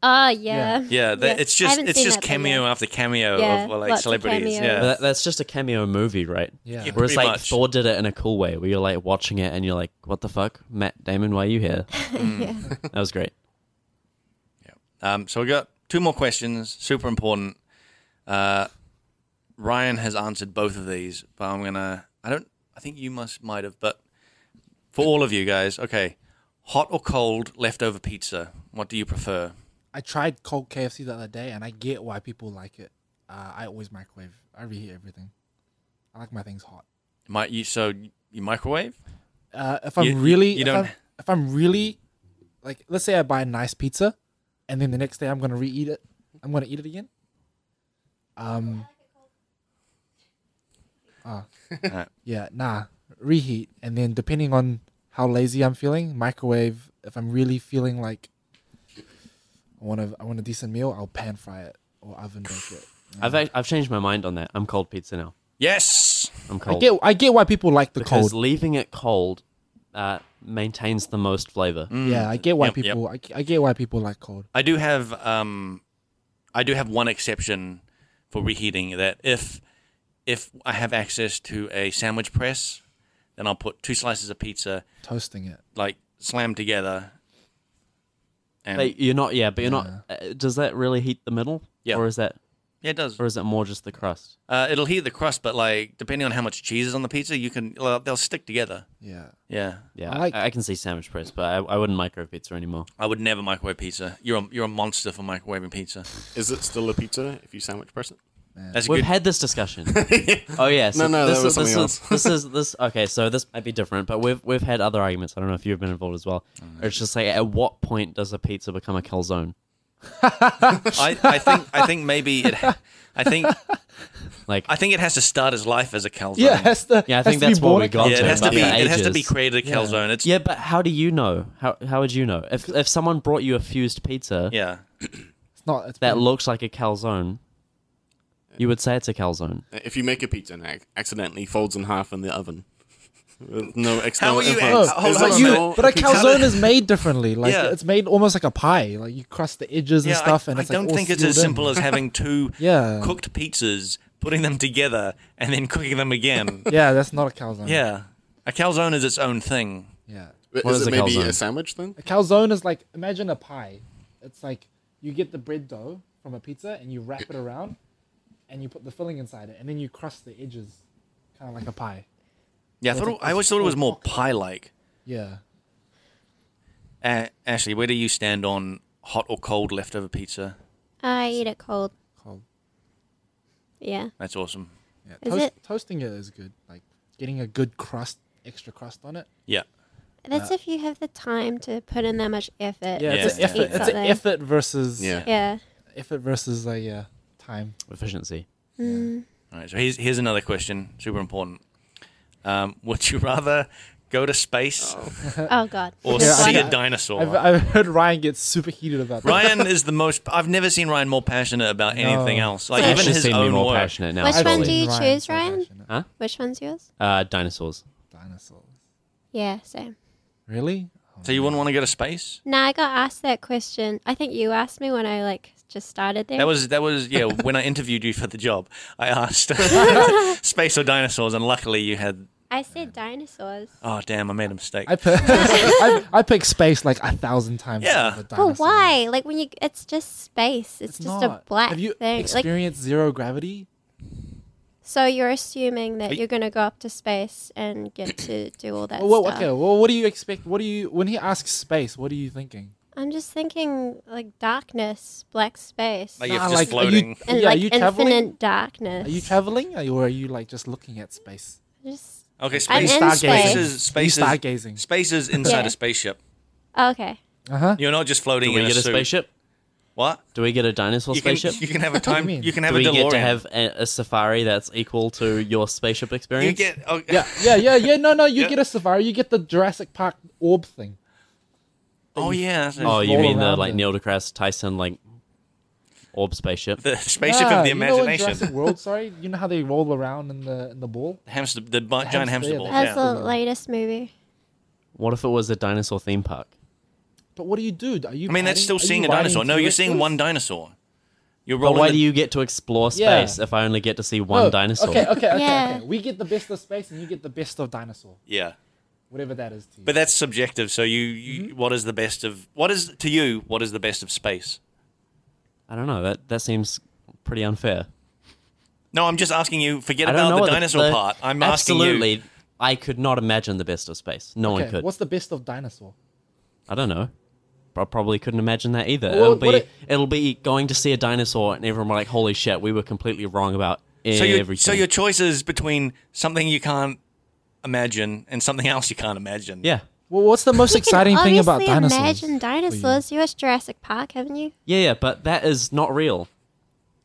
C: oh yeah.
A: Yeah, that,
C: Yeah.
A: it's
C: I
A: just
C: haven't
A: it's
C: seen
A: just
C: that, but yeah.
A: cameo after cameo
C: Yeah,
A: of well, like
C: lots of
A: celebrities.
C: cameos.
A: Yeah.
D: But that, that's just a cameo movie, right?
B: Yeah.
A: Yeah.
D: Where it's
A: Pretty
D: like
A: much.
D: Thor did it in a cool way, where you're like watching it and you're like, "What the fuck, Matt Damon? Why are you here?" That was great.
A: Um, so we got two more questions, super important. Uh, Ryan has answered both of these, but I'm gonna. I don't. I think you must might have, but for all of you guys, okay. Hot or cold leftover pizza? What do you prefer?
B: I tried cold KFC the other day, and I get why people like it. Uh, I always microwave. I reheat everything. I like my things hot.
A: Might you so you microwave?
B: Uh, if I'm
A: You-
B: really,
A: you
B: if,
A: don't-
B: I'm, if I'm really, like, let's say I buy a nice pizza, and then the next day I'm gonna reheat it. I'm gonna eat it again. Um. ah,
A: Alright.
B: Yeah. Nah. reheat, and then depending on how lazy I'm feeling, microwave. If I'm really feeling like I want to, I want a decent meal, I'll pan fry it or oven bake it.
D: I've act- I've changed my mind on that. I'm cold pizza now.
A: Yes.
D: I'm
B: I
D: cold
B: get, I get why people like the
D: because
B: cold.
D: leaving it cold uh, maintains the most flavor.
A: Mm.
B: Yeah, I get why
A: Yep, yep.
B: people. I g I I, get why people like cold.
A: I do have um, I do have one exception for reheating that if if I have access to a sandwich press, then I'll put two slices of pizza
B: Toasting it.
A: like slammed together. And
D: But you're not, yeah, but you're not. Uh, does that really heat the middle?
A: Yeah.
D: Or is that,
A: yeah, it does.
D: or is it more just the crust?
A: Uh, it'll heat the crust, but like depending on how much cheese is on the pizza, you can well, they'll stick together.
B: Yeah.
A: Yeah,
D: Yeah,
B: I
D: I,
B: like-
D: I can see sandwich press, but I, I wouldn't microwave pizza anymore.
A: I would never microwave pizza. You're a, you're a monster for microwaving pizza.
E: Is it still a pizza if you sandwich press it?
A: That's a
D: We've
A: good.
D: had this discussion. oh yeah, so
E: No, no,
D: this
E: that was
D: is,
E: something
D: this, is, this is this. Okay, so this might be different, but we've we've had other arguments. I don't know if you've been involved as well. It's just like, at what point does a pizza become a calzone?
A: I, I think I think maybe it. I think
D: Like,
A: I think it has to start his life as a calzone.
B: Yeah, that's the.
D: yeah, I
B: has
D: think
B: to be
D: that's what
B: born
D: we
B: again.
D: got.
A: Yeah, it has to
D: but
A: be.
D: for
A: It has to be
D: ages.
A: created a calzone. It's yeah.
D: Yeah, but how do you know? How how would you know if if someone brought you a fused pizza
B: It's not. It's
D: that
B: that.
D: looks like a calzone? You would say it's a calzone.
E: Uh, If you make a pizza and it accidentally folds in half in the oven, with no
A: How
E: external
A: are you-
B: No,
E: influence,
A: Uh, hold
E: is
A: on
E: it
A: a
B: Oh, you-
E: still
B: but a
E: pizza?
B: calzone is made differently. Like
A: Yeah.
B: it's made almost like a pie. Like you crust the edges
A: yeah.
B: and stuff,
A: I,
B: and it's
A: I
B: like
A: don't
B: all
A: think it's as
B: sealed in.
A: simple as having two
B: Yeah.
A: cooked pizzas, putting them together, and then cooking them again.
B: Yeah, that's not a calzone.
A: yeah, a calzone is its own thing.
B: yeah.
E: But
D: What
E: is
D: is
E: it
D: a
E: maybe a
D: calzone?
E: sandwich then?
B: A calzone is like imagine a pie. It's like you get the bread dough from a pizza and you wrap it around, and you put the filling inside it, and then you crust the edges, kind of like a pie.
A: Yeah, I thought it- I always thought it was more pie-like.
B: Yeah.
A: Uh, Ashley, where do you stand on hot or cold leftover pizza?
C: I eat it cold.
B: Cold.
C: Yeah.
A: That's awesome.
B: Yeah.
C: Is
B: Toast,
C: it-
B: Toasting it is good. Like getting a good crust, extra crust on it.
A: Yeah,
B: Uh,
C: That's if you have the time to put in that much effort.
A: Yeah,
B: Yeah, it's an
A: yeah,
B: effort.
A: yeah.
B: It's an
C: Something.
B: effort versus
E: Yeah.
C: Yeah.
B: effort versus like yeah time.
D: Efficiency.
A: All right, so here's here's another question, super important. Um, would you rather go to space
C: Oh God.
A: or
B: Yeah,
A: see
B: I-
A: a dinosaur?
B: I've, I've heard Ryan gets super heated about that.
A: Ryan is the most. I've never seen Ryan more passionate about anything else. Like
D: Ash
A: even
D: has
A: his
D: seen me
A: own
D: more
A: work.
D: passionate now.
C: Which
B: I've
C: one
D: surely.
C: do you
B: seen
C: choose,
B: so
C: Ryan?
B: passionate.
D: Huh?
C: Which one's yours?
D: Uh, dinosaurs.
B: Dinosaurs.
C: Yeah, same.
B: Really?
A: So you wouldn't want to go to space?
C: No, I got asked that question. I think you asked me when I like just started there.
A: That was that was yeah. when I interviewed you for the job, I asked space or dinosaurs, and luckily you had.
C: I said dinosaurs.
A: Oh damn! I made a mistake.
B: I pick, I, I pick space like a thousand times.
A: Yeah.
B: over
C: Well,
B: dinosaurs.
C: why? Like when you, it's just space. It's,
B: It's
C: just a
B: not.
C: black
B: Have you
C: thing. Like
B: experienced zero gravity?
C: so, you're assuming that
A: Are you-
C: you're gonna go up to space and get to do all that
B: Well, well,
C: stuff.
B: okay. Well, what do you expect? What do you when he asks space? What are you thinking?
C: I'm just thinking like darkness, black space,
A: Like, You're
B: Ah,
A: just
B: are you-
A: floating.
C: and
B: yeah, are
C: like
B: you
C: infinite
B: traveling?
C: darkness.
B: Are you traveling, or are you like just looking at space?
C: Just
A: okay,
C: I'm
A: space.
C: in
B: stargazing.
A: Space
C: space.
A: is
B: Are you
A: space is,
B: stargazing?
A: space is inside
C: Yeah.
A: a spaceship.
C: Oh, okay.
B: Uh huh.
A: You're not just
D: Do
A: floating
D: we
A: in
D: get a
A: suit.
D: spaceship?
A: What?
D: Do we get a dinosaur
A: You can,
D: spaceship?
A: you can have a time.
B: mean?
A: You can have
D: Do
A: a
D: we
A: DeLorean.
D: get to have a, a safari that's equal to your spaceship
A: you
D: experience?
A: get. Oh,
B: Yeah, yeah, yeah, yeah. No, no. You
A: Yeah.
B: get a safari. You get the Jurassic Park orb thing.
A: Oh yeah. that's-
D: oh, you
B: roll
D: mean the
B: around
D: like
B: in.
D: Neil deGrasse Tyson like orb spaceship?
A: the spaceship
B: Nah,
A: of the
B: Ah, you know in
A: imagination.
B: Jurassic World. Sorry, you know how they roll around in the in the ball.
A: the hamster, the bu- giant hamster
B: hamster,
A: ball.
B: yeah,
C: That's
A: Yeah.
C: the latest movie.
D: What if it was a dinosaur theme park?
B: But what do you do? Are you?
A: I mean, that's
B: riding-
A: still
B: are you
A: seeing a
B: riding
A: dinosaur. No, you're seeing
B: T-Rexes?
A: one dinosaur. You're
D: But
A: rolling.
D: why
A: the-
D: do you get to explore
B: Yeah.
D: space if I only get to see one
B: Oh,
D: dinosaur?
B: Okay, okay, okay,
C: Yeah.
B: okay. We get the best of space, and you get the best of dinosaur,
A: Yeah.
B: whatever that is to you.
A: But that's subjective. So you, you
D: Mm-hmm.
A: what is the best of what is to you? What is the best of space?
D: I don't know. That that seems pretty unfair.
A: No, I'm just asking you. Forget
D: I don't know
A: about the
D: what
A: dinosaur
D: the-
A: part. I'm
D: absolutely.
A: asking you.
D: I could not imagine the best of space. No
B: okay,
D: one could.
B: What's the best of dinosaur?
D: I don't know. I probably couldn't imagine that either.
B: Well,
D: it'll
B: what
D: be
B: it-
D: it'll be going to see a dinosaur and everyone like, holy shit, we were completely wrong about
A: So your
D: everything.
A: so your choice is between something you can't imagine and something else you can't imagine.
D: yeah.
B: Well, what's the most
C: You can
B: exciting thing about
C: obviously
B: dinosaurs?
C: Imagine dinosaurs. You watched Jurassic Park, haven't you?
D: Yeah, yeah, but that is not real.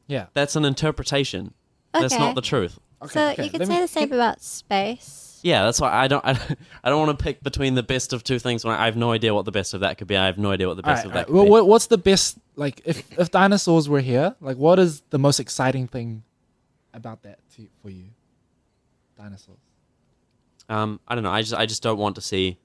B: Yeah.
D: That's an interpretation. That's
C: Okay.
D: not the truth.
C: so
B: okay,
C: you could
B: let
C: say
B: me-
C: the same about space.
D: Yeah, that's why I don't. I, I don't want to pick between the best of two things when I, I have no idea what the best of that could be. I have no idea what the
B: Alright,
D: best of that
B: alright.
D: could
B: Well,
D: be.
B: what, what's the best? Like, if if dinosaurs were here, like, what is the most exciting thing about that to, for you? Dinosaurs.
D: Um, I don't know. I just I just don't want to see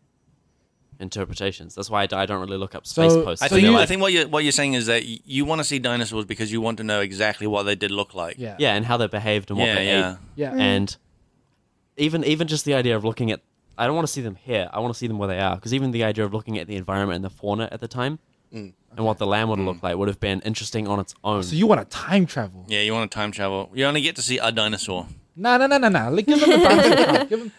D: interpretations. That's why I, d- I don't really look up space
B: So-
D: posts.
A: I
B: So
A: think,
D: They're
B: you-
A: I
D: like-
A: think what you what you're saying is that y- you want to see dinosaurs because you want to know exactly what they did look like.
B: Yeah.
D: yeah, and how they behaved and what
A: yeah,
D: they
A: yeah.
D: ate,
B: Yeah.
D: and even even just the idea of looking at. I don't want to see them here. I want to see them where they are. Because even the idea of looking at the environment and the fauna at the time,
A: Mm.
D: and what the land would have looked like, would have been interesting on its own.
B: So you want to time travel?
A: Yeah, you want to time travel. You only get to see a dinosaur.
B: No, no, no, no, no. Like, give them the dinosaur card. Give them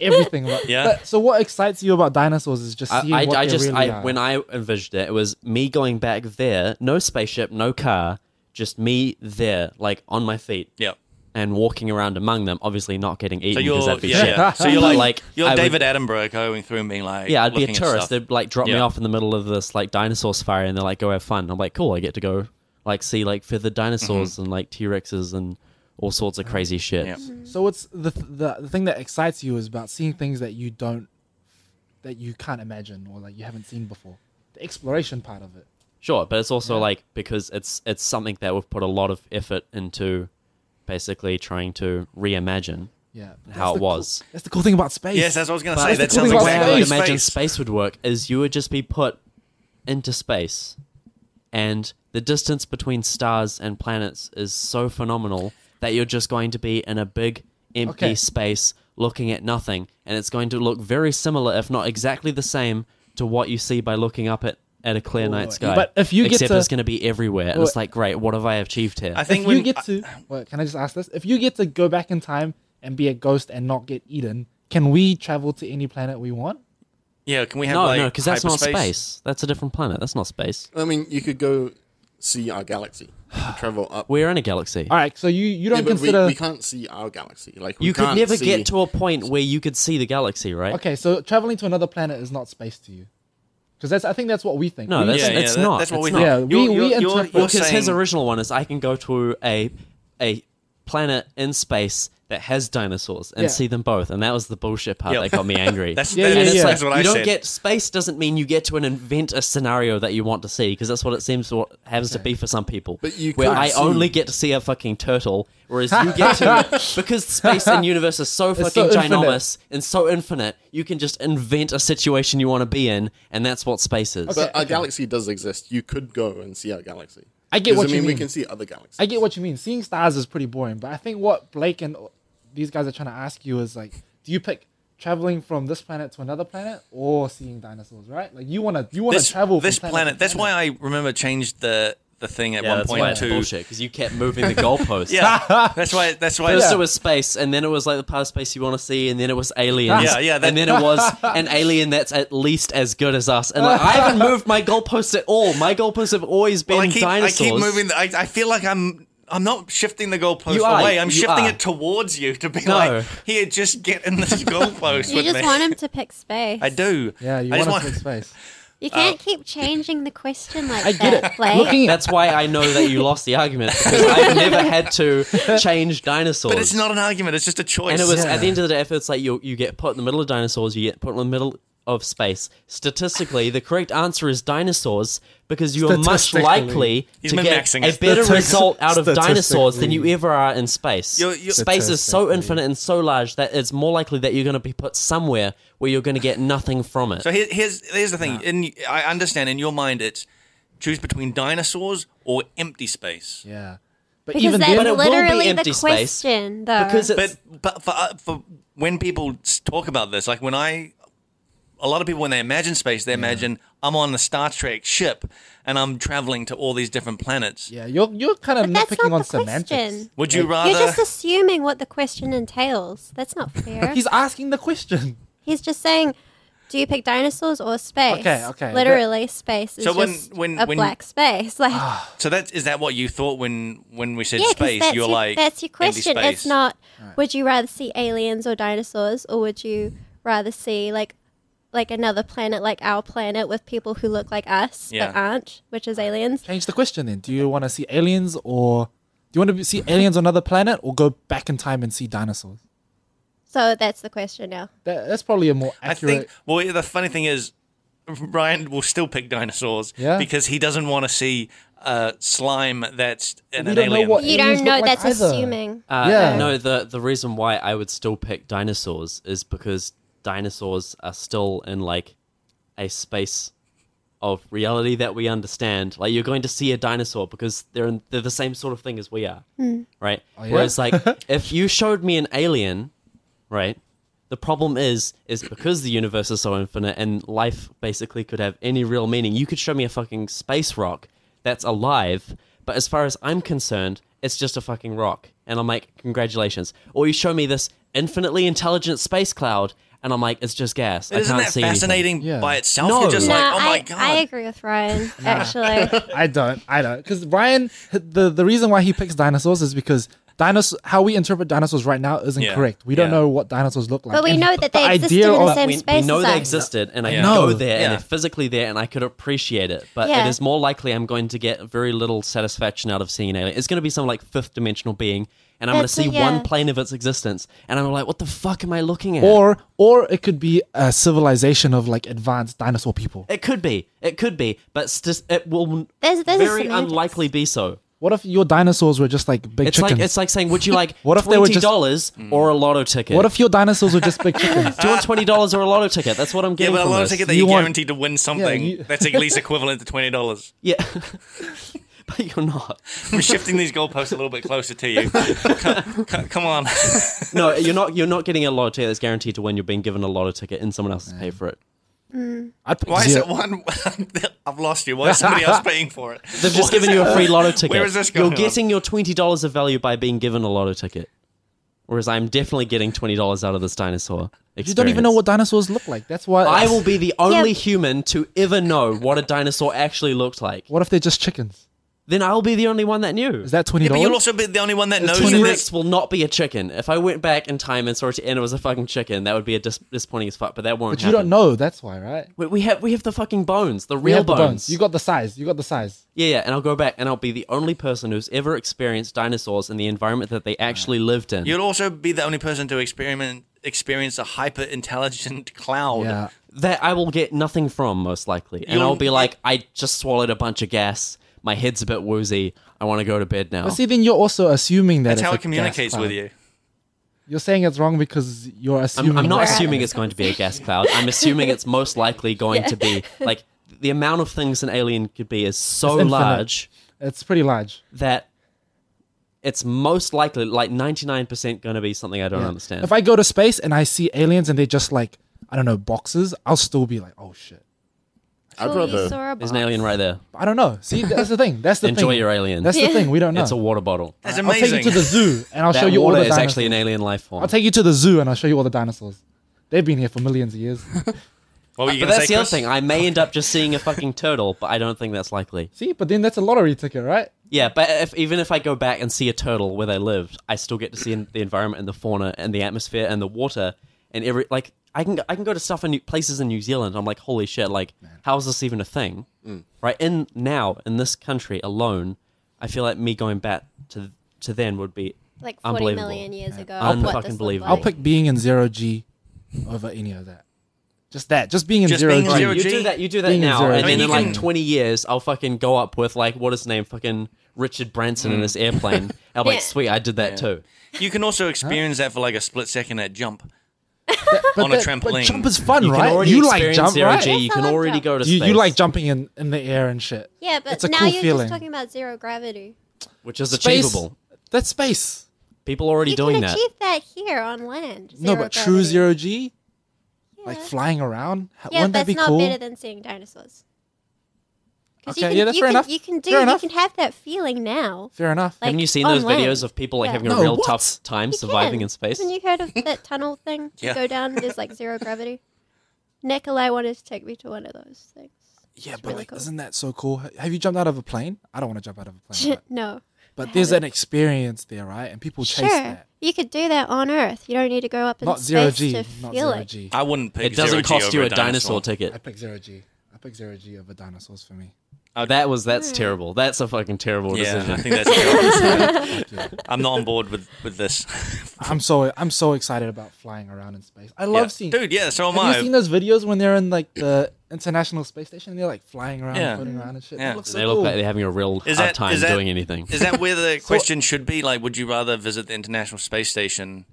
B: everything. About,
A: Yeah.
B: But- so what excites you about dinosaurs is just seeing
D: I, I,
B: what
D: I
B: they
D: just
B: really
D: I,
B: are.
D: when I envisioned it, it was me going back there, no spaceship, no car, just me there, like on my feet
A: Yep.
D: and walking around among them. Obviously, not getting eaten
A: So
D: because
A: you're
D: that'd be
A: yeah,
D: shit.
A: yeah. So you're like,
D: Like,
A: you're
D: I would-
A: David Attenborough going through and being like
D: Yeah, I'd be a
A: looking at
D: tourist.
A: stuff.
D: They'd like drop me
A: Yeah.
D: off in the middle of this like dinosaur safari, and they're like, "Go have fun." I'm like, "Cool, I get to go like see like feathered dinosaurs and like T Rexes and all sorts of crazy shit."
A: Mm-hmm. Yeah.
B: so it's the, the the thing that excites you is about seeing things that you don't, that you can't imagine or like you haven't seen before. The exploration part of it.
D: Sure, but it's also like because it's it's something that we've put a lot of effort into, basically trying to reimagine.
B: Yeah. That's
D: How it
B: the
D: was.
B: Cool, that's the cool thing about space.
A: Yes, that's what I was going to
D: But
A: say.
B: that's
A: That
B: the cool
A: sounds
B: thing about
D: way I
A: exactly
D: would
A: like
B: space.
D: imagine
A: space.
D: space would work is you would just be put into space, and the distance between stars and planets is so phenomenal that you're just going to be in a big empty
B: Okay.
D: space looking at nothing, and it's going to look very similar, if not exactly the same, to what you see by looking up at. At a clear night sky,
B: But if you get
D: except
B: to-
D: it's going to be everywhere, and
B: Well-
D: it's like, great, what have I achieved here?
A: I think
B: if
A: when
B: you get to, well, can I just ask this? If you get to go back in time and be a ghost and not get eaten, can we travel to any planet we want?
A: yeah, can we have
D: no,
A: like
D: no, because that's not
A: hyperspace?
D: space. That's a different planet. That's not space.
E: I mean, you could go see our galaxy, You could travel up.
D: We're in a galaxy.
B: All right, so you you
E: Yeah,
B: don't
E: but
B: consider
E: we, we can't see our galaxy. Like we
D: you could
E: can't
D: never
E: see-
D: get to a point where you could see the galaxy, right?
B: Okay, so traveling to another planet is not space to you, because that's I think that's what we think.
D: No,
B: We-
D: that's-
A: Yeah, yeah,
D: it's
A: that-
D: not.
A: That's what
D: It's
A: we
D: not.
A: think.
B: Yeah, we-
A: You're-
B: we
A: you're- you're-
B: interpret-
A: you're
D: Well, because his
A: saying-
D: original one is I can go to a a planet in space that has dinosaurs and
B: Yeah.
D: see them both, and that was the bullshit part
A: Yeah.
D: that got me angry.
A: That's,
B: Yeah,
A: that-
B: yeah,
A: that's,
B: yeah.
A: that's what
D: you
A: I
D: don't
A: said.
D: get space doesn't mean you get to an invent a scenario that you want to see because that's what it seems what happens to be for some people.
E: But you
D: where
E: could
D: I
E: see-
D: only get to see a fucking turtle, whereas you get to because space and universe is so fucking
B: so infinite.
D: ginormous and so infinite, you can just invent a situation you want to be in, and that's what space is.
E: But our galaxy does exist. You could go and see our galaxy.
B: I get
E: 'Cause,
B: what
E: I
B: you
E: mean, We
B: mean.
E: can see other galaxies.
B: I get what you mean. Seeing stars is pretty boring, but I think what Blake and these guys are trying to ask you is like, do you pick traveling from this planet to another planet or seeing dinosaurs? Right? Like you wanna you wanna
A: this,
B: travel
A: this
B: from planet.
A: planet. That's why I remember changed the the thing at
D: Yeah,
A: one
D: that's why
A: point
D: it's
A: to
D: bullshit because you kept moving the goalposts.
A: yeah. that's why. That's why.
D: First it was space, and then it was like the part of space you want to see, and then it was aliens.
A: Yeah, yeah, that-
D: and then it was an alien that's at least as good as us. And like, I haven't moved my goalposts at all. My goalposts have always been
A: Well, I keep
D: dinosaurs.
A: I keep moving. The, I I feel like I'm. I'm not shifting the goalpost
D: You are,
A: away. I'm
D: you
A: shifting
D: are.
A: it towards you to be
D: No.
A: like, here, just get in this goalpost
C: You
A: with
C: just
A: me.
C: want him to pick space.
A: I do.
B: Yeah, you
A: I just
B: want to pick space.
C: You can't keep changing the question like
B: I get
C: that,
B: it.
C: Blake.
B: Looking at
D: That's why I know that you lost the argument because I've never had to change dinosaurs.
A: But it's not an argument. It's just a choice.
D: And it was
B: Yeah.
D: at the end of the day, if it's like you you get put in the middle of dinosaurs, you get put in the middle of space. Statistically, the correct answer is dinosaurs because you are much
B: Statistically.
D: likely
A: He's
D: to
A: been
D: get
A: maxing
D: a
A: it.
D: better
B: Statis-
D: result out of dinosaurs than you
B: statistically.
D: ever are in space.
A: You're- you're-
D: space is so
B: Statistically.
D: infinite and so large that it's more likely that you're going to be put somewhere where you're going to get nothing from it.
A: So here, here's here's the thing. In, I understand in your mind, it's choose between dinosaurs or empty space.
B: yeah, but
C: because
B: even
C: that's
D: But it
B: then,
D: will be
C: literally
D: empty
C: the
D: space.
C: question, though.
D: because it's,
A: But but for uh, for when people s- talk about this, like when I, a lot of people when they imagine space, they imagine I'm on the Star Trek ship and I'm traveling to all these different planets.
B: yeah, you're you're kind of
C: But that's
B: nitpicking
C: not
B: on
C: the
B: semantics.
C: question.
A: Would you rather?
C: You're just assuming what the question entails. That's not fair.
B: He's asking the question.
C: He's just saying, do you pick dinosaurs or space?
B: Okay, okay,
C: Literally, space is
A: So when-
C: just
A: when-
C: a
A: when-
C: black space. Like,
A: so that is that what you thought when when we said
C: yeah, 'cause
A: space?
C: that's
A: You're
C: your,
A: like
C: that's your
A: empty
C: question. It's
A: space.
C: not. Would you rather see aliens or dinosaurs, or would you rather see like like another planet, like our planet, with people who look like us
A: Yeah.
C: but aren't, which is aliens?
B: Change the question then. Do you want to see aliens or do you want to see aliens on another planet or go back in time and see dinosaurs?
C: So that's the question now.
B: That, that's probably a more
A: I
B: accurate.
A: think. Well, the funny thing is, Ryan will still pick dinosaurs
B: Yeah.
A: because he doesn't want to see uh, slime that's an,
B: We
A: an
B: don't know
A: alien.
B: what-
C: You
B: Aliens
C: don't know.
B: look like
C: That's
B: either.
C: assuming.
D: Uh,
B: Yeah.
D: No, the the reason why I would still pick dinosaurs is because dinosaurs are still in like a space of reality that we understand. Like you're going to see a dinosaur because they're in, they're the same sort of thing as we are, right?
B: Hmm. Oh, yeah?
D: Whereas like if you showed me an alien, right? The problem is is because the universe is so infinite and life basically could have any real meaning. You could show me a fucking space rock that's alive, but as far as I'm concerned, it's just a fucking rock. And I'm like, congratulations. Or you show me this infinitely intelligent space cloud, and I'm like, it's just gas. I
A: Isn't
D: can't
A: that
D: see anything.
A: fascinating
B: Yeah.
A: by itself?
D: No.
A: You're just
C: no,
A: like, oh my
C: I,
A: god.
C: I agree with Ryan. Actually,
B: I don't. I don't. Because Ryan, the the reason why he picks dinosaurs is because dinosaur how we interpret dinosaurs right now is
A: Yeah.
B: incorrect. We don't
A: Yeah.
B: know what dinosaurs look like.
C: But we
B: And
C: know that they
B: the
C: exist
B: idea
C: in the
B: of-
C: same-
D: we,
C: space
D: we know they
C: society.
D: existed and I
A: Yeah.
D: go
B: No.
D: there
A: Yeah.
D: and they're physically there and I could appreciate it. But
C: Yeah.
D: it is more likely I'm going to get very little satisfaction out of seeing an alien. It's going to be some like fifth dimensional being and I'm going
C: That's
D: to see
C: it, yeah.
D: one plane of its existence and I'm like, what the fuck am I looking at?
B: Or or it could be a civilization of like advanced dinosaur people.
D: it could be, it could be, but st- it will
C: there's there's a
D: very
C: semantics.
D: unlikely be so.
B: What if your dinosaurs were just like big
D: It's
B: chickens?
D: like it's like saying, would you like
B: What if they were
D: twenty
B: just- Mm.
D: dollars or a lotto ticket?
B: what if your dinosaurs were just big chickens?
D: do you want twenty dollars or a lotto ticket? That's what I'm
A: yeah,
D: getting.
A: but a
D: from
A: lot of
D: this.
A: ticket that
B: You
A: you are
B: want-
A: guaranteed to win something
B: you-
A: that's at least equivalent to twenty dollars.
D: Yeah, but you're not.
A: I'm shifting these goalposts a little bit closer to you. come, come, come on.
D: No, you're not. You're not getting a lotto ticket that's guaranteed to win. You're being given a lotto ticket, and someone else has paid for it.
B: I'd pick
A: Why is
B: zero.
A: it one? I've lost you. Why is somebody else paying for it?
D: They've just given you a free lotto ticket.
A: Where is this
D: you're
A: going on?
D: getting your twenty dollars of value by being given a lotto ticket, whereas I'm definitely getting twenty dollars out of this dinosaur. Experience.
B: You don't even know what dinosaurs look like. That's why
D: I will be the only
C: Yeah.
D: human to ever know what a dinosaur actually looked like.
B: What if they're just chickens?
D: Then I'll be the only one that knew.
B: Is that twenty
A: But
B: dollars?
A: you'll also be the only one that knows
D: T
A: that this.
D: Rex will not be a chicken. If I went back in time and saw it and it was a fucking chicken, that would be a dis- disappointing as fuck. But that won't
B: but you don't
D: happen.
B: know. That's why, right?
D: We, we have we have the fucking bones, the
B: We
D: real
B: have the bones. You got the size. You got the size.
D: Yeah, yeah, and I'll go back and I'll be the only person who's ever experienced dinosaurs in the environment that they actually lived in.
A: You'll also be the only person to experiment experience a hyper intelligent cloud.
B: Yeah.
D: that I will get nothing from, most likely. And
A: You'll-
D: I'll be like, I just swallowed a bunch of gas. My head's a bit woozy. I want to go to bed now.
B: But see, then you're also assuming that
A: That's
B: it's
A: how
B: a
A: it
B: gas
A: communicates with
B: cloud.
A: you.
B: You're saying it's wrong because you're assuming.
D: I'm, I'm not
C: We're
D: assuming
C: having
D: it's going to be a gas cloud. I'm assuming it's most likely going to be like the amount of things an alien could be is so
B: It's infinite.
D: large
B: It's pretty large.
D: that it's most likely like 99% going to be something I don't understand.
B: If I go to space and I see aliens and they're just like I don't know boxes, I'll still be like, oh shit.
E: I'd
C: Cool, you
E: rather-
C: saw a box.
D: There's an alien right there.
B: I don't know. See, that's the thing. That's the
D: Enjoy
B: thing.
D: your alien.
B: That's
C: Yeah.
B: the thing. We don't know.
D: it's a water bottle.
A: That's
B: I'll
A: amazing.
B: take you to the zoo and I'll
D: that
B: show you all
D: water
B: the
D: is
B: dinosaurs.
D: actually an alien life form.
B: I'll take you to the zoo and I'll show you all the dinosaurs. They've been here for millions of years.
A: what were you
D: but
A: gonna
D: that's
A: say,
D: the other
A: Chris?
D: thing. I may end up just seeing a fucking turtle, but I don't think that's likely.
B: See, but then that's a lottery ticket, right?
D: Yeah, but if, even if I go back and see a turtle where they lived, I still get to see in- the environment and the fauna and the atmosphere and the water and every like I can I can go to stuff in New- places in New Zealand. I'm like, holy shit! Like, how is this even a thing?
A: Mm.
D: Right? In now in this country alone, I feel like me going back to to then would be
C: like 40
D: unbelievable.
C: million years ago.
D: I'll
C: of what
D: pick-
C: this
D: I'll
C: looked
B: I'll
C: like.
B: pick being in zero G over any of that. Just that. Just being in
A: Just
B: zero
A: being in
B: G.
A: zero
D: You
A: G.
D: do that. You do that
B: Being a
D: now,
B: zero
D: and
B: I mean,
D: then in
A: you
D: like
A: can-
D: twenty years, I'll fucking go up with like what is his name, fucking Richard Branson
A: Mm.
D: in his airplane. I'll be like,
C: Yeah.
D: sweet, I did that too.
A: You can also experience that for like a split second at jump.
B: But
A: on a
B: that- But
A: trampoline.
B: jump is fun,
D: You
B: right?
D: can already
B: you like
D: experience
B: jump,
D: zero
B: right?
D: G. You
C: That's
D: can
C: how I
D: already
C: felt.
D: go to space.
B: You, you like jumping in, in the air and shit.
C: Yeah, but
B: It's a
C: now
B: cool
C: you're
B: feeling.
C: just talking about zero gravity.
D: which is
B: Space-
D: achievable.
B: That's space.
D: People already
C: you
D: doing
C: can
D: that.
C: achieve that here on land.
B: no,
C: Zero
B: but true
C: gravity.
B: zero G,
C: Yeah.
B: like flying around. H-
C: Yeah,
B: Wouldn't
C: but
B: that
C: it's
B: be
C: not
B: cool?
C: better than seeing dinosaurs. 'Cause you
B: Okay,
C: can,
B: yeah, that's
C: you
B: fair
C: can,
B: enough.
C: You can do.
B: Fair
C: you
B: enough.
C: can have that feeling now.
B: Fair enough.
C: Like,
D: Haven't you seen
C: on
D: those
C: land.
D: videos of people like
C: Yeah.
D: having a
B: No,
D: real
B: what?
D: tough time
C: You
D: surviving
C: can.
D: in space?
C: Haven't you heard of that tunnel thing?
A: Yeah.
C: You go down. There's like zero gravity. Nikolai wanted to take me to one of those things.
B: yeah,
C: It's
B: but
C: really
B: like,
C: cool.
B: isn't that so cool? H- Have you jumped out of a plane? I don't want to jump out of a plane, but,
C: no.
B: but there's an experience there, right? And people chase
C: Sure.
B: that.
C: You could do that on Earth. You don't need to go up in
B: Not
C: space
B: zero G.
C: to
B: Not
C: feel
B: zero
C: it.
B: G.
A: I wouldn't pick.
D: It doesn't
A: 0G
D: cost you
A: over
D: a dinosaur,
B: I
D: ticket.
B: pick zero G. I pick zero G over dinosaurs for me.
D: That was that's
C: Hmm.
D: terrible. That's a fucking terrible
A: Yeah, I
D: decision.
A: think that's a terrible decision. I'm not on board with with this.
B: I'm so I'm so excited about flying around in space. I love
A: Yeah.
B: seeing.
A: dude. Yeah, so am
B: have you seen
A: I.
B: those videos when they're in like the International Space Station and they're like flying around,
A: Yeah.
B: floating around and shit?
A: Yeah.
B: That looks so
D: They look
B: cool.
D: like they're having a real
A: Is
D: hard
A: that-
D: time
A: is that-
D: doing anything.
A: Is that where the question should be? Like, would you rather visit the International Space Station?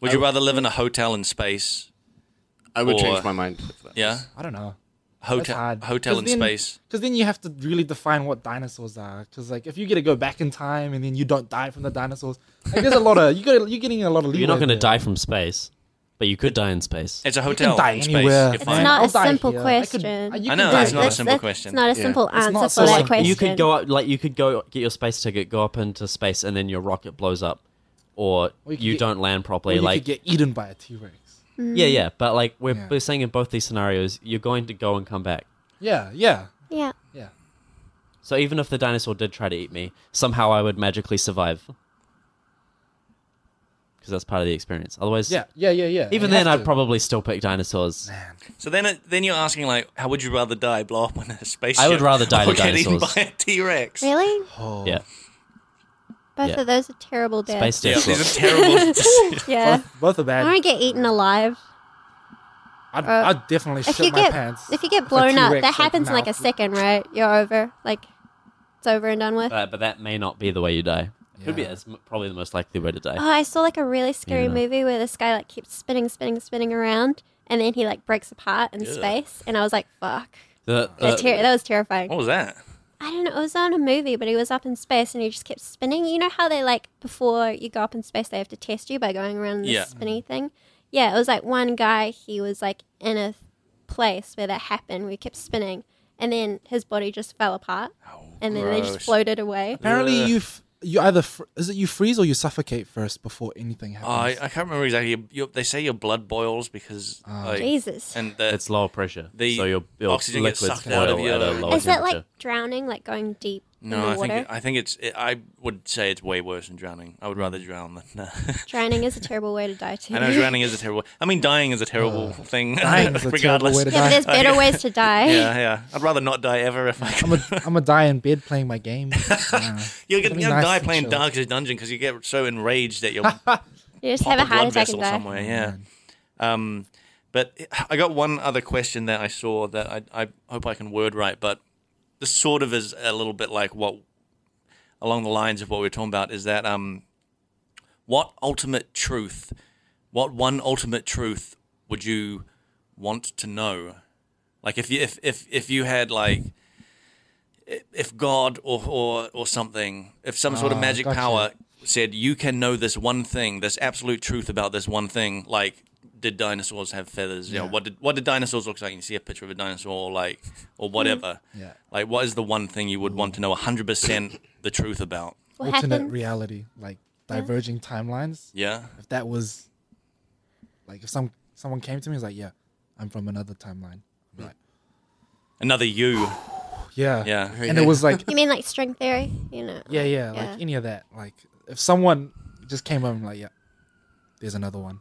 A: Would you rather live in a hotel in space?
E: I would
A: Or-
E: change my mind. If that
A: Yeah,
B: I don't know.
A: hotel, hotel in space.
B: Because then you have to really define what dinosaurs are. Because like if you get to go back in time and then you don't die from the dinosaurs, like there's a lot of you got you're getting a lot of.
D: You're not
B: leeway
D: going to
B: there.
D: die from space, but you could die in space.
A: It's a
B: You can
A: hotel
B: die
A: in
B: anywhere.
A: space. You're
C: It's
A: fine.
C: not
B: I'll
C: a
B: die
C: simple
B: here. I could-
C: question.
A: I
B: you can
A: know,
B: die
A: it's not a
B: here.
A: simple question.
C: It's not a
E: Yeah.
C: simple
B: It's not
C: answer
B: so
C: for that
B: simple.
C: question.
D: You could go up, like you could go get your space ticket, go up into space, and then your rocket blows up, or
B: Or you could
D: you
B: get-
D: don't land
B: Or
D: properly.
B: you
D: like
B: could get eaten by a T Rex.
D: yeah, yeah. But like we're,
B: Yeah.
D: we're saying in both these scenarios, you're going to go and come back.
B: Yeah, yeah,
C: Yeah.
B: yeah.
D: So even if the dinosaur did try to eat me, somehow I would magically survive. Because that's part of the experience. Otherwise,
B: Yeah, yeah, yeah, yeah.
D: Even
B: You
D: then,
B: have
D: I'd
B: to.
D: probably still pick dinosaurs.
A: So then, it, then you're asking like, how would you rather die? Blow up in a spaceship?
D: I would rather die
A: or
D: to
A: get eaten
D: dinosaurs.
A: by a T-Rex.
C: Really?
B: Oh.
D: Yeah,
C: Both
D: Yeah.
C: of those are terrible
D: space
C: deaths.
A: Yeah,
D: death.
A: these are terrible.
C: Yeah.
B: Both, both are
C: I
B: bad.
C: want to get eaten alive.
B: I'd,
C: uh,
B: I'd definitely
C: If
B: shit
C: you
B: my
C: get
B: pants.
C: if you get
B: a
C: blown up,
B: T-Rex,
C: that
B: like,
C: happens in like a
B: mouth-
C: second, right? You're over. Like it's over and done with.
D: but, but that may not be the way you die. Could be. That's m- probably the most likely way to die.
C: Oh, I saw like a really scary
D: Yeah.
C: movie where this guy like keeps spinning, spinning, spinning around, and then he like breaks apart in space, and I was like, "Fuck!"
D: The- the-
C: That,
A: Uh,
C: ter- that was terrifying.
A: what was that?
C: I don't know. It was on a movie, but he was up in space, and he just kept spinning. You know how they like before you go up in space, they have to test you by going around this
A: Yeah.
C: spinny thing. Yeah, it was like one guy. He was like in a place where that happened. We kept spinning, and then his body just fell apart, and then they just
A: gross.
C: floated away.
B: Apparently,
A: Ugh.
B: you f- you either fr- is it you freeze or you suffocate first before anything
A: Oh, I,
B: happens.
A: I can't remember exactly. You, you, they say your blood boils because
B: Oh.
A: like,
C: Jesus.
A: and the,
D: it's lower pressure.
A: The
D: so your, your
A: oxygen gets
D: liquids
A: sucked out of
D: boil
A: your-
D: at a lower
C: Is that like
D: temperature.
C: drowning, like going deep in
A: no,
C: the
A: I think
C: water?
A: it, I think it's. It, I would say it's way worse than drowning. I would rather drown than. uh,
C: Drowning is a terrible way to die too.
A: I know drowning is a terrible. I mean, dying is a terrible thing.
B: dying is Uh, a terrible
A: regardless.
B: way to
C: yeah, but there's better ways to die.
A: Yeah, yeah. I'd rather not die ever if I
B: I'm
A: could.
B: a I'm a die in bed playing my game. Uh,
A: You're gonna
B: be
A: you're gonna
B: nice
A: die
B: and
A: playing
B: chill.
A: Darkest Dungeon because you get so enraged that you'll pop
C: You just
A: a
C: have a
A: blood
C: heart attack
A: vessel
C: and die.
A: somewhere. Yeah.
B: Mm.
A: Um, but I got one other question that I saw that I, I hope I can word right, but this sort of is a little bit like what along the lines of what we were talking about is that um, what ultimate truth, what one ultimate truth would you want to know? Like if you if if, if you had like i- if God or or or something, if some sort of
B: Ah,
A: magic
B: gotcha.
A: power said you can know this one thing, this absolute truth about this one thing, like did dinosaurs have feathers? You know,
B: Yeah.
A: what did what did dinosaurs look like? You see a picture of a dinosaur, like or whatever.
B: Yeah.
A: Like, what is the one thing you would want to know 100% the truth about?
C: What
B: alternate
C: happened?
B: reality, like diverging timelines.
A: Yeah.
B: If that was like if some someone came to me and was like, "Yeah, I'm from another timeline," I'd be like,
A: Another you.
B: Mm. "Yeah,
A: Yeah.
B: And it was like,
C: you mean like string theory? You know?
B: yeah, yeah,
C: Yeah.
B: like any of that. Like if someone just came up and like, "Yeah, there's another one.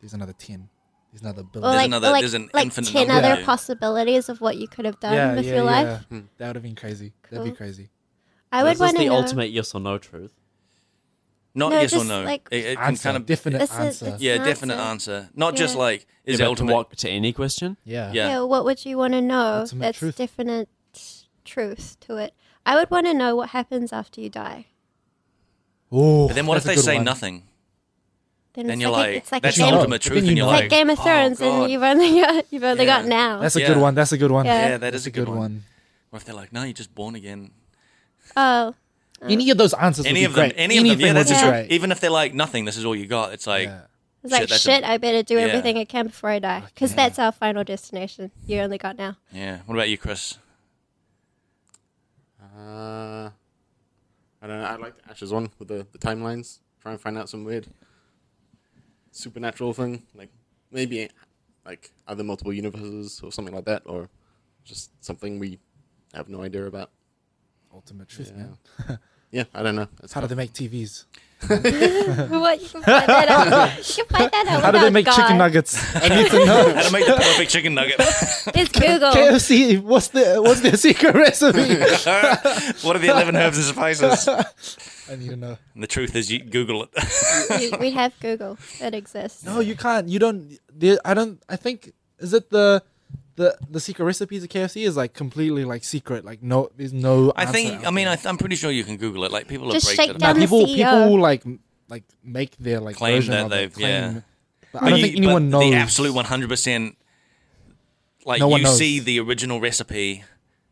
B: There's another ten. There's another
C: Or
B: billion.
C: like,
A: another-
C: or like,
A: there's an
C: like
A: infinite
C: ten
A: number.
C: other
A: Yeah.
C: possibilities of what you could have done
B: yeah,
C: with
B: yeah,
C: your life.
B: yeah.
A: Hmm.
B: That would have been crazy. That'd
C: Cool.
B: be crazy.
C: I would
D: Is this
C: want to
D: the
C: know.
D: ultimate yes or no truth?
A: Not
C: No,
A: yes or
C: just,
A: no.
C: like,
A: it, it can
B: Answer,
A: kind of
B: definite
C: This is-
B: answer.
C: it's-
A: yeah,
C: Answer.
A: definite answer. Not just
C: Yeah.
A: like is it
D: Yeah, but
A: ultimate.
D: To, what, to any question?
B: yeah.
A: yeah.
C: Yeah, what would you want to know?
B: Ultimate
C: That's
B: truth.
C: definite truth to it. I would want to know what happens after you die.
B: Ooh,
A: But then what if
B: that's a
A: they
B: good
A: say
B: one.
A: nothing?
C: Then,
A: Then
C: it's
A: you're
C: like, a-
A: like,
C: it's like
A: that's
C: a
A: the
B: Then
C: game,
B: you know.
A: ultimate
B: Then
A: truth, and
B: you
A: you're
B: know.
C: it's like
A: like, "Oh,
C: Game of Thrones,
A: God.
C: and you've only got you've only
A: Yeah.
C: got now.
B: That's a
A: Yeah.
B: good one. That's a good one.
C: Yeah.
A: yeah, that
B: That's
A: is a good, one.
B: one.
A: Or if they're like, no, you're just born again.
C: oh,
B: Any of those answers
A: Any
B: would be
A: of them,
B: great.
A: any of them. Yeah,
B: Anything would
A: that's
B: be
A: true.
B: great.
A: Even if they're like nothing, this is all you got. It's like,
B: Yeah.
C: It's like
A: Shit, that's a-
C: shit. I better do
A: Yeah.
C: everything I can before I die, because that's our final destination. You only got now.
A: yeah. What about you, Chris?
E: Uh, I don't know. I like Ash's one with the, the timelines. Try and find out some weird supernatural thing, like maybe like other multiple universes or something like that, or just something we have no idea about.
B: Ultimate truth,
E: Yeah.
B: man.
E: yeah, I don't know. That's
B: How do they make TVs?
C: what you can find that out. You can find that out.
B: How do they
C: without
B: make
C: Oh God.
B: chicken nuggets? I need to know.
A: How to make the perfect chicken nugget?
C: It's Google.
B: KFC, what's the what's their secret recipe?
A: what are the eleven herbs and spices?
B: I need to know.
A: And the truth is, you Google it.
C: we, we have Google. It exists.
B: No, you can't. You don't. There, I don't. I think is it the the the secret recipes of KFC is like completely like secret. Like no, there's no.
A: I think.
B: answer
A: I
B: out
A: mean,
B: there.
A: I th- I'm pretty sure you can Google it. Like people have
C: Just
A: breaked
C: shake
A: it.
B: Nah,
C: down- I'm the
B: people
C: CEO.
B: people will, like m- like make their like
A: Claim
B: version
A: that
B: of it,
A: they've- yeah.
B: claim- But I don't
A: But
B: think
A: you- but
B: anyone knows
A: the absolute 100. percent Like
B: No one
A: you
B: knows.
A: see the original recipe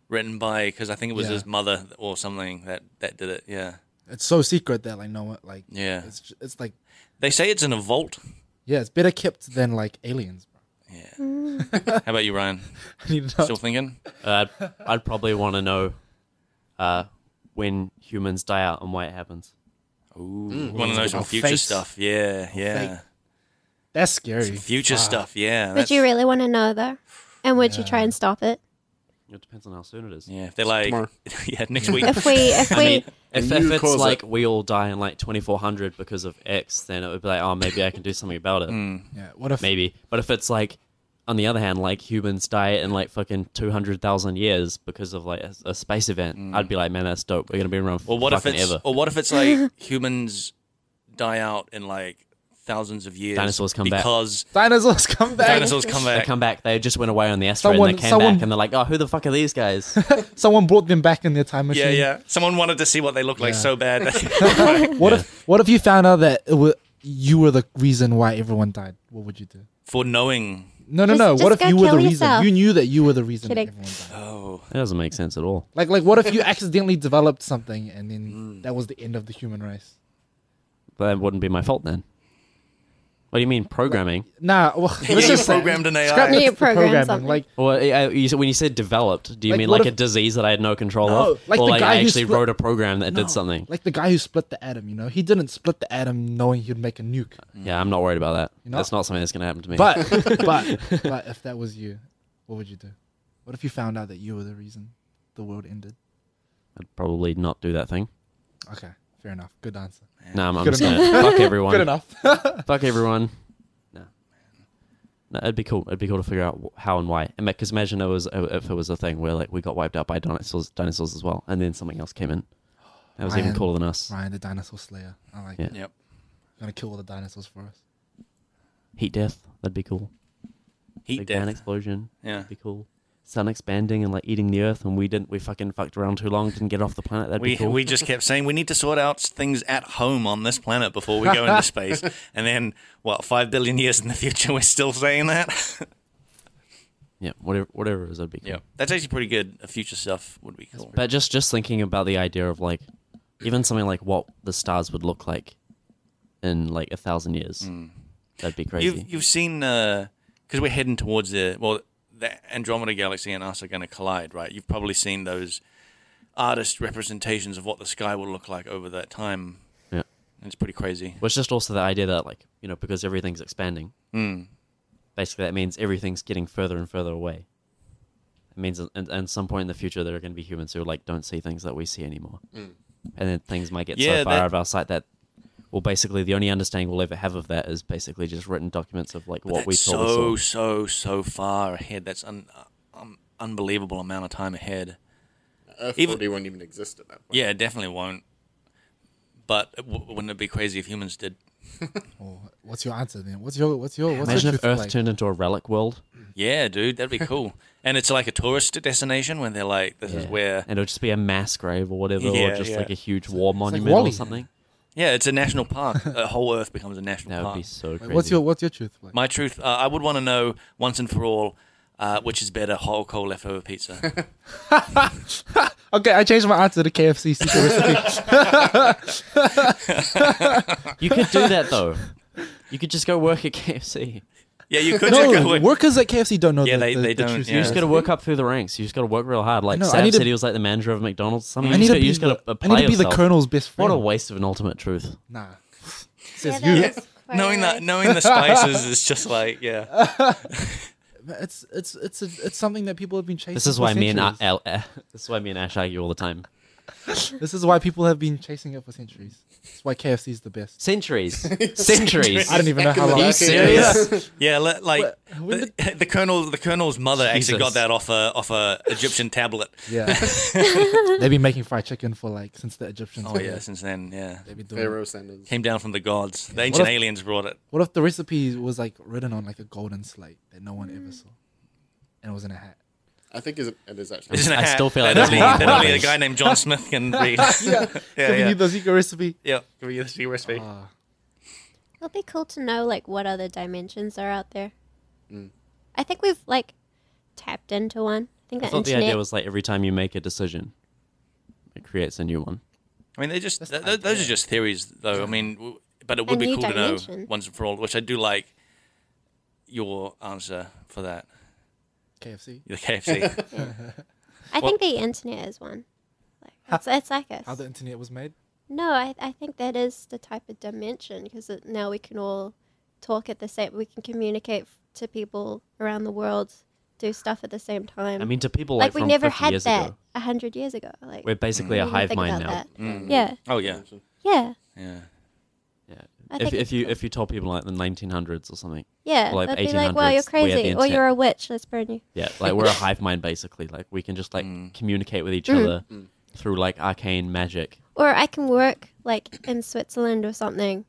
A: written by because I think it was
B: Yeah.
A: his mother or something that that did it. Yeah,
B: It's so secret that like no one like
A: yeah.
B: it's j- it's like
A: They say it's in a vault.
B: yeah, it's better kept than like aliens. Bro.
A: Yeah. How about you, Ryan?
B: I need to know.
A: Still thinking?
D: Uh, I'd, I'd probably want to know uh, when humans die out and why it happens.
A: Ooh, one of those
B: About
A: future
B: fate.
A: stuff. Yeah, yeah.
B: That's scary.
A: Future stuff. Yeah.
C: Would
A: that's-
C: you really want to know though? And would you try and stop it?
D: It depends on how soon it is.
A: Yeah, if they're like,
E: Tomorrow.
A: yeah, next week.
C: If we, if we,
D: I mean, if,
E: And
D: if
E: you
D: it's
E: cause
D: like
E: it.
D: we all die in like 2400 because of X, then it would be like, oh, maybe I can do something about it.
B: Yeah. What if
D: Maybe. But if it's like, on the other hand, like humans die in like fucking 200,000 years because of like a, a space event, I'd be like, man, that's dope. We're going to be around
A: Or Mm. what if
D: fucking
A: it's
D: ever.
A: or what if it's like humans die out in like thousands of years
D: Dinosaurs come back.
A: because
B: dinosaurs come back?
A: dinosaurs come
D: They
A: back.
D: come back. They just went away on the asteroid
B: Someone-
D: and they came
B: someone-
D: back and they're like, oh, who the fuck are these guys?
B: Someone brought them back in their time machine.
A: Yeah, yeah. Someone wanted to see what they looked like
B: Yeah.
A: so bad.
B: What if what if you found out that it were, you were the reason why everyone died? What would you do?
A: For knowing,
B: No, no,
C: Just-
B: no.
C: just
B: what if
C: go
B: you were the
C: kill
B: reason?
C: yourself.
B: You knew that you were the reason
C: Kidding.
B: everyone died.
A: oh,
D: That doesn't make sense at all.
B: Like, like what if you accidentally developed something and then
A: Mm.
B: that was the end of the human race?
D: That wouldn't be my fault then. What do you mean programming?
B: Nah, well,
A: you
B: let's just say-
A: programmed an AI.
B: scrap
C: You
B: the- the
C: programmed
B: programming.
C: something.
B: Like,
D: Or uh, you said- when you said developed, do you
B: Like,
D: mean
B: what
D: like a
B: if-
D: disease that I had no control
B: No,
D: of?
B: like
D: or
B: the
D: like
B: guy
D: I
B: who
D: actually
B: split-
D: wrote a program that
B: no,
D: did something?
B: Like the guy who split the atom. You know, he didn't split the atom knowing he'd make a nuke.
A: Mm.
D: yeah, I'm not worried about that.
B: You're not?
D: That's not something that's going to happen to me.
B: But, but, but if that was you, what would you do? What if you found out that you were the reason the world ended?
D: I'd probably not do that thing.
B: Okay, fair enough. Good answer.
D: No, I'm, I'm
B: Good
D: just going to fuck everyone.
B: Good enough.
D: Fuck everyone. No. No, it'd be cool. It'd be cool to figure out wh- how and why. And because imagine it was if it was a thing where like we got wiped out by dinosaurs, dinosaurs as well, and then something else came in. That was even
B: Ryan.
D: cooler than us.
B: Ryan, the dinosaur slayer. I like.
D: Yeah.
B: it.
A: yep.
B: Gonna kill all the dinosaurs for us.
D: Heat death. That'd be cool.
A: Heat
D: Big man
A: death.
D: explosion.
A: Yeah,
D: That'd be cool. Sun expanding and like eating the earth, and we didn't. We fucking fucked around too long. Didn't get off the planet. That'd
A: we
D: be cool.
A: we just kept saying we need to sort out things at home on this planet before we go into space, and then what? Five billion years in the future, we're still saying that.
D: yeah, whatever. Whatever it is, that'd be cool.
A: yeah, that's actually pretty good. Future stuff would be cool.
D: But just just thinking about the idea of like, even something like what the stars would look like in like a thousand years.
A: Mm.
D: That'd be crazy.
A: You've, you've seen because we're heading towards the well, the Andromeda galaxy and us are going to collide, right? You've probably seen those artist representations of what the sky will look like over that time.
D: Yeah.
A: and it's pretty crazy.
D: Well, it's just also the idea that, like, you know, because everything's expanding,
A: Mm.
D: basically that means everything's getting further and further away. It means at, at, at some point in the future there are going to be humans who like don't see things that we see anymore, and then things might get
A: Mm. Yeah,
D: so far
A: that-
D: out of our sight that, well, basically the only understanding we'll ever have of that is basically just written documents of like what we
A: That's
D: thought
A: so
D: we saw.
A: so so far ahead. That's an um, unbelievable amount of time ahead.
E: Earth
A: Even-
E: probably won't even exist at that point.
A: Yeah, it definitely won't. But w- wouldn't it be crazy if humans did?
B: Or what's your answer then? What's your what's your what's
D: Imagine
B: your
D: if
B: truth
D: Earth
B: like?
D: turned into a relic world.
A: Yeah, dude, that'd be cool. and it's like a tourist destination when they're like, "This is
D: Yeah.
A: where."
D: and it'll just be a mass grave or whatever,
A: Yeah,
D: or just
A: yeah.
D: like a huge war
B: like
D: monument or
B: Wall-E.
D: something.
A: Yeah, it's a national park. the whole Earth becomes a national
D: That would
A: park.
D: be so
B: Like,
D: crazy.
B: what's your what's your truth like?
A: My truth, uh, I would want to know once and for all uh, which is better, whole coal leftover pizza.
B: okay, I changed my answer to KFC secret recipe.
D: You could do that though. You could just go work at KFC.
A: yeah, you could just go
B: no,
A: with.
B: workers at KFC don't know.
A: Yeah,
B: the,
A: they-
B: the,
A: they
B: the
A: don't,
B: Truth
A: yeah.
B: secret
D: You just got to
B: recipe.
D: work up through the ranks. You just got to work real hard. Like
B: know, I
D: Sam
B: need to-
D: said, he was like the manager of McDonald's. Something.
B: I need
D: you
B: to be
D: just got to
B: the, I
D: apply
B: need to be the
D: yourself.
B: colonel's best
D: What
B: friend.
D: a waste of an ultimate truth.
B: nah.
C: yeah,
B: Says
C: that
B: you.
C: is quite
A: Knowing
C: alright.
A: that, knowing the spices is just like, yeah,
B: It's it's it's a, it's something that people have been chasing.
D: This is
B: for
D: why me and
B: centuries.
D: Al, Al- this is why me and Ash argue all the time.
B: This is why people have been chasing it for centuries. It's why KFC is the best.
D: Centuries. Centuries.
B: I don't even know
E: Back in
B: how
E: the
B: long.
D: Are you
E: Okay.
D: serious?
A: Yeah, li- like
B: Wh- when
A: the, the colonel, the colonel's mother actually
D: Jesus.
A: got that off a off a Egyptian tablet.
B: Yeah, they've been making fried chicken for like since the Egyptians.
A: Oh
B: did
A: yeah,
B: it.
A: since then, yeah,
B: they've been doing.
E: Pharaoh
B: It.
E: standards.
A: came down from the gods. The ancient
B: if-
A: aliens brought it.
B: What if the recipe was like written on like a golden slate that no one ever saw, and it was in a hat?
E: I think is it is actually.
A: It's in a
D: I
A: hat
D: still feel like
A: that
D: that's
A: only,
D: more
A: that only a
D: important.
A: guy named John Smith can read.
B: yeah,
A: yeah,
B: Can we
A: yeah.
B: need the secret recipe.
A: yeah. Give me the secret recipe.
B: Ah,
C: It'll be cool to know like what other dimensions are out there. I think we've like tapped into one. I think
D: I
C: that
D: thought the
C: internet.
D: idea was like every time you make a decision, it creates a new one.
A: I mean, they just th-
B: the
A: th- those are just theories, though. I mean, w- but it would be
C: new
A: cool to know
C: dimension.
A: once and for all. Which I do like your answer for that.
B: KFC.
A: The KFC.
C: I think the internet is one. Like, it's, it's like us.
B: How the internet was made.
C: No, I, I think that is the type of dimension because now we can all talk at the same. We can communicate f- to people around the world, do stuff at the same time.
D: I mean, to people like,
C: like, we
D: from
C: never
D: 50
C: had
D: years
C: that
D: ago,
C: a hundred years ago. Like
D: we're basically
C: we
D: a
C: didn't
D: hive
C: think
D: mind
C: about
D: now. Mm.
C: that. Yeah,
A: oh yeah,
C: yeah,
A: yeah.
C: I
D: Yeah.
C: think it's
D: If, if you
C: cool.
D: if you told people like the 1900s or something,
C: yeah.
D: Or, like,
C: They'd be like, "Well, you're
D: 1800s, we had the
C: crazy, or
D: internet.
C: you're a witch. Let's burn you."
D: yeah, like we're a hive mind basically. Like we can just like
A: Mm.
D: communicate with each
C: Mm.
D: other through like arcane magic.
C: Or I can work like in Switzerland or something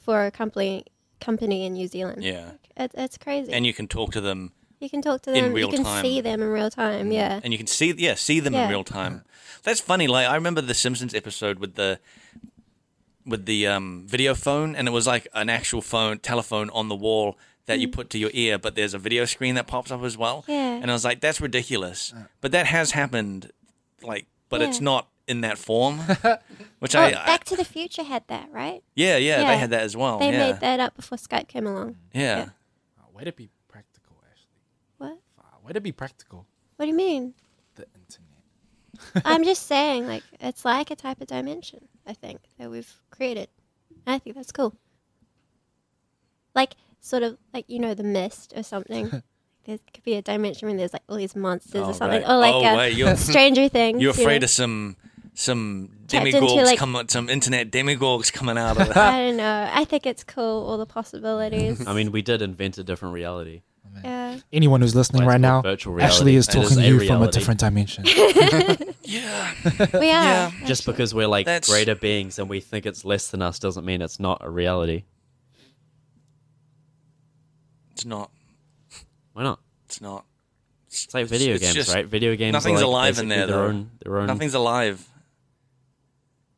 C: for a company company in New Zealand.
A: Yeah.
C: It, it's crazy.
A: And you can talk to them,
C: you can talk to
A: in
C: them.
A: real
C: You can
A: time.
C: see them in real time.
D: Mm.
C: Yeah.
A: and you can see yeah see them in
C: Yeah.
A: real time. That's funny. Like I remember the Simpsons episode with the with the um, video phone, and it was like an actual phone telephone on the wall that you put to your ear, but there's a video screen that pops up as well.
C: Mm. Yeah.
A: And I was like, that's ridiculous. But that has happened. Like, but it's
C: Yeah.
A: not in that form. Which
C: Oh,
A: I,
D: uh,
A: I
C: Back to the Future had that, right?
A: yeah, yeah
C: yeah.
A: they had that as
D: Oh,
A: well.
C: They
A: yeah.
C: made that up before Skype came along.
A: yeah.
C: yeah.
B: Oh, way to be practical, Ashley.
C: What?
B: Wow, way to be practical.
C: What do you mean?
B: The internet.
C: I'm just saying, like, it's like a type of dimension, I think, that we've created. And I think that's cool. Like, sort of, like, you know, the mist or something. there could be a dimension where there's, like, all these monsters or something. Or, like,
A: oh
C: uh,
A: wait, you're
C: Stranger Things.
A: you're
C: you know?
A: afraid of some some
C: Tapped into,
A: demigorgs
C: like-
A: come some internet demigorgs coming out of it.
C: I don't know. I think it's cool, all the possibilities.
D: I mean, we did invent a different reality.
C: yeah.
B: Anyone who's listening
D: Well, it's
B: right now,
D: called virtual
B: Ashley
D: reality.
B: is
D: It
B: talking
D: is
B: to
D: a
B: you from a
D: reality.
B: different dimension.
A: yeah.
C: We are.
A: Yeah.
D: Just because we're like
A: That's-
D: greater beings and we think it's less than us doesn't mean it's not a reality.
A: It's not.
D: Why not?
A: It's not.
D: It's like video
A: it's
D: games,
A: just-
D: right? Video games. are,
A: nothing's
D: like,
A: alive in
D: basically
A: there,
D: Their
A: though.
D: own, their own.
A: Nothing's alive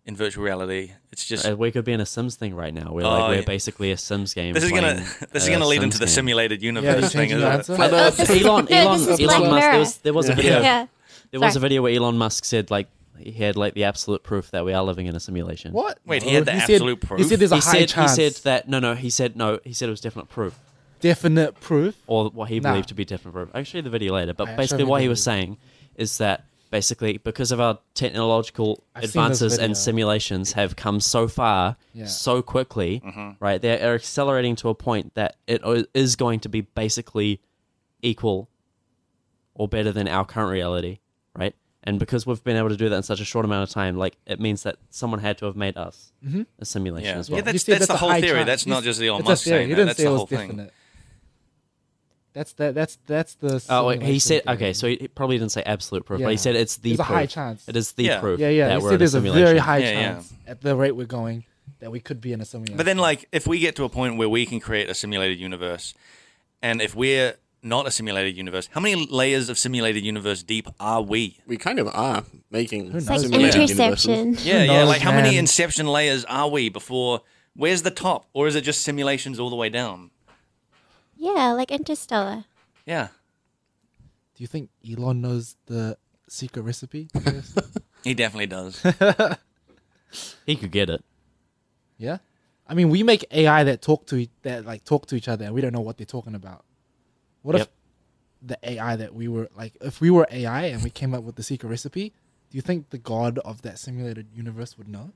A: in virtual reality. It's just
D: uh, we could be in a Sims thing right now. We're
A: Oh,
D: like we're
A: yeah.
D: basically a Sims game.
A: this is gonna
D: playing
A: this is
D: a
A: gonna lead
D: Sims
A: into the
D: game.
A: simulated
B: yeah,
A: universe
B: you
A: thing,
B: changing
A: isn't
B: your
A: it?
B: answer?
E: Flat Earth.
C: This is-
D: Elon,
C: no,
D: Elon,
C: this is
D: Elon
C: Black
D: Musk. There
C: Mirror.
D: was, there was a
E: Yeah.
D: video.
C: yeah.
D: There was a
C: Sorry.
D: video where Elon Musk said like he had like the absolute proof that we are living in a simulation.
B: What?
A: Wait, he had the
B: said-
A: absolute
B: He
A: proof?
B: said there's a
D: He
B: high
D: said
B: chance.
D: he said that no no he said no he said it was definite proof
B: definite proof.
D: or what he
B: Nah.
D: believed to be definite proof. I can show you the video later, but
B: Yeah, show
D: basically
B: me
D: what
B: the
D: he was
B: video.
D: saying is that basically because of our technological
B: I've seen this
D: advances
B: video.
D: and simulations have come so far
B: Yeah.
D: so quickly,
A: Mm-hmm.
D: right? They are accelerating to a point that it o- is going to be basically equal or better than our current reality, right? And because we've been able to do that in such a short amount of time, like it means that someone had to have made us
B: Mm-hmm.
D: a simulation
A: Yeah.
D: as
A: Yeah,
D: well.
B: You
A: that's,
B: said
A: that's the
B: a
A: whole
B: high
A: theory.
B: chance.
A: That's
B: You
A: not
B: s-
A: just the Elon
B: it's a
A: Musk
B: theory.
A: saying
B: You
A: that.
B: didn't
A: That's
B: say
A: the
B: it was
A: whole thing.
B: definite. That's that. That's that's the.
D: Oh, wait, he
B: simulation
D: said
B: theory.
D: okay. So he he probably didn't say absolute proof, but
B: Yeah.
D: he said it's the
B: There's a
D: proof.
B: high chance.
D: It is the
A: Yeah.
D: proof.
B: Yeah, yeah.
D: That
B: He
D: we're
B: said
D: in
B: there's a
D: simulation.
B: very high
A: Yeah, yeah.
B: chance at the rate we're going that we could be in a simulation.
A: But then, like, if we get to a point where we can create a simulated universe, and if we're not a simulated universe, how many layers of simulated universe deep are we?
E: We kind of are making
B: Who knows?
C: It's like
E: simulated universes.
C: interception.
A: Yeah,
B: Who
A: yeah.
B: knows,
A: Like, how many
B: man?
A: inception layers are we before? Where's the top, or is it just simulations all the way down?
C: Yeah, like Interstellar.
A: Yeah,
B: do you think Elon knows the secret recipe?
A: he definitely does.
D: He could get it.
B: yeah. I mean, we make AI that talk to e- that like talk to each other, and we don't know what they're talking about. What if
D: Yep.
B: the AI that we were like, if we were AI and we came up with the secret recipe, do you think the god of that simulated universe would know?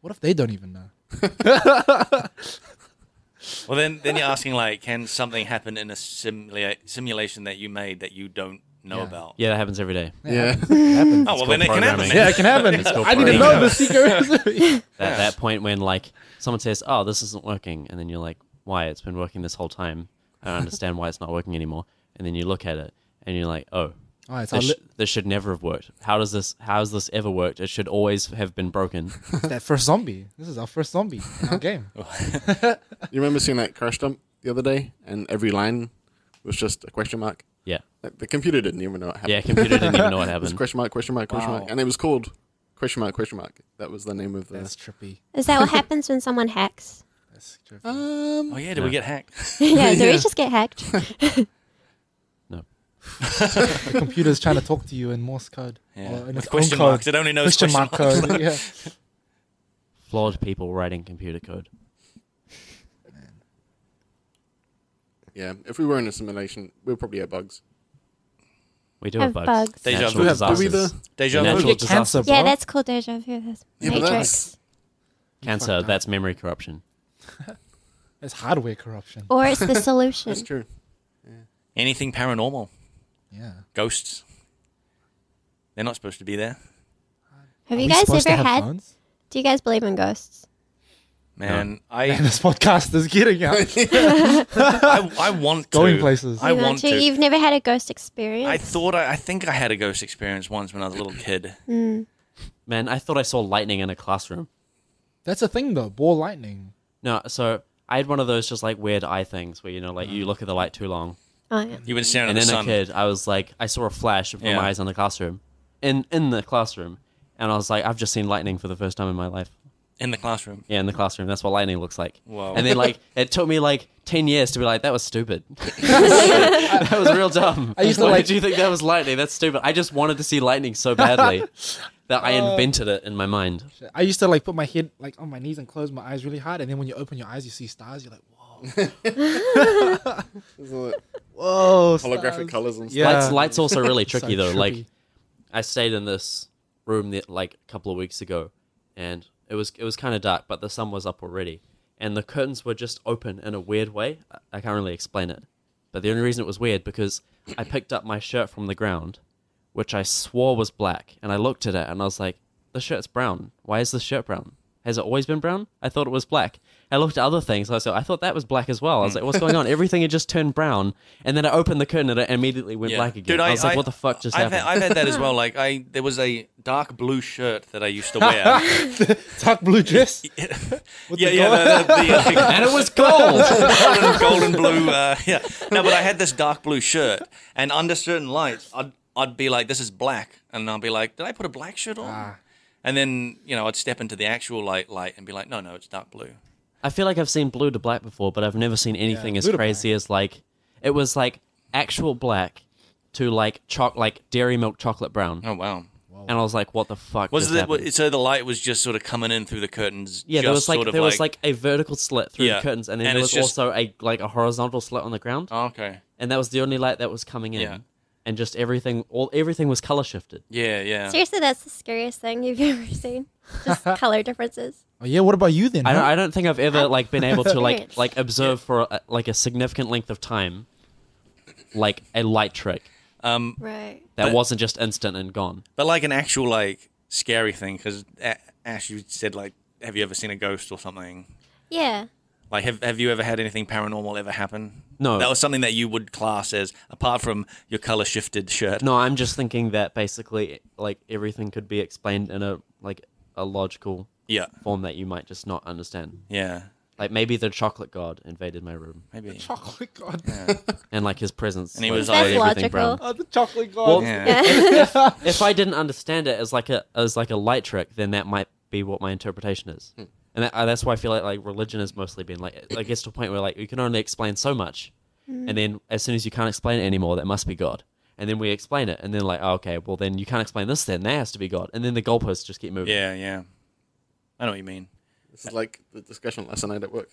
B: What if they don't even know?
A: Well, then, then you're asking like, can something happen in a simula- simulation that you made that you don't know
B: Yeah.
A: about.
D: Yeah, that happens every day.
E: Yeah.
B: It happens.
A: Oh well, then it
D: called
A: can happen.
D: programming.
A: then.
B: Yeah, it can happen.
D: It's called
B: I need to know
D: programming.
B: the secret recipe.
D: That,
A: Yeah.
D: that point when like someone says, "Oh, this isn't working," and then you're like, "Why? It's been working this whole time. I don't understand why it's not working anymore." And then you look at it and you're like, "Oh,
B: Oh, it's our
D: this,
B: li-
D: sh- this should never have worked. How does this? How has this ever worked? It should always have been broken."
B: it's that first zombie. This is our first zombie in our game.
E: You remember seeing that crash dump the other day, and every line was just a question mark.
D: Yeah,
E: Like, the computer didn't even know what happened.
D: yeah. Computer didn't even know what
E: It was
D: happened.
E: question mark, question mark, question
A: Wow.
E: mark, and it was called question mark, question mark. That was the name of the.
B: That's trippy.
C: Is that what happens when someone hacks?
B: That's trippy.
E: um,
A: Oh yeah, did we get hacked?
C: yeah, do
E: Yeah.
C: we just get hacked?
B: the computer's trying to talk to you in Morse code.
A: Yeah.
B: Or in
A: With
B: its own
A: question
B: code.
A: marks. It only knows
B: Question mark
A: marks.
B: code. yeah.
D: Flawed people writing computer code.
E: yeah, if we were in a simulation, we would probably have bugs.
D: We do
C: Have
D: have, bugs.
C: bugs.
A: Deja
D: Natural
A: vu.
E: Do we
D: disasters.
E: the-
A: Deja
D: Natural
B: You
A: vu.
B: get cancer, bro.
C: yeah, that's called deja vu. That's
E: Yeah, but
C: Matrix.
E: that's-
D: Cancer.
B: Fucked up.
D: That's memory corruption.
B: That's hardware corruption.
C: Or it's the solution.
E: That's true.
A: Anything paranormal?
B: Yeah.
A: Ghosts? They're not supposed to be there.
C: Have
B: Are
C: you
B: we
C: guys
B: supposed to
C: ever
B: have
C: had?
B: phones?
C: Do you guys believe in ghosts?
A: Man,
B: Man,
A: I,
B: this podcast is getting out.
A: I I want to.
B: Going places.
A: I
C: You
A: want to.
C: You've never had a ghost experience.
A: I thought I, I think I had a ghost experience once when I was a little kid.
D: Man, I thought I saw lightning in a classroom.
B: That's a thing though. Ball lightning.
D: No, so I had one of those just like weird eye things where you know, like you look at the light too long.
C: oh, yeah.
A: You've been staring
D: And
A: at
D: then
A: the
D: a
A: sun.
D: kid, I was like, I saw a flash from
A: Yeah.
D: my eyes on the classroom, in in the classroom, and I was like, I've just seen lightning for the first time in my life.
A: in the classroom.
D: Yeah, in the classroom, that's what lightning looks like.
A: Wow.
D: And then like it took me like ten years to be like, that was stupid. that was real dumb.
B: I used to,
D: Why
B: like-
D: did you think that was lightning? That's stupid. I just wanted to see lightning so badly that I
B: Uh,
D: invented it in my mind.
B: I used to like put my head like on my knees and close my eyes really hard, and then when you open your eyes, you see stars. You're like, whoa,
E: There's all that
B: whoa,
E: holographic colors and stuff.
B: Yeah.
D: Lights, light's also really
B: So
D: tricky though. Like
B: trippy.
D: I stayed in this room that, like a couple of weeks ago, and it was it was kind of dark, but the sun was up already, and the curtains were just open in a weird way. I, I can't really explain it, but the only reason it was weird because I picked up my shirt from the ground, which I swore was black, and I looked at it and I was like, "The shirt's brown. Why is this shirt brown?" Has it always been brown? I thought it was black. I looked at other things. I said, I thought that was black as well. I was like, what's going on? Everything had just turned brown. And then I opened the curtain and it immediately went
A: Yeah.
D: black again.
A: Dude,
D: I,
A: I-
D: was like,
A: I-
D: what the fuck just
A: I've
D: happened?
A: had, I've had that as well. Like I, there was a dark blue shirt that I used to wear.
B: dark blue dress.
A: yeah, yeah, the, the, the,
D: and it was gold.
A: golden, golden blue. Uh, yeah, no, but I had this dark blue shirt, and under certain lights, I'd I'd be like, "This is black," and I'd be like, "Did I put a black shirt on?"
D: Ah.
A: And then you know, I'd step into the actual light light and be like, "No, no, it's dark blue."
D: I feel like I've seen blue to black before, but I've never seen anything as
B: blue to
D: crazy as like it was like actual black to like choc like dairy milk chocolate brown.
A: Oh wow.
D: And I was like, what the fuck
A: Was
D: just
A: the,
D: happened?
A: wa- so the light was just sort of coming in through the curtains?
D: yeah, there
A: just
D: was like
A: sort of
D: there was like a vertical slit through
A: Yeah,
D: the curtains, and then
A: and
D: there was
A: it's just-
D: also a like a horizontal slit on the ground,
A: Oh, okay.
D: and that was the only light that was coming in,
A: Yeah.
D: and just everything all everything was color shifted.
A: Yeah, yeah.
C: Seriously, that's the scariest thing you've ever seen. Just color differences.
B: Oh yeah, what about you then?
D: I don't,
B: huh?
D: I don't think I've ever like been able to like
C: Experience.
D: like observe for a, like a significant length of time, like a light trick
A: Um,
C: Right.
D: that
A: But-
D: wasn't just instant and gone.
A: But like an actual like scary thing, because Ash, you said like, have you ever seen a ghost or something?
C: Yeah.
A: Like, have have you ever had anything paranormal ever happen?
D: No.
A: that was something that you would class as apart from your color shifted shirt.
D: No, I'm just thinking that basically like everything could be explained in a like a logical
A: Yeah,
D: form that you might just not understand.
A: yeah,
D: Like maybe the chocolate god invaded my room
A: maybe.
B: Chocolate god.
D: and like his presence
A: And he
D: was
A: was
D: like
A: like-
C: That's
D: everything
C: logical.
D: brown.
B: Oh, the chocolate god.
D: Well,
A: Yeah.
D: if I didn't understand it as like a as like a light trick, then that might be what my interpretation is,
A: Hmm.
D: and that, uh, that's why I feel like like religion has mostly been like it gets to a point where like you can only explain so much, and then as soon as you can't explain it anymore, that must be God, and then we explain it, and then like oh, okay, well then you can't explain this, then that has to be God, and then the goalposts just keep moving.
A: yeah, yeah. I know what you mean.
E: This is like the discussion last night at work.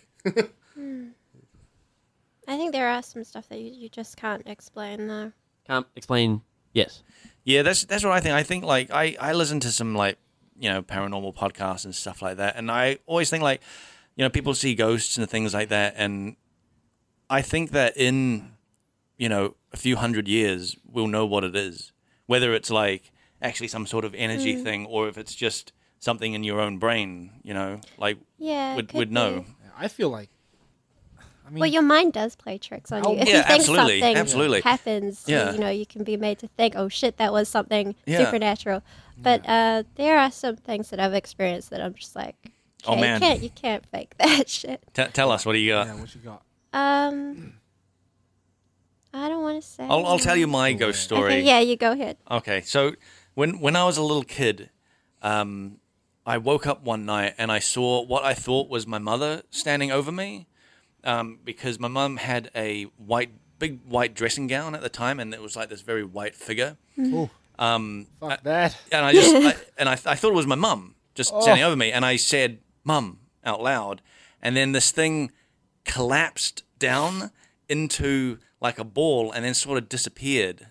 C: I think there are some stuff that you, you just can't explain, though.
D: Can't explain. Yes,
A: Yeah, that's that's what I think. I think like I I listen to some like you know paranormal podcasts and stuff like that, and I always think like you know people see ghosts and things like that, and I think that in you know a few hundred years, we'll know what it is. Whether it's like actually some sort of energy thing or if it's just something in your own brain, you know, like
C: Yeah. it
A: we'd,
C: could
A: we'd
C: be.
A: know.
B: I feel like. I mean,
C: Well, your mind does play tricks on
B: Oh,
C: you. If
A: yeah,
C: you think
A: absolutely,
C: something
A: absolutely.
C: happens, you-
A: Yeah.
C: you know, you can be made to think, oh shit, that was something
A: Yeah.
C: supernatural. But uh, there are some things that I've experienced that I'm just like,
A: Oh,
C: okay,
A: man.
C: you can't you can't fake that shit.
A: T- tell us, what do you got?
B: yeah, what you got?
C: Um, I don't want to say.
A: I'll, I'll tell you my ghost story. Uh,
C: Okay, yeah, you go ahead.
A: Okay, so when when I was a little kid, um, I woke up one night and I saw what I thought was my mother standing over me, um, because my mum had a white, big white dressing gown at the time, and it was like this very white figure,
B: Oh, um, fuck that.
A: and I just I, and I, I thought it was my mum just standing over me, and I said "mum" out loud, and then this thing collapsed down into like a ball, and then sort of disappeared,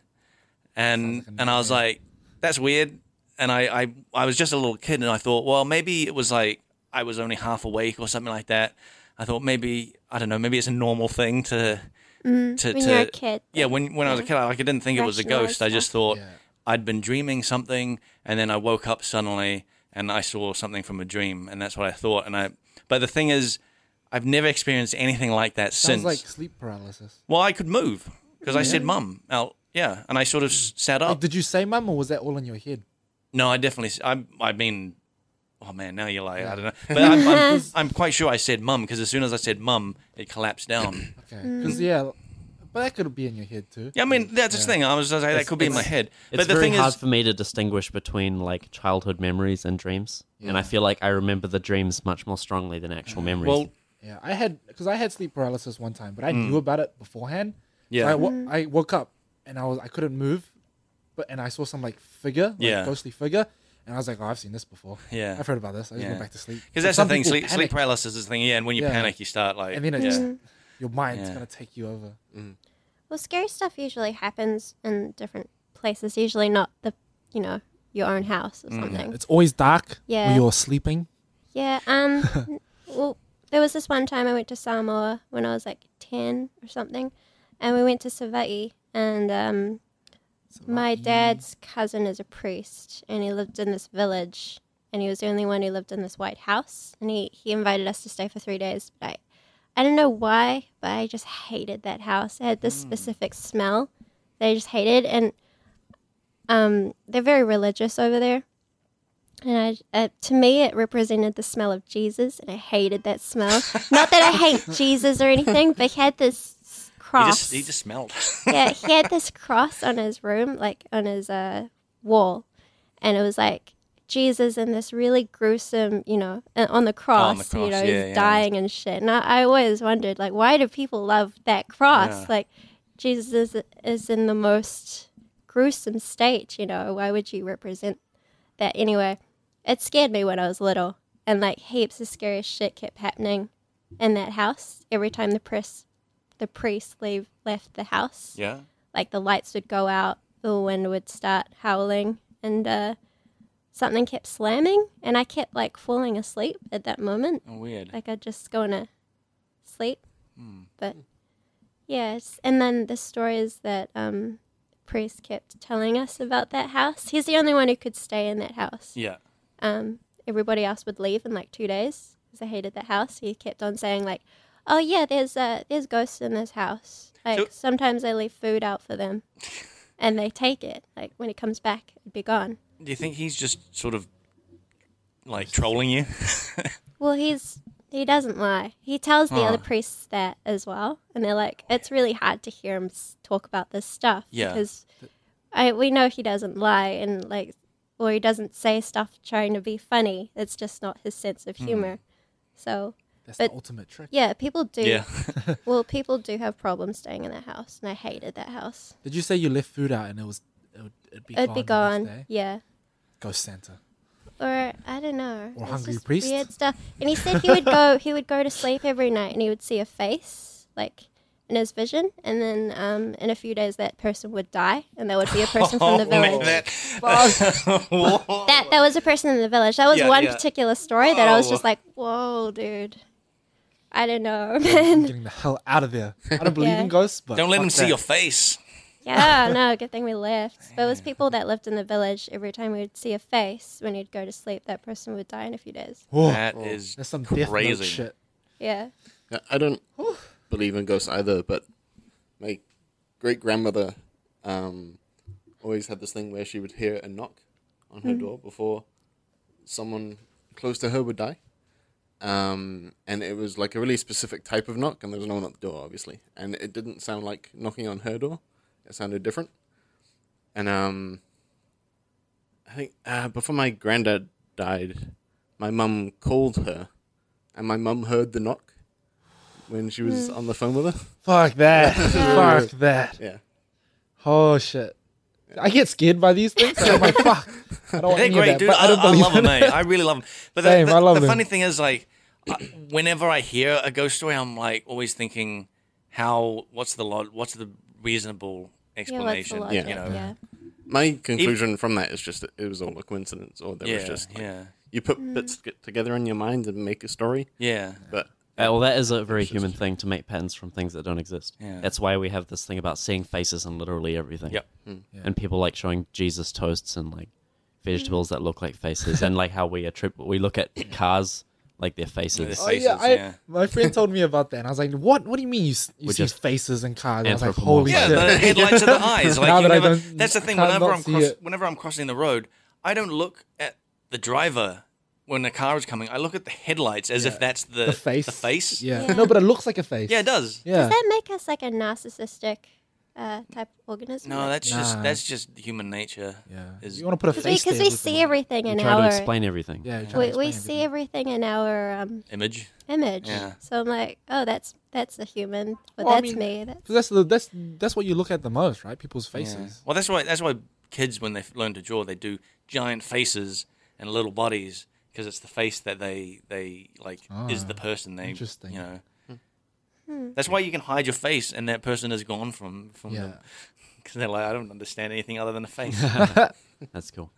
A: and and I was like, that's weird, and I, I I was just a little kid, and I thought, well, maybe it was like I was only half awake or something like that. I thought maybe I don't know, maybe it's a normal thing to. To,
C: Mm-hmm. when
A: to,
C: you're a kid,
A: yeah, when when I was a
C: yeah.
A: kid, I, like I didn't think it was a
C: Rationalise
A: ghost. I just
C: stuff.
A: thought
B: Yeah.
A: I'd been dreaming something, and then I woke up suddenly and I saw something from a dream, and that's what I thought. And I, but the thing is, I've never experienced anything like that
B: Sounds
A: since.
B: like sleep paralysis.
A: well, I could move because I said "mum" out. Yeah, and I sort of s- sat
B: Like,
A: up.
B: did you say mum or was that all in your head?
A: no, I definitely. s- I I mean, oh man, now you're like I don't know, but I'm I'm, I'm quite sure I said "mum" because as soon as I said "mum," it collapsed down.
B: Okay. Because, yeah, but that could be in your head too.
A: yeah, I mean that's the thing. I was just like, that could be in my
D: it's-
A: head.
D: It's
A: but the
D: very
A: thing
D: hard
A: is,
D: for me to distinguish between like childhood memories and dreams, and
B: Yeah.
D: I feel like I remember the dreams much more strongly than actual memories.
A: well,
B: Yeah, I had because I had sleep paralysis one time, but I knew about it beforehand. Yeah,
A: Mm. Yeah.
B: I, wo-
C: Mm-hmm.
B: I woke up and I was I couldn't move, but and I saw some like figure, like,
A: Yeah.
B: ghostly figure, and I was like, oh, I've seen this before.
A: Yeah.
B: I've heard about this. I just
A: Yeah.
B: went back to sleep
A: Because
B: But
A: that's the
B: some
A: thing,
B: people
A: sleep, sleep
B: panic,
A: paralysis is the thing. Yeah, and when you
B: Yeah.
A: panic, you start like,
B: and then it
A: yeah,
B: just
C: Mm-hmm.
B: your mind's
A: Yeah.
B: gonna take you over.
C: Well, scary stuff usually happens in different places. Usually not the, you know, your own house
A: Mm,
C: or something.
B: It's always dark
C: Yeah.
B: when you're sleeping.
C: Yeah. Um. n- well, there was this one time I went to Samoa when I was like ten or something, and we went to Savaii, and um, my dad's cousin is a priest, and he lived in this village, and he was the only one who lived in this white house, and he he invited us to stay for three days, but I. I don't know why, but I just hated that house. It had
A: Mm.
C: this specific smell that I just hated, and um, they're very religious over there. And I, uh, to me, it represented the smell of Jesus, and I hated that smell. Not that I hate Jesus or anything, but he had this s-
A: he
C: cross.
A: just he just smelled.
C: yeah, he had this cross on his room, like on his uh, wall, and it was like Jesus and this really gruesome, you know, uh, on the cross,
A: cross,
C: you know,
A: yeah,
C: he's
A: yeah.
C: dying and shit. And I, I always wondered, like, why do people love that cross?
A: Yeah.
C: Like, Jesus is, is in the most gruesome state, you know. Why would you represent that anyway? It scared me when I was little, and like heaps of scary shit kept happening in that house every time the press. The priest leave, left the house
A: yeah,
C: like the lights would go out, the wind would start howling, and uh, something kept slamming, and I kept like falling asleep at that moment.
A: oh, weird.
C: Like I'd just go to sleep, but yes. And then the stories that um, priest kept telling us about that house. He's the only one who could stay in that house.
A: Yeah,
C: Um, everybody else would leave in like two days because I hated that house. He kept on saying like, "Oh yeah, there's uh, there's ghosts in this house. Like
A: So-
C: sometimes I leave food out for them, and they take it. Like when it comes back, it'd be gone."
A: do you think he's just sort of like trolling you?
C: Well, he's he doesn't lie. He tells the
A: Huh.
C: other priests that as well, and they're like, it's really hard to hear him s- talk about this stuff
A: Yeah.
C: because I we know he doesn't lie and like or he doesn't say stuff trying to be funny. It's just not his sense of humor. So
B: That's
C: But-
B: the ultimate trick.
C: yeah, people do.
A: yeah,
C: Well, people do have problems staying in that house, and I hated that house.
B: Did you say you left food out and it was it would it'd be
C: It'd
B: gone
C: be
B: the next
C: gone.
B: day?
C: Yeah.
B: Ghost Santa.
C: Or I don't know.
B: Or
C: It's
B: hungry
C: just
B: priest?
C: Weird stuff. And he said he would go. He would go to sleep every night, and he would see a face like in his vision, and then um, in a few days that person would die, and that would be a person from the
A: Oh, man,
C: village.
A: that-
C: that that was a person in the village. That was
A: Yeah,
C: one
A: yeah. Oh.
C: particular story that I was
A: Whoa.
C: just like, whoa, dude. I don't know, man.
B: I'm getting the hell out of there. I don't believe
C: Yeah.
B: in ghosts, but
A: don't let
B: fuck
A: him see
B: that.
A: your face.
C: Yeah, no, good thing we left. But it was people that lived in the village. Every time we would see a face when you'd go to sleep, that person would die in a few days.
B: Oh,
A: That is
B: that's some death note
A: crazy.
B: shit.
C: Yeah.
E: I- I don't believe in ghosts either, but my great grandmother um, always had this thing where she would hear a knock on her door before someone close to her would die. Um, and it was like a really specific type of knock, and there was no one at the door, obviously. And it didn't sound like knocking on her door, it sounded different. And um, I think uh, before my granddad died, my mum called her, and my mum heard the knock when she was on the phone with her.
B: Fuck that. Fuck that.
E: Yeah.
B: Oh shit. I get scared by these things. I'm like, fuck. I don't want
A: They're
B: any of
A: great,
B: that,
A: dude.
B: but
A: I,
B: I don't
A: I
B: believe
A: love them, eh?
B: in it.
A: mate. I really love them. But the,
B: Same,
A: the-
B: I love
A: the
B: them.
A: funny thing is, like, I- whenever I hear a ghost story, I'm like always thinking, how? What's the lo- What's the reasonable
C: Yeah, what's the
A: explanation?
C: logic?
A: You know?
C: yeah.
E: My conclusion from that is just that it was all a coincidence, or there
A: Yeah,
E: was just like,
A: yeah,
E: you put bits get together in your mind and make a story.
A: yeah.
E: But
D: Uh, well, that is a very human thing to make patterns from things that don't exist.
A: Yeah.
D: That's why we have this thing about seeing faces in literally everything.
A: Yep.
B: Hmm.
D: And people like showing Jesus toasts and like vegetables that look like faces, and like how we attribute we look at cars like their faces.
B: Oh
A: Faces,
B: yeah, I,
A: yeah.
B: my friend told me about that, and I was like, "What? What do you mean you, s- you
D: We're
B: see
D: just
B: faces and cars?" And I was like, "Holy
D: anthropomorphic.
A: Yeah,
B: shit!"
A: the headlights of the eyes. Like
B: Now
A: you
B: that I
A: never,
B: don't-
A: that's the thing.
B: I can't
A: Whenever
B: not
A: I'm
B: see
A: cross,
B: it.
A: whenever I'm crossing the road, I don't look at the driver when the car is coming. I look at the headlights as if that's the
B: the face.
A: The face.
B: Yeah.
C: Yeah.
B: No, but it looks like a face.
A: Yeah, it does.
B: Yeah.
C: Does that make us like a narcissistic uh, type of organism?
A: No, that's
B: Nah.
A: just that's just human nature.
B: yeah.
A: Is-
B: you want to put a
C: because
B: face
C: we, 'cause
B: there
C: we
B: with
C: see
B: them.
C: everything
D: We
C: in
D: try
C: our
D: to explain everything.
B: Yeah. you're trying to
C: we, we
B: explain
C: see everything in our um,
A: Image.
C: image.
A: Yeah.
C: So I'm like, oh, that's that's a human, but
B: Well, I
C: that's
B: mean-
C: me. That's
B: Because that's the that's that's what you look at the most, right? People's faces.
A: Well, that's why that's why kids when they f- learn to draw, they do giant faces and little bodies because it's the face that they they like is the person they
B: interesting.
A: you know. That's why you can hide your face and that person is gone from from
B: Yeah.
A: them because they're like I don't understand anything other than a face.
D: That's cool.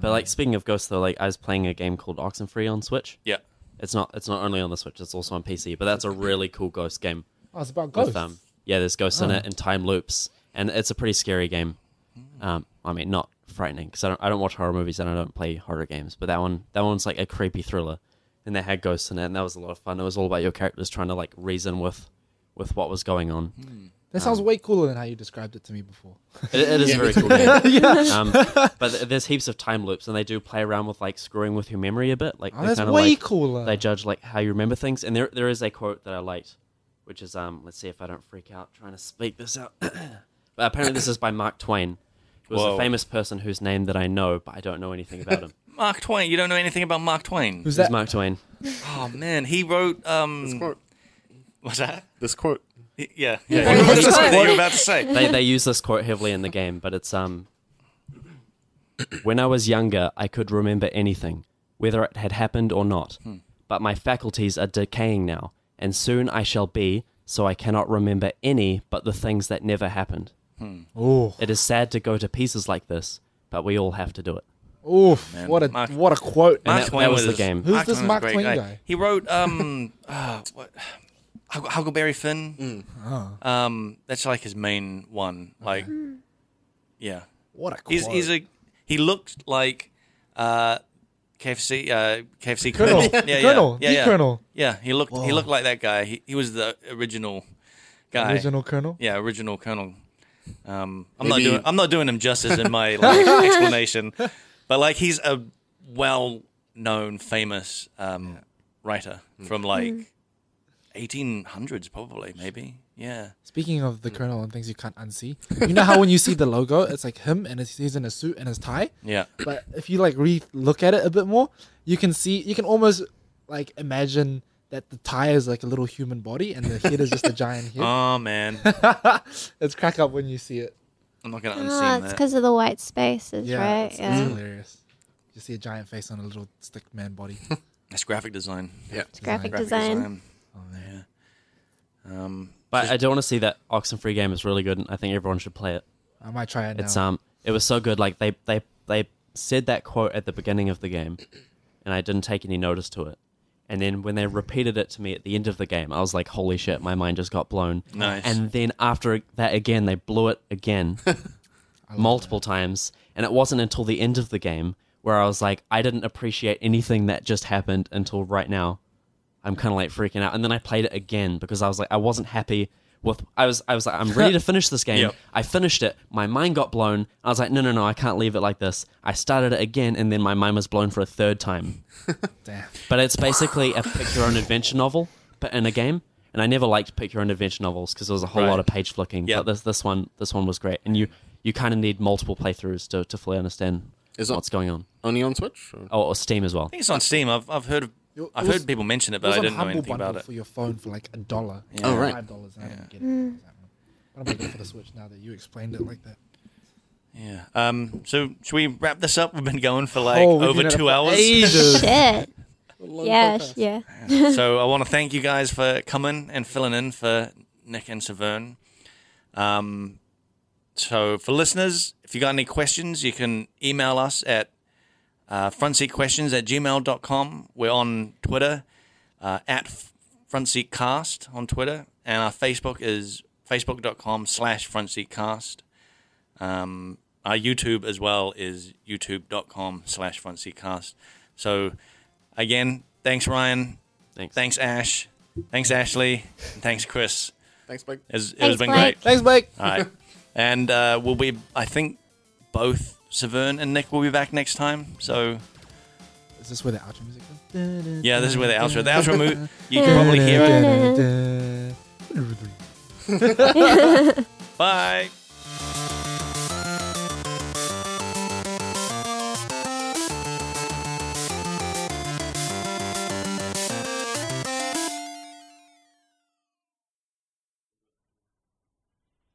D: But like speaking of ghosts, though, like I was playing a game called Oxenfree on Switch.
A: yeah.
D: It's not. It's not only on the Switch. It's also on PC. But that's a really cool ghost game.
B: Oh, it's about ghosts. Oh.
D: With, um, yeah, there's ghosts in it and time loops, and it's a pretty scary game. Um, I mean, not frightening because I don't, I don't watch horror movies and I don't play horror games. But that one, that one's like a creepy thriller, and they had ghosts in it, and that was a lot of fun. It was all about your characters trying to like reason with, with what was going on.
B: Hmm. that sounds way cooler than how you described it to me before.
D: It, it is a very cool game. um, but th- there's heaps of time loops, and they do play around with like screwing with your memory a bit. Like
B: Oh,
D: they
B: that's
D: kinda,
B: way
D: like,
B: cooler.
D: They judge like how you remember things, and there there is a quote that I liked, which is um, let's see if I don't freak out trying to speak this out. but apparently, this is by Mark Twain, who was
A: Whoa.
D: a famous person whose name that I know, but I don't know anything about him.
A: Mark Twain. You don't know anything about Mark Twain.
B: Who's
D: It's
B: that?
D: Mark Twain.
A: Oh man, he wrote
E: this
A: um.
E: quote,
A: What's that?
E: this quote,
A: Y- Yeah, yeah. You wrote
C: this
A: the quote that you
C: quote.
A: were about to say.
D: They they use this quote heavily in the game, but it's um. When I was younger, I could remember anything, whether it had happened or not. But my faculties are decaying now, and soon I shall be, so I cannot remember any but the things that never happened.
B: Oh,
D: It is sad to go to pieces like this, but we all have to do it.
B: oof!
A: Man,
B: What a
A: Mark-
B: what a quote.
A: Mark
D: that-
A: Twain
D: that was the game.
B: Who's this
A: Twain was a
B: Mark
A: great
B: Twain guy?
A: He wrote um, uh, what, Huck- Huckleberry Finn.
B: Mm.
A: Um, that's like his main one. Like, yeah,
B: What a quote.
A: he's he's a he looked like uh, KFC uh, KFC
B: Colonel.
A: colonel. Yeah, yeah,
B: Colonel.
A: yeah,
B: The
A: yeah.
B: colonel.
A: Yeah, he looked he looked like that guy. He, he was the original guy.
B: original colonel.
A: Yeah, original Colonel. Um, I'm
E: Maybe-
A: not doing I'm not doing him justice in my like, explanation, but like he's a well-known, famous um, writer from like 1800s, probably maybe. Yeah,
B: Speaking of the colonel and things you can't unsee, you know how when you see the logo, it's like him and it's, he's in a suit and his tie.
A: yeah,
B: But if you like re look at it a bit more, you can see you can almost like imagine that the tie is like a little human body and the head is just a giant head.
A: Oh man, Uh-huh.
B: it's crack up when you see it.
A: I'm not gonna
C: ah,
A: unseen
C: it's
A: that.
C: because of the white spaces,
B: Yeah,
C: right?
B: it's,
C: yeah,
B: it's hilarious. You see a giant face on a little stick man body.
A: That's graphic design.
E: yeah,
C: it's graphic
A: Graphic
C: design.
A: design. Yeah. Um,
D: But I do want to see that Oxenfree game is really good, and I think everyone should play it.
B: I might try it now.
A: uh,
D: It's um, it was so good. Like they they they said that quote at the beginning of the game, and I didn't take any notice to it. And then when they repeated it to me at the end of the game, I was like, holy shit, my mind just got blown.
A: Nice.
D: And then after that again, they blew it again multiple times. And it wasn't until the end of the game where I was like, I didn't appreciate anything that just happened until right now. I'm kind of like freaking out. And then I played it again because I was like, I wasn't happy with. I was, I was like, I'm ready to finish this game.
A: Yep.
D: I finished it. My mind got blown. I was like, no, no, no, I can't leave it like this. I started it again, and then my mind was blown for a third time.
B: Damn.
D: But it's basically a pick your own adventure novel, but in a game. And I never liked pick your own adventure novels because there was a whole
A: Right.
D: lot of page flicking.
A: Yep.
D: But this this one this one was great, and you you kind of need multiple playthroughs to, to fully understand
E: Is it-
D: what's going on.
E: Only on Switch? Or?
D: Oh, or Steam as well.
A: I think it's on Steam. I've, I've heard of,
B: It
A: I've
B: was-
A: heard people mention it,
B: It
A: but
B: was
A: I
B: on
A: didn't know
B: Humble
A: anything
B: Bundle
A: about it.
B: for your phone for like a dollar.
A: Yeah.
E: Oh, right. Hmm.
B: Five dollars. and I didn't get it. But I'm looking for the Switch now that you explained it like that.
A: Yeah. Um. So should we wrap this up? We've been going for like
B: Oh, we've
A: over
B: been at it
A: two
B: for
A: hours.
B: ages.
C: Shit. yeah, sh- yeah.
A: so I want to thank you guys for coming and filling in for Nick and Severn. Um, so for listeners, if you got any questions, you can email us at uh, frontseatquestions at gmail.com. We're on Twitter uh, at f- frontseatcast on Twitter, and our Facebook is facebook.com slash frontseatcast. Um, our YouTube as well is youtube.com slash frontseatcast. So again, thanks, Ryan.
D: Thanks.
A: Thanks, Ash. Thanks, Ashley. And thanks, Chris.
E: Thanks, Blake.
A: It's, it
C: Thanks,
A: has been
C: Blake.
A: great.
B: Thanks, Blake.
A: All right. And uh, we'll be, I think, both Severn and Nick will be back next time. So,
B: Is this where the outro music goes?
A: yeah, this is where the outro. The outro move, you can probably hear it.
B: it.
A: Bye.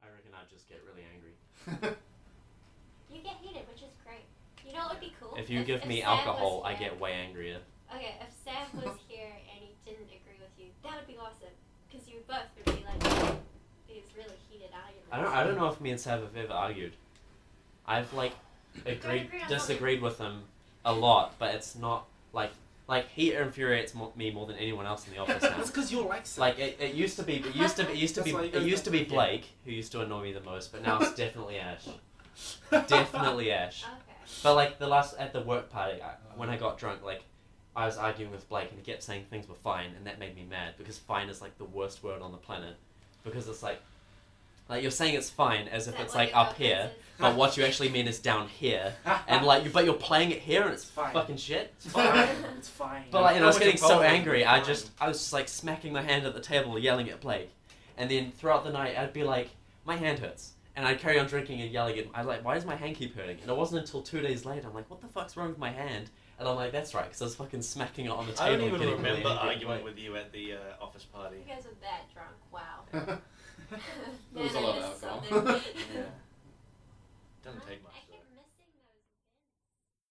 D: I reckon I just get really angry.
C: You get heated, which is great. You know what would be cool?
D: If you give me alcohol, I get way angrier.
C: Okay, if Sam was here and he didn't agree with you, that would be awesome. Because you both would be like these really heated arguments.
D: I don't I don't know if me and Sav have ever argued. I've like agreed
C: agree on
D: disagreed with him a lot, but it's not like like he infuriates mo- me more than anyone else in the office now.
B: because you're like Sam.
D: Like it, it used to be, it used to be, it used to
B: That's
D: be,
B: why you
D: it
B: guys
D: used to be
B: don't- yeah.
D: Blake who used to annoy me the most, but now it's definitely Ash. definitely Ash.
C: Okay.
D: But like the last at the work party, I,
F: Uh-huh.
D: when I got drunk, like I was arguing with Blake and he kept saying things were fine, and that made me mad because fine is like the worst word on the planet because it's like, like you're saying it's fine as if
C: That
D: it's
C: what
D: like
C: your
D: up
C: purpose
D: here,
C: is.
D: but what you actually mean is down here, and like you, but you're playing it here and it's
F: Fine.
D: fucking shit.
F: It's fine. It's fine.
D: But like, and I was getting so
F: Fine.
D: angry, I just, I was just like smacking my hand at the table, yelling at Blake. And then throughout the night, I'd be like, my hand hurts, and I'd carry on drinking and yelling at. I like, why does my hand keep hurting? And it wasn't until two days later, I'm like, what the fuck's wrong with my hand? And I'm like, that's right, because I was fucking smacking it on the table.
F: I don't
D: and
F: even
D: getting
F: remember
D: really angry at
F: arguing
D: Blake.
F: with you at the uh, office party.
C: You guys were that drunk. Wow.
F: There
E: was a lot of alcohol.
C: Man, I just summoned-
F: Yeah.